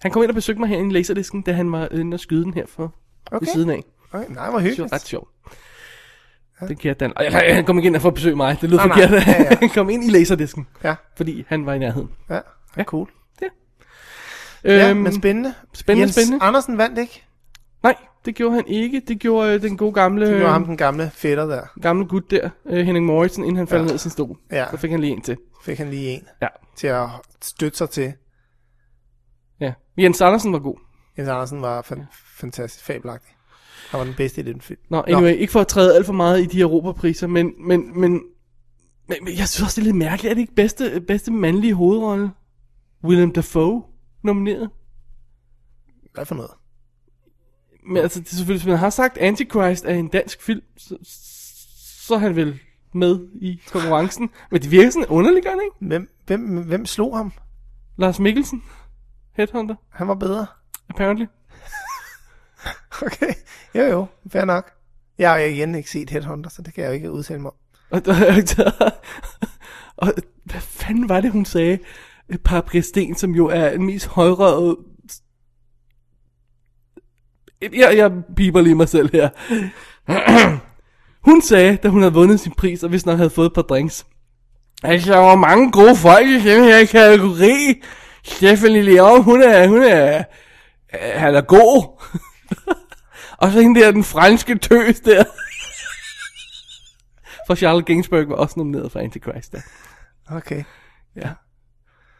C: Han kom ind og besøgte mig herinde i Laserdisken, da han var inde og skyde den her for okay. ved siden af.
D: Okay, nej, hvor
C: Det var
D: hyggeligt.
C: ret sjovt. Den kære Dan. Og jeg- han kom ikke ind for at besøge mig. Det lød
D: Nej, nej.
C: forkert.
D: Ja, ja.
C: han kom ind i Laserdisken,
D: Ja,
C: fordi han var i nærheden.
D: ja, ja, cool.
C: Ja.
D: Ja,
C: Øhm,
D: men spændende.
C: spændende,
D: Jens
C: spændende.
D: Andersen vandt ikke.
C: Øhm, nej, det gjorde han ikke. Det gjorde øh, den gode gamle,
D: Det var ham
C: øh,
D: den gamle fætter der.
C: gamle gut der, øh, Henning Morrison, inden han faldt
D: Ja.
C: ned i sin stol.
D: Ja.
C: Så fik han lige en til.
D: Fik han lige en
C: Ja.
D: til at støtte sig til.
C: ja. Jens Andersen var god.
D: Jens Andersen var fan- fantastisk, fabelagtig. Han var den bedste i den film.
C: Nå, anyway, Nå. ikke for at træde alt for meget i de Europapriser, men, men, men, men, men jeg synes også, det er lidt mærkeligt, er det ikke bedste, bedste mandlige hovedrolle? William Dafoe nomineret?
D: Hvad for noget?
C: Men altså, det er selvfølgelig, hvis man har sagt Antichrist er en dansk film, så, så er han vel med i konkurrencen. Men det virker sådan underligt, gør det ikke?
D: Hvem, hvem, hvem slog ham?
C: Lars Mikkelsen, Headhunter,
D: Han var bedre.
C: apparently.
D: Okay, jo jo, fair nok. Jeg har igen ikke set Headhunter, så det kan jeg jo ikke udtale mig om.
C: Og, og, og, og hvad fanden var det, hun sagde? Paprika Sten, som jo er den mest højrøde... Jeg, jeg piber lige mig selv her. Hun sagde, da hun havde vundet sin pris, og hvis nok havde fået et par drinks. Altså, der var mange gode folk i den her kategori. Stephanie Leon, hun er, hun er, øh, han er god. og så hende der, den franske tøs der. For Charlotte Gainsbourg var også nomineret for Antichrist. Da.
D: Okay.
C: Ja.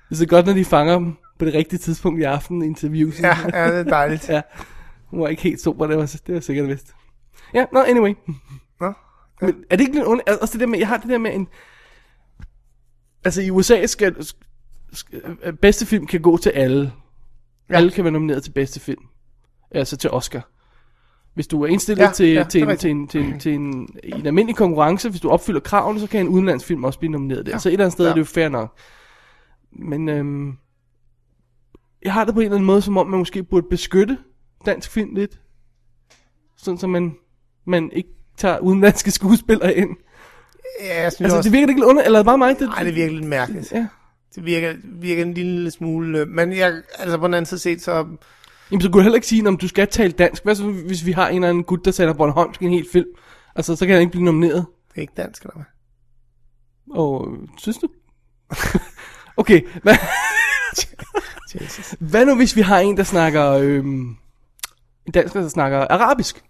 C: Det er så godt, når de fanger dem på det rigtige tidspunkt i aften i interviews.
D: Ja, ja det er dejligt.
C: ja. Hun var ikke helt sober, det var, det var sikkert vist. Ja, no, anyway.
D: Nå?
C: Men er det ikke lidt ondt? Altså, Også det der med, jeg har det der med en... Altså i USA skal, skal bedste film kan gå til alle. Ja. Alle kan være nomineret til bedste film. Altså til Oscar. Hvis du er indstillet ja,
D: Ja,
C: til,
D: ja,
C: ja,
D: det
C: til,
D: er
C: en,
D: rigtigt.
C: til, en, til, en, til en, i en almindelig konkurrence, hvis du opfylder kravene, så kan en udenlandsk film også blive nomineret der. Ja, så et eller andet sted ja.
D: ja.
C: er det jo fair nok. Men øhm, jeg har det på en eller anden måde, som om man måske burde beskytte dansk film lidt. Sådan så man, man ikke tager udenlandske skuespillere ind.
D: Ja, jeg synes
C: Altså,
D: også,
C: det virker det ikke lidt under, eller er det bare mig? Det,
D: Nej, det virker lidt mærkeligt.
C: Ja.
D: Det virker, virker en lille smule... øh, Men jeg, altså på den anden side set, så...
C: Jamen, så kunne du heller ikke sige, om du skal tale dansk. Hvad så, hvis vi har en eller anden gut, der taler Bornholmsk i en hel film? Altså, så kan han ikke blive nomineret.
D: Det er ikke dansk, eller hvad?
C: Og, øh, synes du? okay, hvad,
D: Jesus.
C: hvad nu hvis vi har en, der snakker... Øhm, en dansker, der snakker arabisk?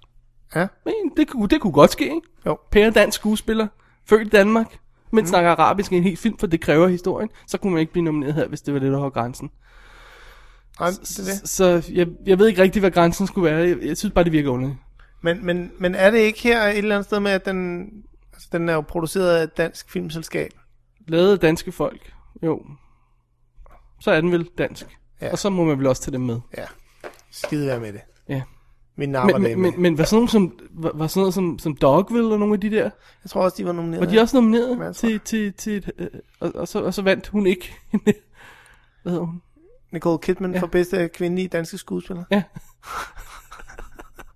D: Ja,
C: Men det, kunne, det kunne godt ske, ikke?
D: Jo.
C: Pære dansk skuespiller, født i Danmark, men mm. snakker arabisk i en hel film, for det kræver historien. Så kunne man ikke blive nomineret her, hvis det var det, der var grænsen.
D: nej, det er det.
C: Så jeg, jeg ved ikke rigtig, hvad grænsen skulle være. Jeg, jeg synes bare, det virker underligt.
D: Men, men, men er det ikke her et eller andet sted med, at den, altså, den er jo produceret af et dansk filmselskab?
C: Lavet af danske folk, jo. Så er den vel dansk. Ja.
D: Ja.
C: Og så må man vel også tage dem med.
D: Ja, skide være med det.
C: Ja.
D: Vi napper
C: Men,
D: det
C: men,
D: med.
C: men, men var sådan nogle som, var, var sådan noget som, som Dogville og nogle af de der?
D: Jeg tror også, de var nomineret.
C: Var de også nomineret
D: Masser.
C: til, til, til et, øh, og, og, så, og så vandt hun ikke. Hvad hedder hun?
D: Nicole Kidman ja. for bedste kvindelige danske skuespiller.
C: Ja.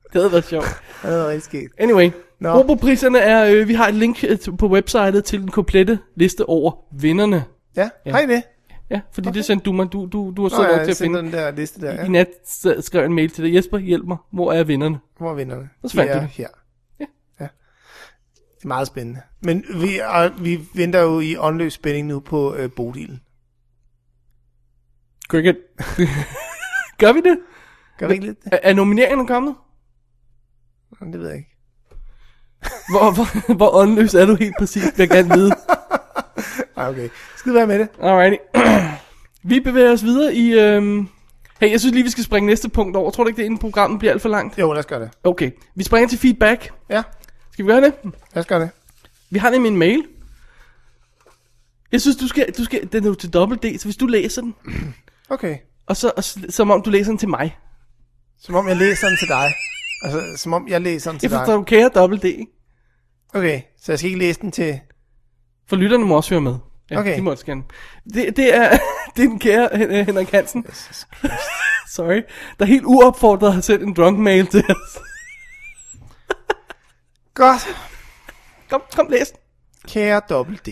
C: det havde været sjovt.
D: Ja, det er rigtig sket.
C: Anyway.
D: Nå.
C: Europapriserne er, øh, vi har et link øh, til- på websitet til den komplette liste over vinderne.
D: Ja, ja. hej det.
C: Ja, fordi okay. det sendte du mig. Du, du, du har
D: Nå,
C: så nok
D: jeg
C: til at
D: sendte
C: finde.
D: den der liste der.
C: Ja. I
D: Ja.
C: nat sad- skrev jeg en mail til dig. Jesper, hjælp mig. Hvor er vinderne?
D: Hvor er vinderne?
C: Så fandt
D: de
C: du
D: er
C: det.
D: her.
C: Ja.
D: ja. Det er meget spændende. Men vi, er, vi venter jo i åndløs spænding nu på øh, Bodil.
C: Cricket. Gør vi det?
D: Gør vi ikke lidt det?
C: Er, er nomineringerne kommet?
D: Nå, Det ved jeg ikke.
C: Hvor, hvor, hvor åndløs er du helt præcis, vil jeg gerne vide.
D: Ej, okay. Skide være med det.
C: Alrighty. vi bevæger os videre i... Øhm... Hey, jeg synes lige, vi skal springe næste punkt over. Tror du ikke, det er, inden programmet bliver alt for langt?
D: Jo, lad os gøre det.
C: Okay, vi springer til feedback.
D: Ja,
C: Skal vi gøre det?
D: lad os gøre det.
C: Vi har nemlig en mail. Jeg synes, du skal... Du skal den er jo til dobbelt D, så hvis du læser den,
D: Okay.
C: og så, og, s- som om du læser den til mig.
D: Som om jeg læser den til dig. Altså, som om jeg læser den til
C: Jeg forstår,
D: dig.
C: du kære dobbelt D, ikke?
D: Okay, så jeg skal ikke læse den til...
C: For lytterne må også høre med. Ja,
D: Okay.
C: De må også gerne. Det, det, er, det er den kære Hen- øh, Henrik Hansen. Sorry. Der helt uopfordret har sendt en drunk mail til os.
D: Godt.
C: Kom, kom læs den.
D: Kære Dobbelt D.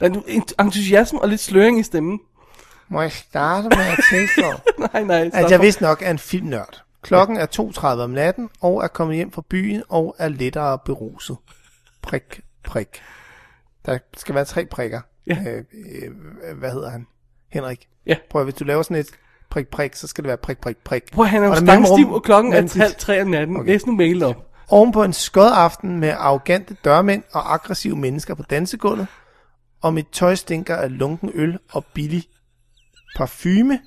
C: Der er en entusiasme og lidt sløring i stemmen.
D: Må jeg starte med at tilføje?
C: Nej, nej. stop.
D: at Altså, jeg vist nok er en filmnørd. Klokken er 2.30 om natten, og er kommet hjem fra byen, og er lettere beruset. Prik, prik. Der skal være tre prikker.
C: Ja.
D: Øh, øh, hvad hedder han? Henrik.
C: Ja.
D: Prøv at, hvis du laver sådan et prik, prik, så skal det være prik, prik, prik.
C: Prøv, han er jo
D: Og der mellemrum-
C: stangstiv, og klokken er
D: mellemrum-
C: halv tre om natten. Okay. Læs nu mail op.
D: Oven på en skød aften med arrogante dørmænd og aggressive mennesker på dansegulvet, og mit tøj stinker af lunken øl og billig parfume,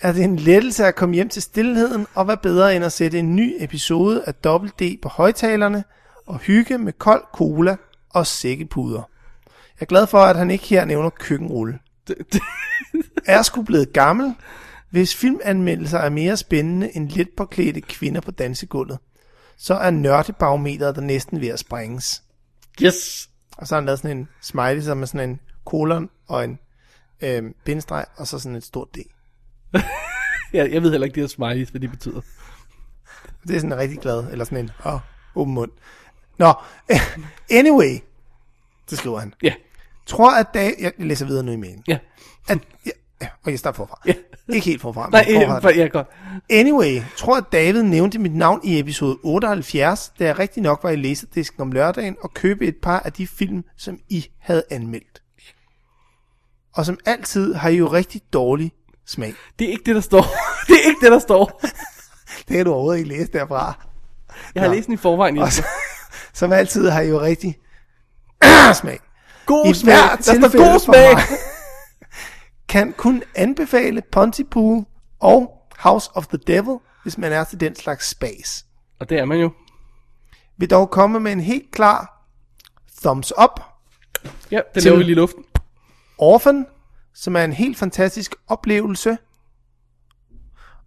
D: er det en lettelse at komme hjem til stillheden, og hvad bedre end at sætte en ny episode af Double D på højtalerne og hygge med kold cola og sækkepuder. Jeg er glad for, at han ikke her nævner køkkenrulle. er sgu blevet gammel, hvis filmanmeldelser er mere spændende end let påklædte kvinder på dansegulvet så er nørdebarometeret der næsten ved at sprænges.
C: Yes.
D: Og så har han lavet sådan en smiley, som er sådan en kolon og en øh, bindestreg, og så sådan et stort D.
C: Jeg, jeg ved heller ikke, de her smileys, hvad de betyder.
D: Det er sådan en rigtig glad, eller sådan en åh, åben mund. Nå, anyway, det skriver han.
C: Ja,
D: Tror at dag... Jeg læser videre nu i mailen.
C: ja.
D: At, ja, ja, og jeg starter forfra.
C: Ja.
D: Ikke helt forfra, men
C: Nej,
D: forfra.
C: øh, for, ja, godt.
D: Anyway, tror at David nævnte mit navn i episode 78, da jeg rigtig nok var i læserdisken om lørdagen og købe et par af de film, som I havde anmeldt. Og som altid har I jo rigtig dårlig smag.
C: Det er ikke det, der står. det er ikke det, der står.
D: Det kan du overhovedet ikke læse derfra.
C: Jeg har
D: Nå.
C: læst den i forvejen.
D: Og
C: Jesper.
D: så, som altid har I jo rigtig smag.
C: God
D: I
C: smag.
D: hvert
C: Der står
D: tilfælde
C: god
D: for
C: smag.
D: mig. kan kun anbefale Pontypool og House of the Devil, hvis man er til den slags spas.
C: Og det er man jo.
D: vil dog komme med en helt klar thumbs up.
C: Ja, det
D: Til-
C: laver vi lige i luften.
D: Orphan, som er en helt fantastisk oplevelse.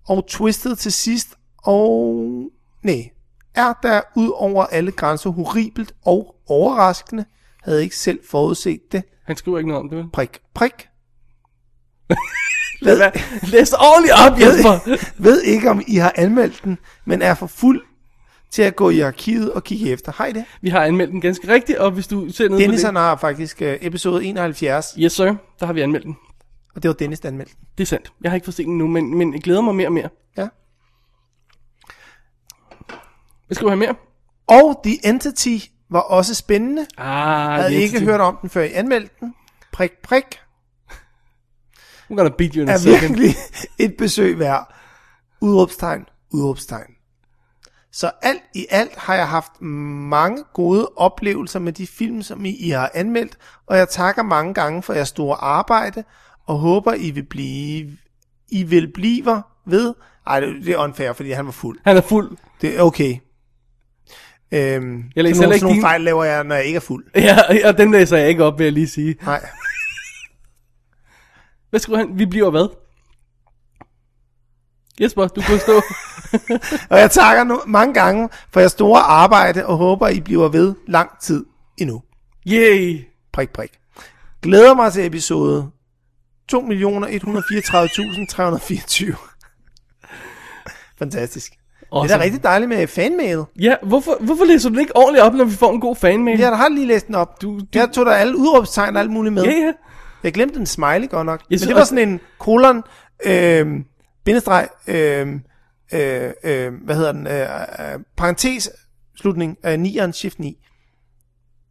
D: Og Twisted til sidst, og... Nej, er der ud over alle grænser horribelt og overraskende. Havde ikke selv forudset det.
C: Han skriver ikke noget om det, vel?
D: Prik, prik.
C: Lad, læs det ordentligt op, Jesper.
D: Ved ikke, om I har anmeldt den, men er for fuld til at gå i arkivet og kigge efter. Hej det.
C: Vi har anmeldt den ganske rigtigt, og hvis du ser ned
D: Dennis
C: på
D: han
C: det...
D: har faktisk øh, episode 71,
C: Yes, sir. Der har vi anmeldt den.
D: og det var Dennis, der anmeldte. den.
C: Det er sandt. Jeg har ikke fået set den nu, men, men jeg glæder mig mere og mere.
D: Ja.
C: Hvad skriver han mere?
D: Og The Entity var også spændende.
C: Ah,
D: Jeg havde
C: det er
D: ikke
C: interessant.
D: hørt om den, før I anmeldte den. Prik, prik
C: I'm gonna beat you in a
D: er
C: second.
D: virkelig et besøg værd. Udråbstegn, udråbstegn. Så alt i alt har jeg haft mange gode oplevelser med de film, som I, I har anmeldt, og jeg takker mange gange for jeres store arbejde, og håber, I vil blive... I vil blive ved... Ej, det det er unfair, fordi han var fuld.
C: Han er fuld.
D: Det er okay. Øhm, jeg
C: heller
D: læser sådan nogle,
C: ikke
D: sådan nogle
C: dine-
D: fejl laver jeg, når jeg ikke er fuld.
C: Ja, og den læser jeg ikke op, vil jeg lige sige.
D: Nej.
C: Hvad skriver han? Vi bliver hvad? Jesper, du kunne stå.
D: Og jeg takker nu mange gange for jeres store arbejde, og håber, I bliver ved lang tid endnu.
C: Yay!
D: Prik, prik. Glæder mig til episode 2.134.324. Fantastisk. Awesome. Det er
C: Awesome.
D: da rigtig dejligt med fanmail.
C: Ja, hvorfor, hvorfor læser du den ikke ordentligt op, når vi får en god fanmail?
D: Jeg har lige læst den op.
C: Du- du-
D: Jeg tog der alle udråbstegn og alt muligt med.
C: ja, ja.
D: Jeg glemte en smiley godt nok. Men
C: synes
D: det var
C: også-
D: sådan en kolon, øh, bindestreg, øh, øh, øh, hvad hedder den, øh, øh, parentes, slutning af 9'eren, shift 9.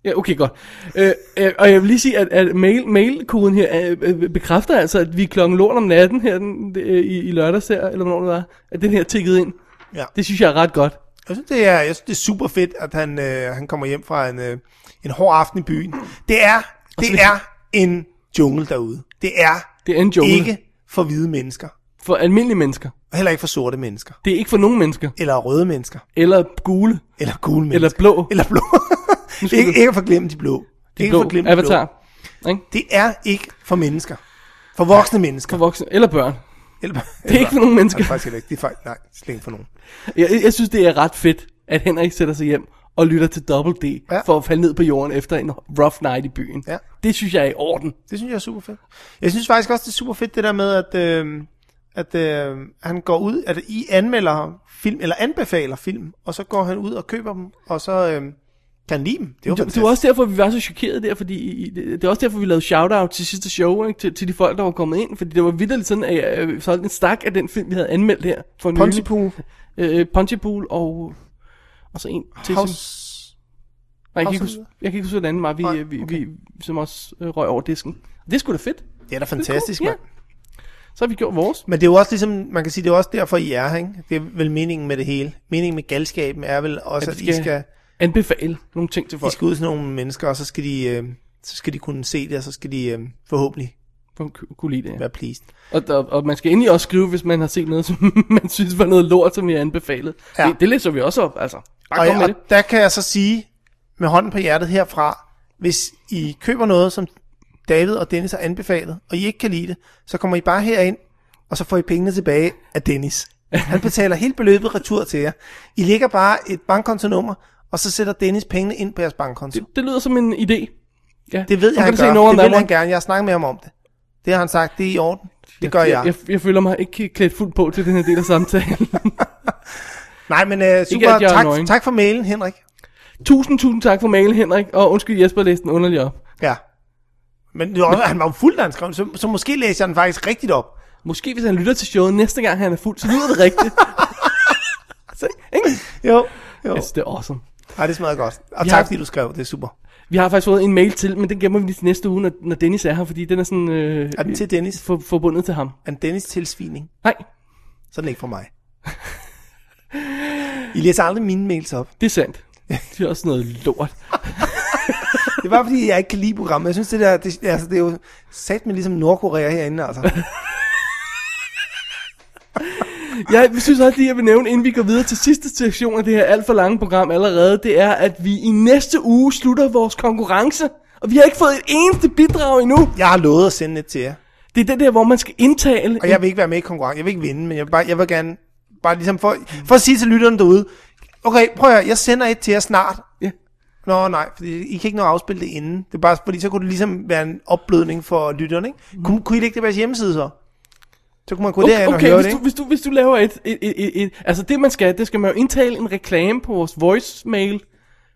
C: Ja, okay, godt. Øh, øh, og jeg vil lige sige, at, at mail, mailkoden her øh, øh, bekræfter altså, at vi er klokken lort om natten her den, øh, i, i lørdags her, eller hvornår det var, at den her tikkede ind.
D: Ja.
C: Det synes jeg er ret godt.
D: Jeg synes, det er, jeg synes, det er super fedt, at han, øh, han kommer hjem fra en, øh, en hård aften i byen. Det er, det er en jungle derude. Det er,
C: Det er en jungle.
D: ikke for hvide mennesker.
C: For almindelige mennesker.
D: Og heller ikke for sorte mennesker.
C: Det er ikke for nogen mennesker.
D: Eller røde mennesker.
C: Eller gule.
D: Eller gule mennesker.
C: Eller blå.
D: Eller blå. ikke, ikke at forglemme de blå.
C: De
D: ikke
C: blå.
D: at forglemme de
C: Avatar.
D: Blå.
C: Ikke?
D: Det er ikke for mennesker. For voksne mennesker.
C: For voksne. Eller børn.
D: Eller,
C: Det er ikke for nogen
D: Nej, det
C: mennesker.
D: er faktisk heller ikke. Det er faktisk, nej, slet ikke for nogen.
C: Jeg, jeg synes, det er ret fedt, at Henrik sætter sig hjem og lytter til Double D,
D: Ja.
C: ja. for at falde ned på jorden efter en rough night i byen.
D: Ja.
C: Det synes jeg er i orden.
D: Det synes jeg er super fedt. Jeg synes faktisk også, det er super fedt det der med, at, øh, at øh, han går ud, at I anmelder film, eller anbefaler film, og så går han ud og køber dem, og så øh, kan han lide dem. Det er jo
C: Det, det var også derfor, vi var så chokerede der, fordi i- i- det, det er også derfor, vi lavede shout-out til sidste show, ikke? Til, til de folk, der var kommet ind, fordi det var vidderligt sådan, at jeg øh, solgte en stak af den film, vi havde anmeldt her for nylig.
D: Pontypool,
C: Øh, Pontypool og, og så en til, som-
D: House,
C: Nej, jeg, kan
D: House
C: ikke
D: of
C: huske, jeg kan ikke huske, hvordan den var, vi, øh,
D: Nej,
C: okay. vi, vi, som også øh, røg over disken. Det er sgu da fedt.
D: det er da fantastisk,
C: ja.
D: mand.
C: Så har vi gjort vores.
D: Men det er jo også ligesom, man kan sige, det er også derfor, I er her, ikke? Det er vel meningen med det hele. Meningen med galskaben er vel
C: vi
D: også, at, skal... I, skal,
C: Anbefale nogle ting til
D: I
C: folk.
D: skal ud til nogle mennesker, og så skal de, øh, så skal de kunne se det, og så skal de øh, forhåbentlig
C: For at ku- kunne lide det. Ja.
D: være pleased.
C: Og, og, og, man skal endelig også skrive, hvis man har set noget, som man synes var noget lort, som vi har anbefalet. Ja.
D: Ja.
C: Det, det læser vi også op, altså. Bare
D: Og,
C: kom med
D: og
C: det.
D: der kan jeg så sige, med hånden på hjertet herfra, hvis I køber noget, som David og Dennis har anbefalet, og I ikke kan lide det, så kommer I bare herind, og så får I pengene tilbage af Dennis. Han betaler hele beløbet retur til jer. I lægger bare et bankkontonummer, og så sætter Dennis pengene ind på jeres bankkonto. Det,
C: Det lyder som en idé. Ja.
D: det
C: Så
D: ved jeg,
C: kan
D: han
C: du se
D: gør.
C: noget om
D: Det vil
C: that
D: han
C: one.
D: gerne. Jeg har snakket med ham om det. Det har han sagt, det er i orden. Det gør
C: jeg.
D: jeg.
C: Jeg, jeg føler mig ikke klædt fuldt på til den her del af samtalen.
D: Nej, men uh, super.
C: at jeg er
D: Tak,
C: annoying.
D: tak for mailen, Henrik.
C: tusind, tusind tak for mailen, Henrik. Og undskyld, Jesper læste den underlig op.
D: Ja. Men det var, han var jo fuld, da han skrev, den, så, så måske læser jeg den faktisk rigtigt op.
C: Måske hvis han lytter til showet næste gang, han er fuld, så lyder det rigtigt. så, ikke?
D: Jo, jo.
C: Yes, det er awesome.
D: Ej, det smager godt. Og
C: Vi
D: tak,
C: har-
D: fordi du skrev. Det er super.
C: Vi har faktisk fået en mail til, men den gemmer vi lige til næste uge, når, når Dennis er her, fordi den er sådan øh,
D: Er den til Dennis?
C: for, forbundet til ham.
D: Er den Dennis tilsvining?
C: Nej,
D: Så er den ikke for mig. I læser aldrig mine mails op.
C: det er sandt. Det er også noget lort.
D: Det er bare fordi, jeg ikke kan lide programmet. Jeg synes, det der, det, altså, det er jo sat med ligesom Nordkorea herinde, altså.
C: Jeg synes også lige, jeg vil nævne, inden vi går videre til sidste sektion af det her alt for lange program allerede, det er, at vi i næste uge slutter vores konkurrence. Og vi har ikke fået et eneste bidrag endnu.
D: Jeg har lovet at sende et til jer.
C: Det er den der, hvor man skal indtale.
D: Og jeg vil ikke være med i konkurrencen. Jeg vil ikke vinde, men jeg vil, bare, jeg vil gerne... Bare ligesom for,
C: Mm.
D: for at sige til lytterne derude. Okay, prøv at høre, jeg sender et til jer snart.
C: Ja.
D: Nå nej, fordi I kan ikke nå at afspille det inden. Det er bare, fordi så kunne det ligesom være en opblødning for lytterne, ikke? Mm. Kunne, kunne I lægge det på jeres hjemmeside så? Så kunne man gå okay,
C: Okay,
D: derind og
C: okay
D: høre
C: hvis,
D: det,
C: du,
D: ikke?
C: hvis, du, hvis du laver et, et, et, et, et... Altså det man skal, det skal man jo indtale en reklame på vores voicemail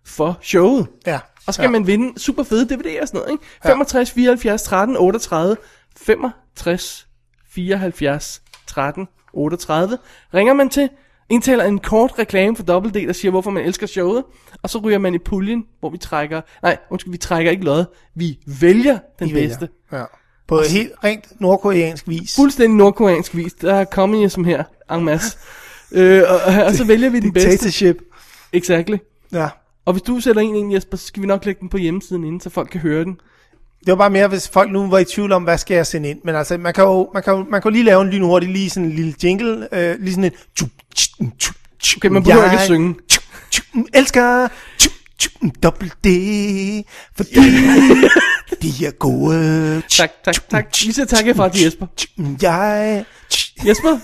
C: for showet.
D: Ja.
C: Og så skal
D: ja.
C: ja. man vinde super fede DVD'er og sådan noget, ikke? 65, 74, 13, 38, 65, 74, 13, 38. Ringer man til, indtaler en kort reklame for Double D, der siger, hvorfor man elsker showet, og så ryger man i puljen, hvor vi trækker, nej, undskyld, vi trækker ikke lod, vi vælger den
D: I
C: I
D: vælger.
C: bedste. Vælger.
D: Ja. På helt rent nordkoreansk vis.
C: Fuldstændig nordkoreansk vis, der er kommet som her, en masse. øh, og, og, så vælger vi den bedste.
D: Dictatorship.
C: Exactly.
D: Ja.
C: Og hvis du sætter en ind, Jesper, så skal vi nok lægge den på hjemmesiden inden, så folk kan høre den.
D: Det var bare mere, hvis folk nu var i tvivl om, hvad skal jeg sende ind. Men altså, man kan jo, man kan jo, man kan jo lige lave en lynhurtig, lige sådan en lille jingle, øh, lige sådan en...
C: Okay, man behøver ikke at synge.
D: Elsker dobbelt D, fordi de er gode.
C: Tak, tak, tak. Vi siger tak herfra til Jesper.
D: Jeg... Det
C: Jesper?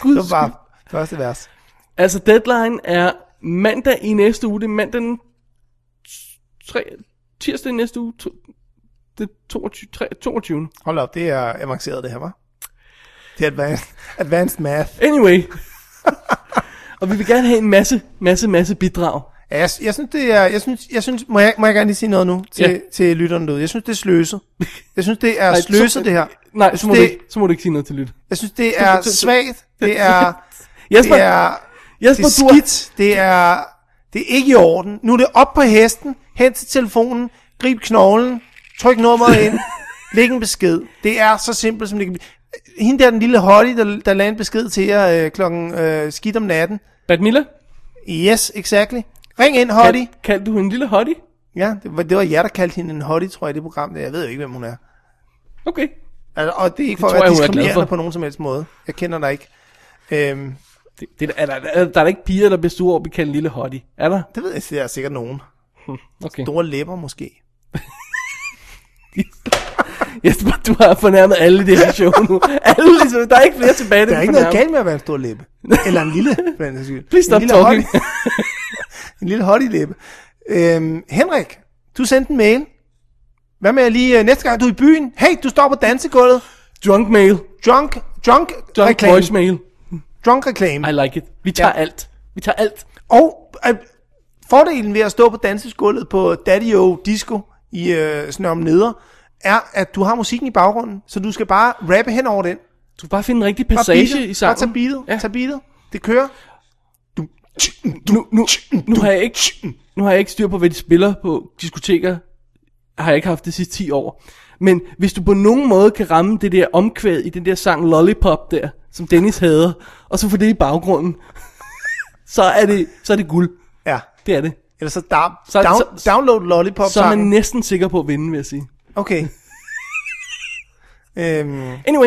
C: Gud,
D: var bare første vers.
C: altså deadline er mandag i næste uge. Det er mandag den tre, tirsdag i næste uge. To, det er 22, tre- 22.
D: Hold op, det er avanceret det her, var. Det er advanced, advanced math.
C: Anyway. Og vi vil gerne have en masse, masse, masse bidrag.
D: Ja, jeg, jeg synes, det er, jeg synes, jeg synes må, jeg, må jeg gerne lige sige noget nu til,
C: Ja.
D: ja. til lytterne derude? Jeg synes, det er sløset. Jeg synes, det er
C: Ej,
D: Ej,
C: så-
D: sløset, det her.
C: Nej,
D: jeg
C: så må, det...
D: synes,
C: du
D: det,
C: ikke, så må du ikke sige noget til lyt.
D: jeg synes, det er svagt. Det er, det
C: Jesper,
D: er, det
C: Jesper,
D: er
C: du har...
D: skidt. Det er, det er ikke i orden. Nu er det op på hesten, hen til telefonen, grib knoglen, tryk nummeret ind, læg en besked. Det er så simpelt, som det kan blive. Hende der, den lille hottie, der, der lagde en besked til jer øh, klokken øh, skidt om natten.
C: Badmilla,
D: Yes, exactly. Ring ind, hottie.
C: kald, kaldte du en lille hottie?
D: Ja, det var, det var jer, der kaldte hende en hottie, tror jeg, i det program. der. Jeg ved jo ikke, hvem hun er.
C: Okay.
D: Altså, og det er ikke for
C: Det
D: at
C: tror jeg,
D: være
C: hun er glad
D: diskriminerende
C: for.
D: på nogen som helst måde. Jeg kender dig ikke. Øhm,
C: Det, det, er, der, er, der er der ikke piger, der bliver sure over, at vi kalder en lille hottie. Er der?
D: det ved jeg, der er sikkert nogen.
C: Okay.
D: Store læber måske.
C: Jesper, du har fornærmet alle i det her show nu. Alle, ligesom, der er ikke flere tilbage,
D: Der er ikke noget galt med at være en stor læbe. Eller en lille, for den sags skyld.
C: Please stop
D: en lille
C: talking.
D: hottie- en lille hottie-læbe. Øhm, Henrik, du sendte en mail. Hvad med at lige øh, næste gang, du er i byen? Hey, du står på dansegulvet.
C: Drunk mail.
D: Drunk, drunk,
C: Drunk
D: reklame.
C: voicemail.
D: Drunk reklame.
C: I like it. Vi tager
D: Ja.
C: alt. Vi tager alt.
D: Og øh, fordelen ved at stå på dansesgulvet på Daddy O Disco i øh, Snørum Neder, er, at du har musikken i baggrunden, så du skal bare rappe hen over den.
C: Du kan bare finde en rigtig
D: Bare,
C: passage
D: beatet,
C: i
D: bare tag
C: sangen.
D: beatet,
C: Ja.
D: ja. tag beatet. Det kører.
C: Nu, nu, nu, har jeg ikke, nu har jeg ikke styr på, hvad de spiller på diskoteker. Har jeg ikke haft det sidste 10 år. Men hvis du på nogen måde kan ramme det der omkvæd i den der sang Lollipop der, som Dennis hader, og så få det i baggrunden, så er det, så er det guld.
D: Ja.
C: Det er det.
D: Eller så, down,
C: Så-
D: så, down,
C: så-
D: så download lollipop
C: Så er man
D: sangen.
C: næsten sikker på at vinde, vil jeg sige.
D: Okay. øhm,
C: Anyway,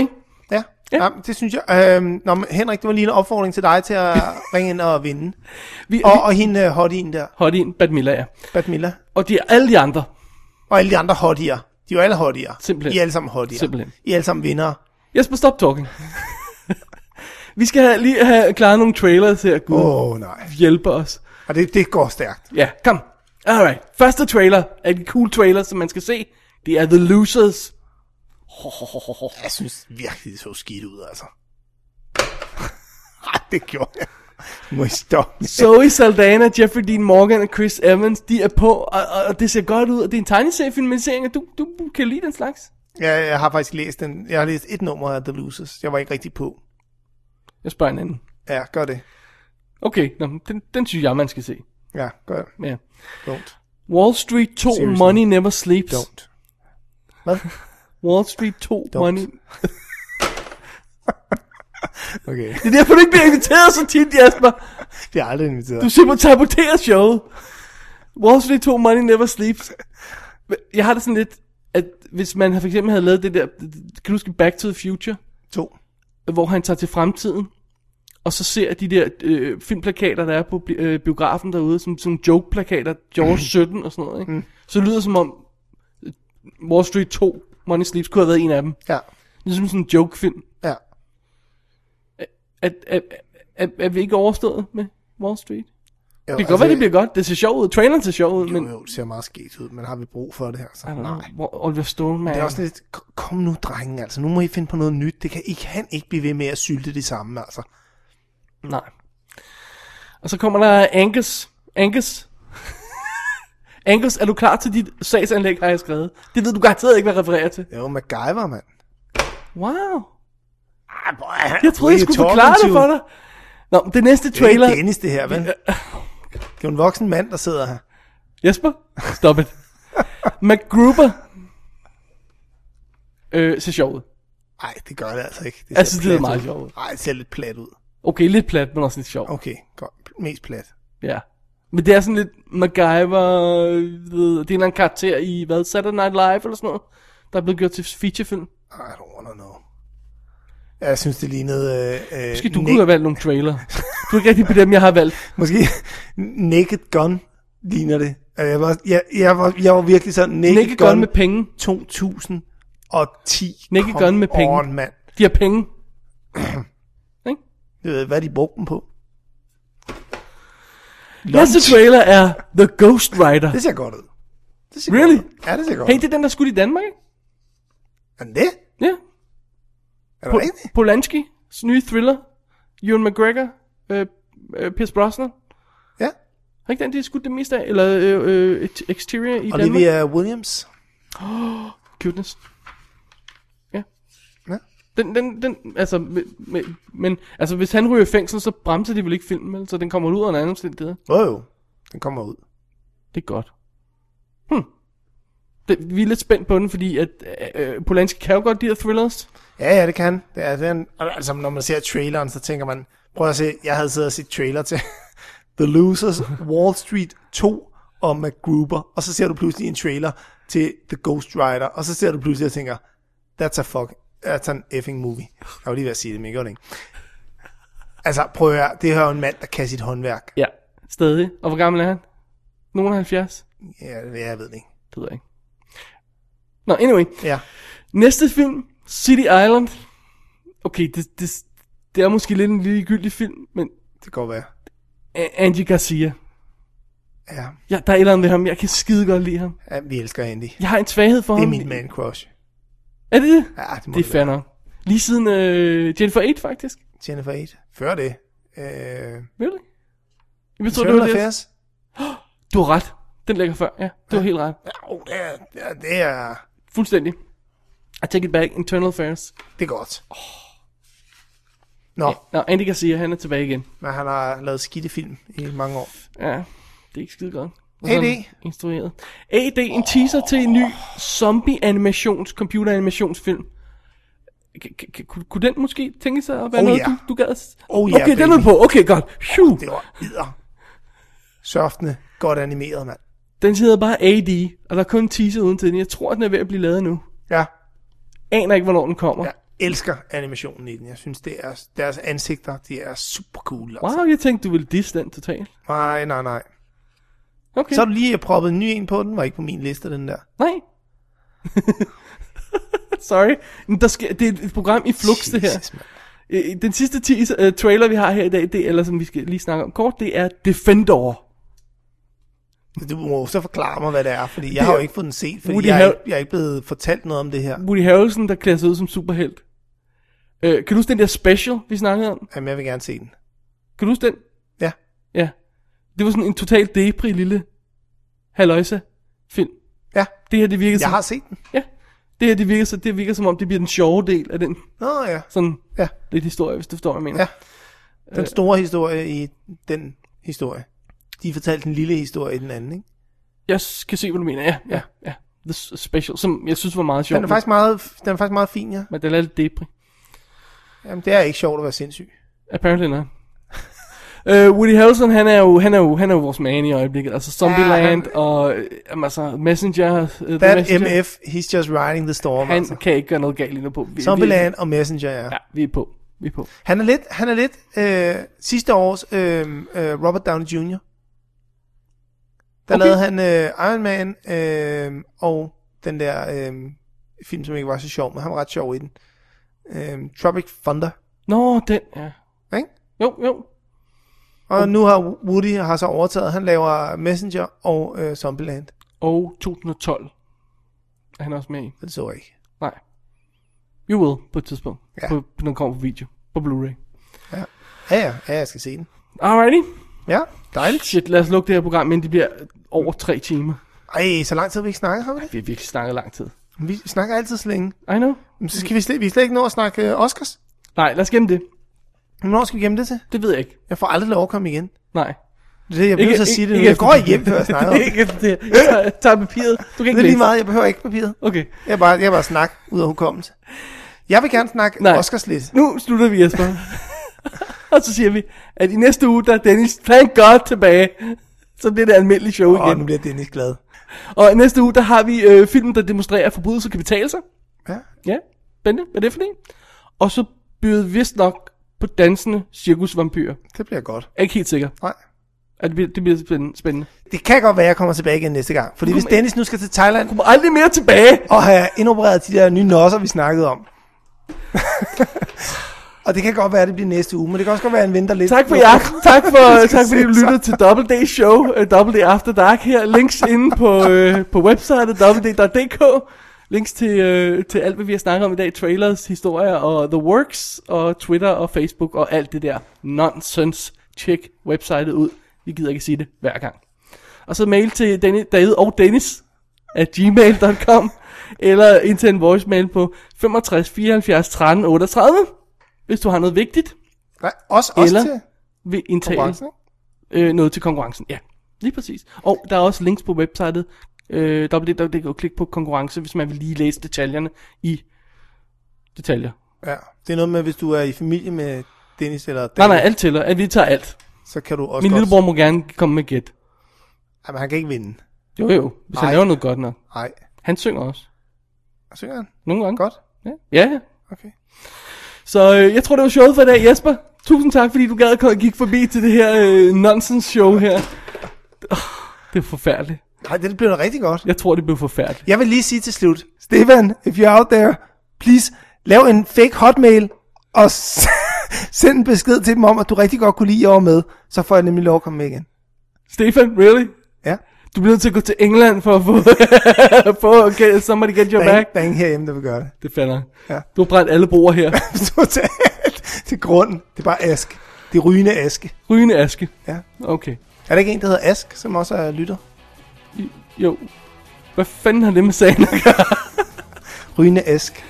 D: ja.
C: Ja.
D: Ja. Jamen, det synes jeg. Øhm, nå, men Henrik, det var lige en opfordring til dig til at ringe ind og vinde.
C: vi
D: Og, og hende øh, hottien der,
C: hot ind, Badmilla ja.
D: Batmilla.
C: Og de, alle de andre,
D: Og alle de andre hottier. De er jo alle hottier.
C: Simpelthen.
D: I er alle sammen hottier.
C: Simpelthen.
D: I er alle sammen vinder.
C: Jesper, stop talking. vi skal have, lige have klaret nogle trailers her, Gud oh.
D: Åh, oh, nej.
C: hjælper os.
D: Og det, det går stærkt.
C: Ja, kom. Alright, første trailer af de cool trailer, som man skal se, det er The Losers.
D: Jeg synes virkelig, det så skidt ud, altså. Ej, det gjorde jeg. Må I stoppe?
C: Zoe Saldana, Jeffrey Dean Morgan og Chris Evans, de er på, og, og, og det ser godt ud, og det er en tegneseriefilmatisering, og du, du kan lide den slags.
D: Jeg, jeg har faktisk læst den. Jeg har læst et nummer af The Losers. Jeg var ikke rigtig på.
C: Jeg spørger en anden.
D: Ja, gør det.
C: Okay, nå, men den, den synes jeg, man skal se.
D: Ja, gør det.
C: Ja.
D: Don't.
C: Wall Street 2,
D: Seriously.
C: Money Never Sleeps.
D: Don't. Hvad?
C: Wall Street 2,
D: Don't.
C: Money...
D: Okay.
C: Det er derfor, du ikke bliver inviteret så tit, Jasper.
D: Det er aldrig inviteret.
C: Du simpelthen saboterer showet. Wall Street 2 Money Never Sleeps. Jeg har det sådan lidt, at hvis man for eksempel havde lavet det der, kan du huske Back to the Future,
D: To.
C: hvor han tager til fremtiden, og så ser de der øh, filmplakater, der er på bi- øh, biografen derude, som, som joke-plakater, George 17 og sådan noget, ikke? så lyder det som om øh, Wall Street 2 Money Sleeps kunne have været en af dem.
D: Ja.
C: Ligesom sådan en joke-film.
D: Ja.
C: Er, er, er, er vi ikke overstået med Wall Street? Det
D: Jo,
C: kan godt være, det bliver godt. Det ser sjovt ud. Traileren ser sjov ud, men...
D: altså, Jo, jo, det ser meget sket ud, men har vi brug for det her? Så?
C: I don't
D: Nej.
C: know, hvor Oliver Stone, man.
D: Det er også lidt, k- kom nu drengen, altså, nu må I finde på noget nyt. Det kan, I kan ikke blive ved med at sylte det samme, altså.
C: Nej. Og så kommer der Angus. Angus. Angus, er du klar til dit sagsanlæg, har jeg skrevet. Det ved du garanteret ikke, hvad jeg refererer til.
D: Jo, MacGyver, mand.
C: Wow.
D: Ej, hvor er han-
C: Jeg troede, jeg
D: Who are
C: skulle
D: you
C: forklare
D: talking
C: det for
D: to?
C: dig. Nå, men det næste
D: Det er
C: trailer...
D: ikke Dennis, det her, vel? Det er jo en voksen mand, der sidder her.
C: Jesper, stop it. MacGruber. Øh, ser sjov ud.
D: Nej, det gør det altså ikke. Det
C: Jeg synes, det er meget sjovt.
D: Nej, det ser lidt plat ud.
C: Okay, lidt plat, men også lidt sjov.
D: Okay, godt. Mest plat.
C: Ja. Men det er sådan lidt MacGyver, øh, ved- det er en eller anden karakter i, hvad, Saturday Night Live eller sådan noget, der er blevet gjort til featurefilm.
D: I don't wanna know. Ja, Jeg synes, det lignede... Øh, øh,
C: Måske du kunne have valgt nogle trailer. Du er ikke rigtig på dem, jeg har valgt.
D: Måske Naked Gun ligner det. Øh, Jeg var, jeg, jeg var, jeg var virkelig sådan, Naked,
C: Naked Gun med penge.
D: 2010.
C: Naked
D: Come
C: Gun med penge.
D: On, mand.
C: De har penge. Ikke?
D: Jeg ved, hvad de brugte dem på.
C: Næste trailer er The Ghost Rider.
D: Det ser godt ud. Det ser
C: Really?
D: Godt ud. Ja, det ser godt
C: Hey,
D: ud.
C: det er den, der skulle i Danmark, ikke?
D: Er det?
C: Ja.
D: Er det
C: Po-
D: rigtigt?
C: Polanski, nye thriller. Ewan McGregor, øh, øh, Pierce Brosnan.
D: Ja.
C: Har ikke den, de har skudt det meste af? Eller øh, øh, et- Exterior i Danmark?
D: Olivia Williams.
C: Cuteness. Ja.
D: Ja.
C: Den, den, den, altså, med, med, men, altså, hvis han ryger i fængsel, så bremser de vel ikke filmen, vel? Så den kommer ud af en anden omstændighed.
D: Åh jo, den kommer ud.
C: Det er godt. Hmm. Det, vi er lidt spændt på den, fordi at, øh, øh, Polanski kan jo godt de her thrillers.
D: Ja, ja, det kan. Det er, det er en, altså, når man ser traileren, så tænker man, prøv at se, jeg havde siddet og set trailer til The Losers, Wall Street 2 og MacGruber, og så ser du pludselig en trailer til The Ghost Rider, og så ser du pludselig og tænker, that's a fuck, that's an effing movie. Jeg var lige ved at sige det, men jeg gjorde det ikke. Altså, prøv at høre, det her er jo en mand, der kan sit håndværk.
C: Ja. Stadig. Og hvor gammel er han? Nogen 70?
D: Ja, det- jeg ved det ikke.
C: Det ved jeg ikke. Nå, anyway.
D: Ja,
C: Næste film, City Island. Okay, det, det, det er måske lidt en ligegyldig film, men
D: det kan godt være.
C: A- Angie Garcia.
D: Ja,
C: Ja, der er et eller andet ved ham. Jeg kan skide godt lide ham.
D: ja vi elsker Andy.
C: Jeg har en svaghed for
D: Det er
C: ham.
D: min man crush.
C: Er det det?
D: Ja, det må
C: Det er
D: det
C: fair nok. Lige siden øh, Jennifer 8, faktisk.
D: være. Jennifer 8. Før det. Øh,
C: Really? Jeg tror, det
D: Internal
C: var det.
D: Affairs.
C: Du har ret. Den ligger før, ja. Du har helt ret.
D: Ja, oh, det, er, det, er, det er,
C: Fuldstændig. I take it back. Internal Affairs.
D: det er godt. Nå, ja.
C: Nå, Andy Garcia, han er tilbage igen.
D: men han har lavet skidte film i mange år.
C: Ja, det er ikke skide godt. Og sådan
D: AD.
C: Instrueret. AD, en teaser til en ny zombie-animations, computeranimationsfilm. K- k- k- kunne- Kunne den måske tænke sig at være
D: Oh,
C: noget,
D: ja.
C: du, du gad? at-
D: Oh, ja,
C: okay, den
D: baby.
C: er på. Okay, godt. Phew.
D: Det var edder. Softene, godt animeret, mand.
C: Den hedder bare AD, og der er kun en teaser uden til den. Jeg tror, den er ved at blive lavet nu.
D: Ja,
C: Aner ikke, hvornår den kommer.
D: jeg elsker animationen i den. Jeg synes, det er, deres ansigter, de er super cool. Altså.
C: Wow, jeg tænkte, du ville disse den totalt.
D: Nej, nej, nej.
C: Okay.
D: Så har du lige proppet en ny en på, den var ikke på min liste, den der.
C: Nej. Sorry. Men der sker, det er et program i flux, det her.
D: Jesus, mand.
C: Øh, Den sidste teaser, uh, trailer, vi har her i dag, det, eller som vi skal lige snakke om kort, det er Defender.
D: Du må så forklare mig, hvad det er, fordi jeg
C: er-
D: har jo ikke fået den set, fordi
C: Woody
D: jeg, er
C: Har-
D: ikke, jeg er ikke blevet fortalt noget om det her.
C: Woody Harrelson, der klæder sig ud som superhelt. Uh, kan du huske den der special, vi snakkede om?
D: Jamen, jeg vil gerne se den.
C: Kan du huske den?
D: Ja,
C: Ja. Det var sådan en total depri lille haløjsa film.
D: ja,
C: Det her, det virker
D: jeg
C: som...
D: har set den.
C: Ja. Det her, det virker, så, det virker som om, det bliver den sjove del af den
D: Nå ja,
C: sådan
D: ja,
C: lidt historie, hvis du forstår, hvad jeg mener.
D: ja. Den store historie i den historie. De fortalte den lille historie i den anden, ikke?
C: Jeg kan se, hvad du mener. Ja, ja, ja. The Special, som jeg synes var meget sjovt.
D: Den er faktisk meget, den er faktisk meget fin, ja.
C: Men den er lidt depri.
D: Jamen, det er ikke sjovt at være sindssyg.
C: Apparently not. Uh, Woody Harrelson, han er, jo, han, er jo, han er jo vores man i øjeblikket. Altså Zombieland
D: han-
C: ja, og øh, jamen, altså, Messenger. Uh, The
D: That
C: Messenger.
D: MF, he's just riding the storm, han,
C: Han
D: altså.
C: kan ikke gøre noget galt endnu på. Vi,
D: Zombieland og Messenger, ja.
C: Vi, ja, vi er på. Vi er på.
D: Han er lidt, han er lidt øh, sidste års øh, øh, Robert Downey Jr. Der
C: Okay.
D: okay. lavede han øh, Iron Man øh, og den der øh, film, som ikke var så sjov, men han var ret sjov i den. Øh, Tropic Thunder.
C: Nå, den, ja.
D: Ikke?
C: Jo, jo.
D: Og nu har Woody har så overtaget. Han laver Messenger og øh, Zombieland.
C: Og 2012 er han også med i.
D: Det så jeg ikke.
C: Nej. You will på et tidspunkt.
D: Ja.
C: Ja. På, når den kommer på video. På Blu-ray.
D: Ja, ja, ja, jeg skal se den.
C: Alrighty.
D: Ja, dejligt.
C: Shit, lad os lukke det her program, men det bliver over tre timer.
D: Ej, så lang tid har vi ikke snakket, har vi det?
C: Vi har virkelig snakket lang tid.
D: Vi snakker altid så længe.
C: I know.
D: Men så skal vi slet, vi slet ikke nå at snakke øh, Oscars.
C: Nej, lad os gemme det.
D: Hvornår skal vi gemme det til?
C: Det ved jeg ikke.
D: Jeg får aldrig lov at komme igen.
C: Nej.
D: Det er det, jeg bliver så at sige det nu. Jeg
C: efter
D: går
C: det.
D: hjem, før jeg snakker om det.
C: ikke efter det. her. Jeg tager, jeg tager papiret. Du kan
D: Det
C: ikke
D: er lige
C: læse.
D: meget, jeg behøver ikke papiret.
C: Okay.
D: Jeg er bare, jeg er bare snak ud af hukommelse. Jeg vil gerne snakke
C: Nej.
D: Oscars lidt.
C: Nu slutter vi, Jesper. og så siger vi, at i næste uge, der er Dennis thank God tilbage. Så bliver det almindelige show
D: Åh,
C: igen.
D: nu bliver Dennis glad.
C: Og i næste uge, der har vi øh, filmen, der demonstrerer, at forbrydelser kan betale sig.
D: Ja.
C: Ja, spændende. Hvad er det for en? Og så byder vi vist nok på dansende cirkusvampyrer.
D: Det bliver godt.
C: Jeg er ikke helt sikker.
D: Nej.
C: At det bliver, det bliver spændende. spændende.
D: Det kan godt være, at jeg kommer tilbage igen næste gang. Fordi hvis Dennis nu skal til Thailand
C: Du må aldrig mere tilbage.
D: og have indopereret de der nye nosser, vi snakkede om. og det kan godt være, at det bliver næste uge, men det kan også godt være, at han venter lidt.
C: Tak for
D: Jo.
C: jer. Tak for,
D: skal
C: tak fordi
D: se
C: du lyttede til Double Day Show, øh, Double Day After Dark her. Links inde på, øh, på websitet doubleday.dk. Links til, øh, til alt, hvad vi har snakket om i dag. Trailers, historier og The Works og Twitter og Facebook og alt det der nonsense. Tjek websitet ud. Vi gider ikke sige det hver gang. Og så mail til Dennis, David og Dennis at gmail.com eller indtil en voicemail på 65 74 13 38, hvis du har noget vigtigt
D: Nej, også, også
C: Eller-
D: til
C: vil indtale
D: konkurrencen. ikke?
C: øh, noget til konkurrencen. Ja, lige præcis. Og der er også links på websitet. Øh, www.dk. Klik på konkurrence, hvis man vil lige læse detaljerne i detaljer.
D: Ja. Det er noget med, hvis du er i familie med Dennis eller Dennis,
C: Nej, nej, alt tæller. At vi tager alt.
D: så kan du også
C: Min
D: godt...
C: lillebror må gerne komme med gæt.
D: Jamen, han kan ikke vinde.
C: Jo, jo. Hvis
D: Ej.
C: han laver noget godt nok.
D: Nej.
C: Han synger også.
D: Synger han?
C: Nogle gange.
D: Godt.
C: Ja, ja. ja.
D: Okay.
C: Så øh, jeg tror, det var showet for i dag, Jesper. Tusind tak, fordi du gad at komme og gik forbi til det her øh, nonsense-show her. Åh, Det er forfærdeligt.
D: Nej, det blev da rigtig godt.
C: Jeg tror, det blev forfærdeligt.
D: Jeg vil lige sige til slut, Stefan, if you're out there, please lav en fake hotmail og s- send en besked til dem om, at du rigtig godt kunne lide, at jeg var med. Så får jeg nemlig lov at komme med igen.
C: Stefan, really?
D: Ja.
C: Du bliver nødt til at gå til England for at få, for at get, somebody get your
D: Der er,
C: back.
D: ingen, der er ingen herhjemme, der vil gøre det.
C: Det falder.
D: Ja.
C: Du har brændt alle broer her.
D: Totalt. Til grunden. Det er bare ask. Det er rygende aske.
C: Rygende aske.
D: Ja.
C: Okay.
D: Er der ikke en, der hedder Ask, som også er lytter?
C: I- Jo. Hvad fanden har det med sagen at gøre?
D: Rygende ask.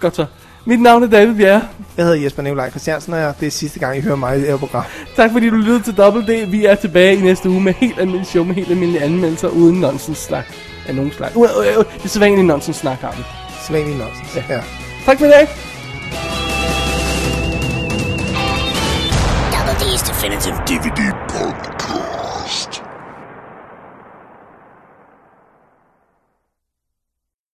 C: Godt så. Mit navn er David Bjerre.
D: Jeg hedder Jesper Nikolaj Christiansen, og det er sidste gang, I hører mig i det her program.
C: Tak fordi du lyttede til Double D. Vi er tilbage i næste uge med helt almindelig show, med helt almindelige anmeldelser, uden nonsenssnak. Af nogen slags. Uh, uh, uh, det er sædvanlig nonsenssnak har vi.
D: Svanlig Nonsens. Ja.
C: Tak for i dag.
B: Double D's Definitive
E: DVD podcast.